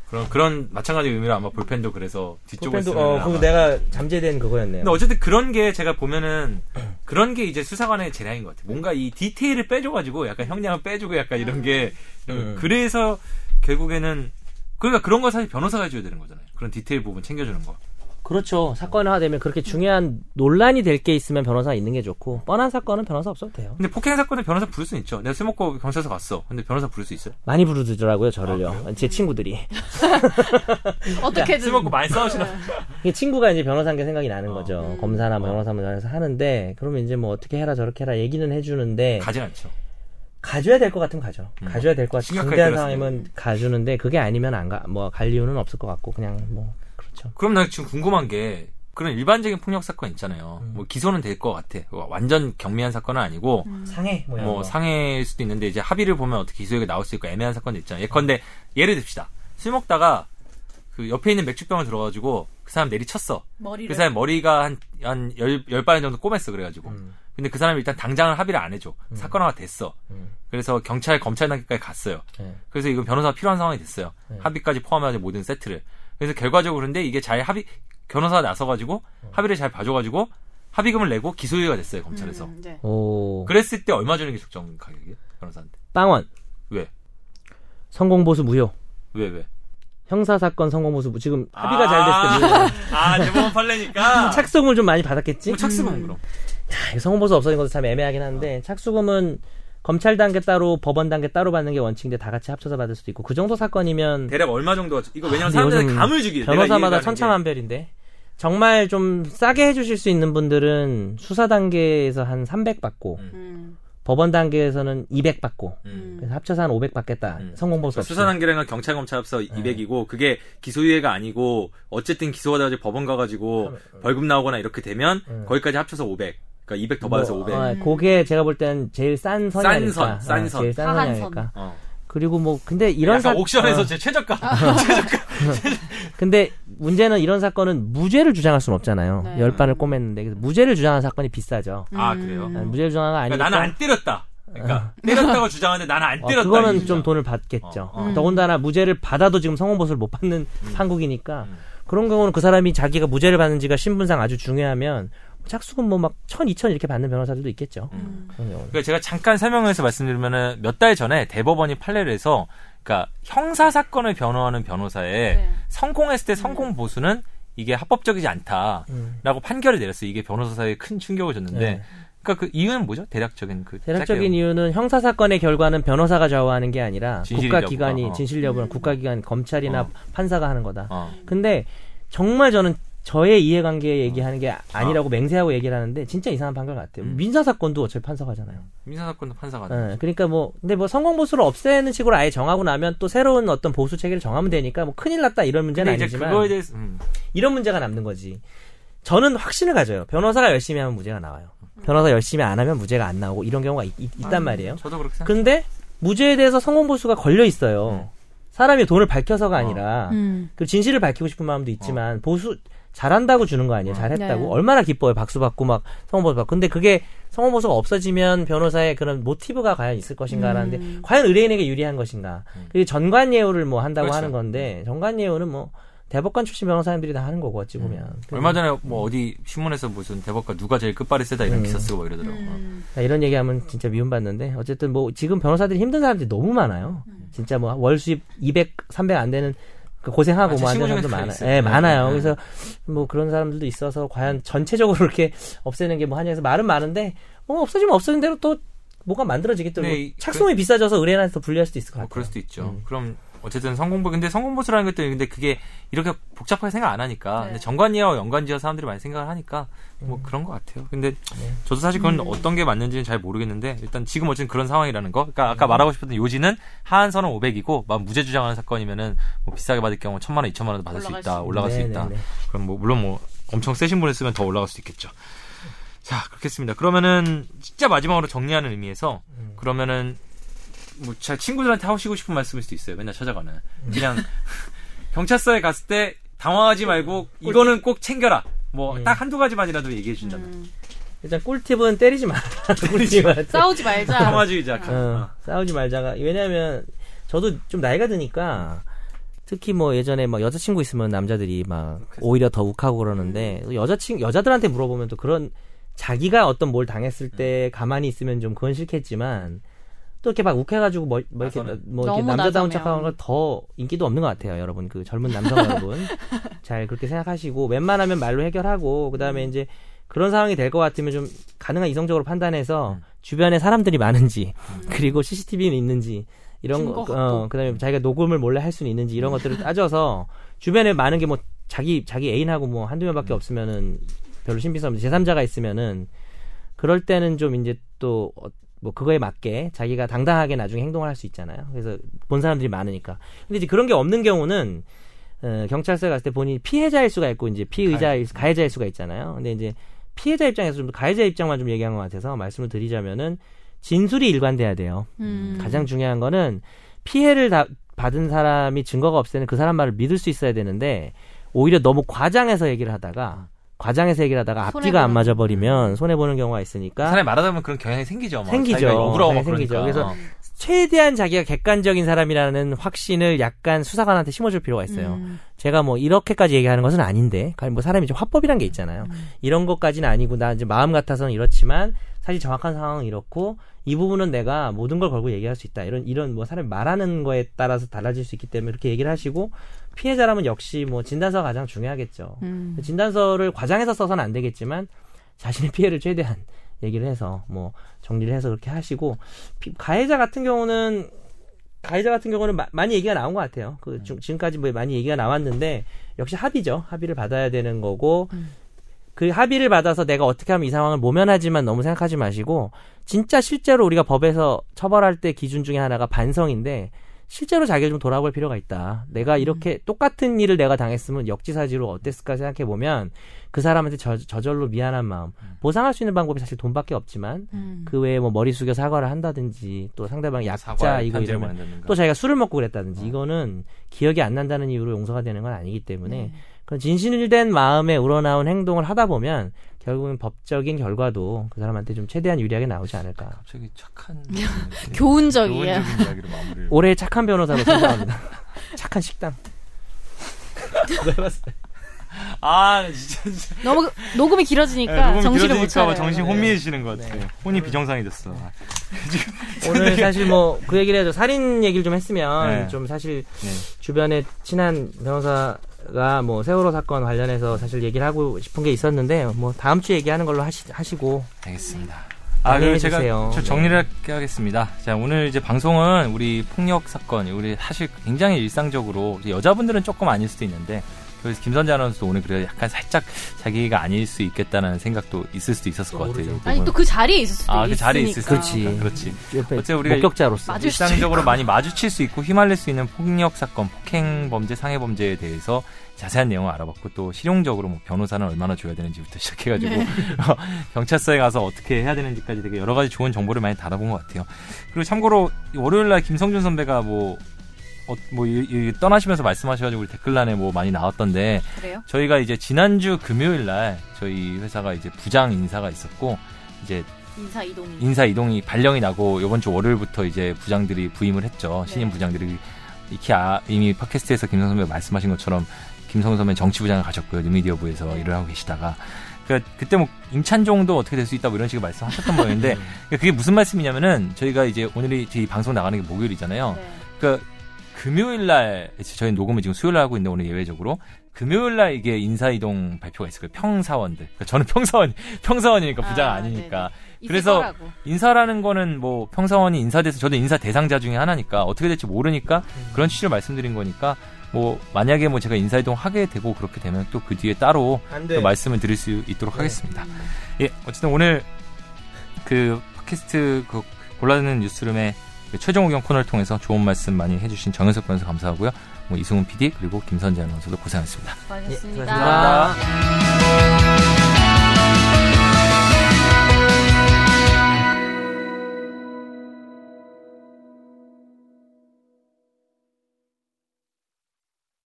Speaker 1: 그런 그런 마찬가지 의미로 아마 볼펜도 그래서 뒤쪽을
Speaker 3: 볼펜도,
Speaker 1: 쓰는
Speaker 3: 어, 그거 내가 잠재된 그거였네요.
Speaker 1: 근데 어쨌든 그런 게 제가 보면은 그런 게 이제 수사관의 재량인 것 같아요. 뭔가 이 디테일을 빼줘가지고 약간 형량을 빼주고 약간 이런 게
Speaker 3: 음.
Speaker 1: 그래서 결국에는 그러니까 그런 거 사실 변호사가 해줘야 되는 거잖아요. 그런 디테일 부분 챙겨주는 거.
Speaker 3: 그렇죠. 사건화되면 그렇게 중요한 논란이 될 게 있으면 변호사 있는 게 좋고, 뻔한 사건은 변호사 없어도 돼요.
Speaker 1: 근데 폭행 사건은 변호사 부를 수는 있죠. 내가 술 먹고 경찰서 갔어. 근데 변호사 부를 수 있어요?
Speaker 3: 많이 부르더라고요,
Speaker 1: 아,
Speaker 3: 저를요. 제 친구들이.
Speaker 5: 어떻게든
Speaker 1: 술 먹고 많이 싸우시나?
Speaker 3: 이게 친구가 이제 변호사인 게 생각이
Speaker 1: 아,
Speaker 3: 나는 거죠.
Speaker 1: 네.
Speaker 3: 검사나 뭐 변호사 면에서 하는데, 그러면 이제 뭐 어떻게 해라 저렇게 해라 얘기는 해주는데,
Speaker 1: 가진 않죠.
Speaker 3: 가져야 될 것 같으면 가죠. 가져야 될 것 같은
Speaker 1: 심각하게
Speaker 3: 중대한
Speaker 1: 들었을
Speaker 3: 상황이면 가주는데 그게 아니면 안 가 뭐 갈 이유는 없을 것 같고 그냥 뭐 그렇죠. 그렇죠.
Speaker 1: 그럼 나 지금 궁금한 게 그런 일반적인 폭력 사건 있잖아요.
Speaker 3: 음.
Speaker 1: 뭐 기소는 될 것 같아. 와, 완전 경미한 사건은 아니고
Speaker 3: 상해 뭐 이런
Speaker 1: 뭐
Speaker 3: 거.
Speaker 1: 상해일 수도 있는데 이제 합의를 보면 어떻게 기소액이 나올 수 있고 애매한 사건도 있잖아요. 예컨대 예를 듭시다. 술 먹다가 그 옆에 있는 맥주병을 들어가지고 그 사람 내리쳤어.
Speaker 2: 머리를.
Speaker 1: 그 사람 머리가 한한열열 바 정도 꼬맸어 그래가지고.
Speaker 3: 음.
Speaker 1: 근데 그 사람이 일단 당장은 합의를 안 해줘. 사건화가 됐어.
Speaker 3: 음.
Speaker 1: 그래서 경찰 검찰 단계까지 갔어요.
Speaker 3: 네.
Speaker 1: 그래서 이건 변호사가 필요한 상황이 됐어요. 합의까지 포함해가지고 모든 세트를. 그래서 결과적으로 근데 이게 잘 합의 변호사가 나서가지고 합의를 잘 봐줘가지고 합의금을 내고 기소유예가 됐어요 검찰에서.
Speaker 2: 음, 네.
Speaker 3: 오
Speaker 1: 그랬을 때 얼마 주는 게 적정 가격이에요 변호사한테?
Speaker 3: 빵원
Speaker 1: 왜?
Speaker 3: 성공 보수 무효.
Speaker 1: 왜 왜?
Speaker 3: 형사 사건 성공 보수 무- 지금 합의가 잘 됐을 때 무효.
Speaker 1: 아 대법원 판례니까.
Speaker 3: 착성을 좀 많이 받았겠지?
Speaker 1: 뭐 착수금 그럼.
Speaker 3: 아, 이거 성공 보수 없어진 것도 참 애매하긴 한데 착수금은 검찰 단계 따로 법원 단계 따로 받는 게 원칙인데 다 같이 합쳐서 받을 수도 있고 그 정도 사건이면
Speaker 1: 대략 얼마 정도 이거
Speaker 3: 아,
Speaker 1: 왜냐면
Speaker 3: 근데
Speaker 1: 사람들한테
Speaker 3: 요즘
Speaker 1: 감을 주기
Speaker 3: 변호사마다 천차만별인데 정말 좀 싸게 해주실 수 있는 분들은 수사 단계에서 한 300 받고
Speaker 1: 음.
Speaker 2: 음.
Speaker 3: 법원 단계에서는 200 받고
Speaker 1: 음.
Speaker 3: 그래서 합쳐서 한 500 받겠다
Speaker 1: 음.
Speaker 3: 성공 보수 없이
Speaker 1: 수사 단계랑 경찰 검찰
Speaker 3: 네.
Speaker 1: 합서 200이고 그게 기소유예가 아니고 어쨌든 기소가 돼가지고 법원 가가지고 벌금 나오거나 이렇게 되면
Speaker 3: 음.
Speaker 1: 거기까지 합쳐서 500. 그러니까 200 더 받아서 500.
Speaker 3: 어, 그게 제가 볼 때는 제일 싼 선이
Speaker 1: 싼
Speaker 3: 아닐까.
Speaker 1: 선, 싼
Speaker 3: 어,
Speaker 1: 선.
Speaker 3: 제일 싼
Speaker 2: 하한
Speaker 3: 선이 아닐까.
Speaker 1: 어.
Speaker 3: 그리고 뭐 근데 이런
Speaker 1: 약간
Speaker 3: 사
Speaker 1: 옥션에서
Speaker 3: 어,
Speaker 1: 제 최저가.
Speaker 3: 근데 문제는 이런 사건은 무죄를 주장할 수는 없잖아요.
Speaker 2: 네.
Speaker 3: 열반을 꼬맸는데 그래서 무죄를 주장하는 사건이 비싸죠.
Speaker 1: 아 그래요.
Speaker 3: 아, 무죄를 주장하는
Speaker 1: 그러니까
Speaker 3: 거 아니니까. 음.
Speaker 1: 나는 안 때렸다. 그러니까 때렸다고 주장하는데 나는 안
Speaker 3: 어,
Speaker 1: 때렸다.
Speaker 3: 그거는
Speaker 1: 이
Speaker 3: 좀
Speaker 1: 주장.
Speaker 3: 돈을 받겠죠.
Speaker 1: 어,
Speaker 2: 어.
Speaker 3: 더군다나 무죄를 받아도 지금 성원보수를 못 받는 한국이니까
Speaker 1: 음.
Speaker 3: 그런 경우는 그 사람이 자기가 무죄를 받는지가 신분상 아주 중요하면 착수금 뭐 막 천, 이천 이렇게 받는 변호사들도 있겠죠. 그런 경우는.
Speaker 1: 그러니까 제가 잠깐 설명해서 말씀드리면은 몇 달 전에 대법원이 판례를 해서 그러니까 형사 사건을 변호하는 변호사의
Speaker 2: 네.
Speaker 1: 성공했을 때 성공 보수는 이게 합법적이지 않다라고
Speaker 3: 음.
Speaker 1: 판결을 내렸어요. 이게 변호사사에 큰 충격을 줬는데
Speaker 3: 네.
Speaker 1: 그러니까 그 이유는 뭐죠? 대략적인 그
Speaker 3: 대략적인
Speaker 1: 짧게
Speaker 3: 이유는 형사 사건의 결과는 변호사가 좌우하는 게 아니라
Speaker 1: 진실
Speaker 3: 국가
Speaker 1: 여부가,
Speaker 3: 기관이
Speaker 1: 어.
Speaker 3: 진실 여부는 국가 기관 검찰이나
Speaker 1: 어.
Speaker 3: 판사가 하는 거다.
Speaker 1: 어.
Speaker 3: 근데 정말 저는 저의
Speaker 1: 아.
Speaker 3: 이해관계 얘기하는 게 아니라고 맹세하고 얘기를 하는데 진짜 이상한 판결 같아요.
Speaker 1: 음. 그렇죠.
Speaker 3: 민사 사건도 어차피 판사가 하잖아요.
Speaker 1: 민사 사건도 판사가
Speaker 3: 예, 그러니까 뭐 근데 뭐 성공 보수를 없애는 식으로 아예 정하고 나면 또 새로운 어떤 보수 체계를 정하면 되니까 뭐 큰일 났다 이런 문제는
Speaker 1: 근데 이제
Speaker 3: 아니지만
Speaker 1: 그거에 대해서 음.
Speaker 3: 이런 문제가 남는 거지. 저는 확신을 가져요. 변호사가 열심히 하면 무죄가 나와요. 변호사 열심히 안 하면 무죄가 안 나오고 이런 경우가 있, 단 말이에요.
Speaker 1: 아, 저도 그렇게 생각.
Speaker 3: 근데 무죄에 대해서 성공 보수가 걸려
Speaker 1: 네.
Speaker 3: 있어요. 사람이 돈을 밝혀서가
Speaker 1: 어.
Speaker 3: 아니라
Speaker 10: 음.
Speaker 3: 그 진실을 밝히고 싶은 마음도 있지만 보수 잘한다고 주는 거
Speaker 1: 어.
Speaker 3: 아니에요. 잘했다고
Speaker 10: 네.
Speaker 3: 얼마나 기뻐요. 박수 받고 막 성원보수 받고. 근데 그게 성원보수가 없어지면 변호사의 그런 모티브가 과연 있을 것인가라는데 과연 의뢰인에게 유리한 것인가. 그리고 전관예우를 뭐
Speaker 1: 음.
Speaker 3: 한다고
Speaker 1: 그렇죠.
Speaker 3: 하는 건데 전관예우는 뭐 대법관 출신 변호사님들이 다 하는 거고 어찌 보면. 그래서
Speaker 1: 얼마 전에 뭐 어디 신문에서 무슨 대법관 누가 제일 끝발이 세다
Speaker 3: 음.
Speaker 1: 이런 기사 쓰고 막 이러더라고.
Speaker 2: 음.
Speaker 5: 음.
Speaker 3: 야, 아, 이런 얘기하면 진짜 미움받는데 어쨌든 뭐 지금 변호사들이 힘든 사람들이 너무 많아요. 진짜 뭐 월 수입 200, 300 안 되는 그 고생하고
Speaker 1: 아,
Speaker 3: 뭐 하는
Speaker 1: 제 친구 중에
Speaker 3: 사람도
Speaker 1: 다
Speaker 3: 많아요. 예,
Speaker 1: 있어요. 네,
Speaker 3: 많아요.
Speaker 1: 네.
Speaker 3: 그래서 뭐 그런 사람들도 있어서 과연 전체적으로 이렇게 없애는 게 뭐 하냐에서 말은 많은데 뭐 없어지면 없어진 대로 또 뭐가 만들어지기 때문에
Speaker 1: 네,
Speaker 3: 착송이 비싸져서 의뢰인한테 더 불리할 수도 있을 것
Speaker 1: 뭐
Speaker 3: 같아요. 음.
Speaker 1: 그럴 수도 있죠. 그럼 어쨌든 성공보 근데 성공보수라는 것도 근데 그게 이렇게 복잡하게 생각 안 하니까
Speaker 2: 네.
Speaker 1: 근데 정관이와 연관지어 사람들이 많이 생각을 하니까 뭐
Speaker 3: 음.
Speaker 1: 그런 것 같아요. 근데
Speaker 3: 네.
Speaker 1: 저도 사실 그건 어떤 게 맞는지는 잘 모르겠는데 일단 지금 어쨌든 그런 상황이라는 거. 그러니까
Speaker 3: 음.
Speaker 1: 아까 말하고 싶었던 요지는 하한 선은 500이고 막 무죄 주장하는 사건이면은 뭐 비싸게 받을 경우 천만 원, 이천만 원도 받을 수
Speaker 2: 올라갈
Speaker 1: 있다,
Speaker 2: 수
Speaker 1: 올라갈 수
Speaker 3: 네,
Speaker 1: 있다.
Speaker 3: 네, 네.
Speaker 1: 그럼 뭐 물론 뭐 엄청 세신 분을 쓰면 더 올라갈 수도 있겠죠. 자 그렇겠습니다. 그러면은 진짜 마지막으로 정리하는 의미에서
Speaker 3: 음.
Speaker 1: 그러면은 뭐 자- 친구들한테 하시고 싶은 말씀일 수도 있어요. 맨날 찾아가는 그냥
Speaker 3: 음.
Speaker 1: 경찰서에 갔을 때 당황하지 말고 이거는 꼭 챙겨라. 뭐
Speaker 3: 음.
Speaker 1: 딱 한두 가지만이라도 얘기해 준다면
Speaker 2: 음.
Speaker 3: 일단 꿀팁은 때리지 마라. 때리지 마라.
Speaker 2: 싸우지 말자.
Speaker 1: 평화주의자. 음.
Speaker 3: 어, 싸우지 말자가 왜냐하면 저도 좀 나이가 드니까 특히 뭐 예전에 막 여자친구 있으면 남자들이 막
Speaker 1: 그렇죠.
Speaker 3: 오히려 더 욱하고 그러는데
Speaker 1: 음.
Speaker 3: 여자친 여자들한테 물어보면 또 그런 자기가 어떤 뭘 당했을
Speaker 1: 음.
Speaker 3: 때 가만히 있으면 좀 그건 싫겠지만 또 이렇게 막 욱해가지고 뭐, 뭐 이렇게
Speaker 1: 나서는.
Speaker 3: 뭐 이렇게
Speaker 2: 너무
Speaker 3: 남자다운
Speaker 2: 나서면.
Speaker 3: 척하는 걸 더 인기도 없는 것 같아요 여러분 그 젊은 남성 여러분 잘 그렇게 생각하시고 웬만하면 말로 해결하고 그다음에 이제 그런 상황이 될 것 같으면 좀 가능한 이성적으로 판단해서 주변에 사람들이 많은지 그리고 CCTV는 있는지 이런 거,
Speaker 2: 증거
Speaker 3: 어, 그다음에 자기가 녹음을 몰래 할 수는 있는지 이런 것들을 따져서 주변에 많은 게 뭐 자기 자기 애인하고 뭐 한두 명밖에 없으면은 별로 신빙성 없는 제3자가 있으면은 그럴 때는 좀 이제 또 뭐 그거에 맞게 자기가 당당하게 나중에 행동을 할 수 있잖아요. 그래서 본 사람들이 많으니까. 근데 이제 그런 게 없는 경우는 어, 경찰서에 갔을 때 본인이 피해자일 수가 있고 이제 피의자일 수- 가해자일 수가 있잖아요. 근데 이제 피해자 입장에서 좀 가해자 입장만 좀 얘기한 것 같아서 말씀을 드리자면은 진술이 일관돼야 돼요.
Speaker 11: 음.
Speaker 3: 가장 중요한 거는 피해를 다- 받은 사람이 증거가 없을 때는 그 사람 말을 믿을 수 있어야 되는데 오히려 너무 과장해서 얘기를 하다가 과장해서 얘기를 하다가 앞뒤가 안
Speaker 11: 손해보는- 음.
Speaker 3: 맞아 버리면 손해 보는 경우가 있으니까
Speaker 1: 사람이 말하다 보면 그런 경향이 생기죠. 막.
Speaker 3: 음. 생기죠.
Speaker 1: 자기가 억울하고 막
Speaker 3: 네, 생기죠.
Speaker 1: 그러니까.
Speaker 3: 그래서
Speaker 1: 어.
Speaker 3: 최대한 자기가 객관적인 사람이라는 확신을 약간 수사관한테 심어줄 필요가 있어요.
Speaker 11: 음.
Speaker 3: 제가 뭐 이렇게까지 얘기하는 것은 아닌데, 가령 뭐 사람이 이제 화법이란 게 있잖아요. 이런 것까지는 아니고 나 이제 마음 같아서는 이렇지만 사실 정확한 상황은 이렇고 이 부분은 내가 모든 걸 걸고 얘기할 수 있다. 이런 이런 뭐 사람이 말하는 거에 따라서 달라질 수 있기 때문에 이렇게 얘기를 하시고 피해자라면 역시 뭐 진단서가 가장 중요하겠죠.
Speaker 11: 음.
Speaker 3: 진단서를 과장해서 써서는 안 되겠지만 자신의 피해를 최대한 얘기를 해서 뭐 정리를 해서 그렇게 하시고 피- 가해자 같은 경우는 가해자 같은 경우는 마- 많이 얘기가 나온 것 같아요.
Speaker 1: 음.
Speaker 3: 그 주- 지금까지 뭐 많이 얘기가 나왔는데 역시 합의죠. 합의를 받아야 되는 거고
Speaker 1: 음.
Speaker 3: 그 합의를 받아서 내가 어떻게 하면 이 상황을 모면하지만 너무 생각하지 마시고 진짜 실제로 우리가 법에서 처벌할 때 기준 중에 하나가 반성인데 실제로 자기를 좀 돌아볼 필요가 있다. 내가
Speaker 1: 음.
Speaker 3: 이렇게 똑같은 일을 내가 당했으면 역지사지로 어땠을까 생각해 보면 그 사람한테 저, 저절로 미안한 마음 보상할 수 있는 방법이 사실 돈밖에 없지만
Speaker 11: 음.
Speaker 3: 그 외에 뭐 머리 숙여 사과를 한다든지 또 상대방
Speaker 1: 사과를
Speaker 3: 약자이고
Speaker 1: 편지를
Speaker 3: 이러면
Speaker 1: 보낸다든가.
Speaker 3: 또 자기가 술을 먹고 그랬다든지 이거는 기억이 안 난다는 이유로 용서가 되는 건 아니기 때문에 그런 진실된 마음에 우러나온 행동을 하다 보면 결국은 법적인 결과도 그 사람한테 좀 최대한 유리하게 나오지 않을까.
Speaker 1: 갑자기 착한 음.
Speaker 5: 음.
Speaker 2: 교훈적이에요.
Speaker 1: 교훈적인 이야기로 마무리를.
Speaker 3: 올해 착한 변호사로 생각합니다. 착한 식당.
Speaker 1: 아 진짜, 진짜.
Speaker 2: 너무 녹음이
Speaker 1: 네, 녹음이
Speaker 2: 길어지니까 그러니까 정신을 못
Speaker 1: 길어지니까
Speaker 2: 차려요. 네.
Speaker 1: 막 정신 혼미해지는 것 같아요. 혼이 비정상해졌어. 아,
Speaker 3: 오늘 사실 뭐 그 얘기를 해서 살인 얘기를 좀 했으면
Speaker 1: 네.
Speaker 3: 좀 사실
Speaker 1: 네.
Speaker 3: 주변에 친한 변호사가 뭐 세월호 사건 관련해서 사실 얘기를 하고 싶은 게 있었는데 뭐 다음 주에 얘기하는 걸로 하시, 하시고
Speaker 1: 알겠습니다. 아,
Speaker 3: 많이
Speaker 1: 그럼 제가
Speaker 3: 해주세요.
Speaker 2: 네.
Speaker 1: 저 정리를 하겠습니다. 자, 오늘 이제 방송은 우리 폭력 사건, 우리 사실 굉장히 일상적으로 이제 여자분들은 조금 아닐 수도 있는데 그래서 김선재 아나운서도 오늘 그래 약간 살짝 자기가 아닐 수 있겠다는 생각도 있을 수도 있었을 것 같아요. 이
Speaker 2: 아니
Speaker 1: 부분.
Speaker 2: 또 그 자리에 있을 수도
Speaker 1: 아, 그
Speaker 2: 있으니까.
Speaker 1: 자리에 있을 수
Speaker 3: 그렇지.
Speaker 1: 있으니까. 그렇지.
Speaker 3: 옆에
Speaker 1: 어째 우리가
Speaker 3: 목격자로서
Speaker 2: 맞을 수도
Speaker 1: 일상적으로 많이 마주칠 수 있고 휘말릴 수 있는 폭력 사건, 폭행 범죄, 상해 범죄에 대해서 자세한 내용을 알아봤고 또 실용적으로 뭐 변호사는 얼마나 줘야 되는지부터 시작해가지고 경찰서에 가서 어떻게 해야 되는지까지 되게 여러 가지 좋은 정보를 많이 달아본 것 같아요. 그리고 참고로 월요일 날 김성준 선배가 뭐 어, 뭐 이- 이- 떠나시면서 말씀하셔가지고 우리 댓글란에 뭐 많이 나왔던데
Speaker 2: 그래요?
Speaker 1: 저희가 이제 지난주 금요일 날 저희 회사가 이제 부장 인사가 있었고 이제
Speaker 2: 인사 이동이.
Speaker 1: 인사 이동이 발령이 나고 이번 주 월요일부터 이제 부장들이 부임을 했죠. 신임
Speaker 2: 네.
Speaker 1: 부장들이 이렇게 아, 이미 팟캐스트에서 김성 선배 말씀하신 것처럼 김성 선배 는 정치부장을 가셨고요. 뉴미디어부에서
Speaker 2: 네.
Speaker 1: 일을 하고 계시다가 그 그때 뭐 임찬종도 어떻게 될 수 있다 뭐 이런 식의 말씀하셨던
Speaker 2: 네.
Speaker 1: 모양인데 그러니까 그게 무슨 말씀이냐면은 저희가 이제 오늘이 저희 방송 나가는 게 목요일이잖아요.
Speaker 2: 네.
Speaker 1: 그러니까 금요일 날 저희 녹음을 지금 수요일 날 하고 있는데 오늘 예외적으로 금요일 날 이게 인사 이동 발표가 있을 거예요. 평사원들. 그러니까 저는 평사원 평사원이니까 부장
Speaker 2: 아,
Speaker 1: 아, 아니니까
Speaker 2: 있을
Speaker 1: 그래서
Speaker 2: 거라고.
Speaker 1: 인사라는 거는 뭐 평사원이 인사돼서 저도 인사 대상자 중에 하나니까 어떻게 될지 모르니까 그런 취지를 말씀드린 거니까 뭐 만약에 뭐 제가 인사이동 하게 되고 그렇게 되면 또 그 뒤에 따로
Speaker 3: 네.
Speaker 1: 또 말씀을 드릴 수 있도록 하겠습니다.
Speaker 2: 음,
Speaker 1: 예, 어쨌든 오늘 그 팟캐스트 그 골라내는 뉴스룸의 그 최종 의견 코너를 통해서 좋은 말씀 많이 해주신 정현석 변호사 감사하고요. 뭐 이승훈 PD 그리고 김선재 아나운서도 고생하셨습니다.
Speaker 2: 고하셨습니다
Speaker 3: 감사합니다.
Speaker 1: 감사합니다.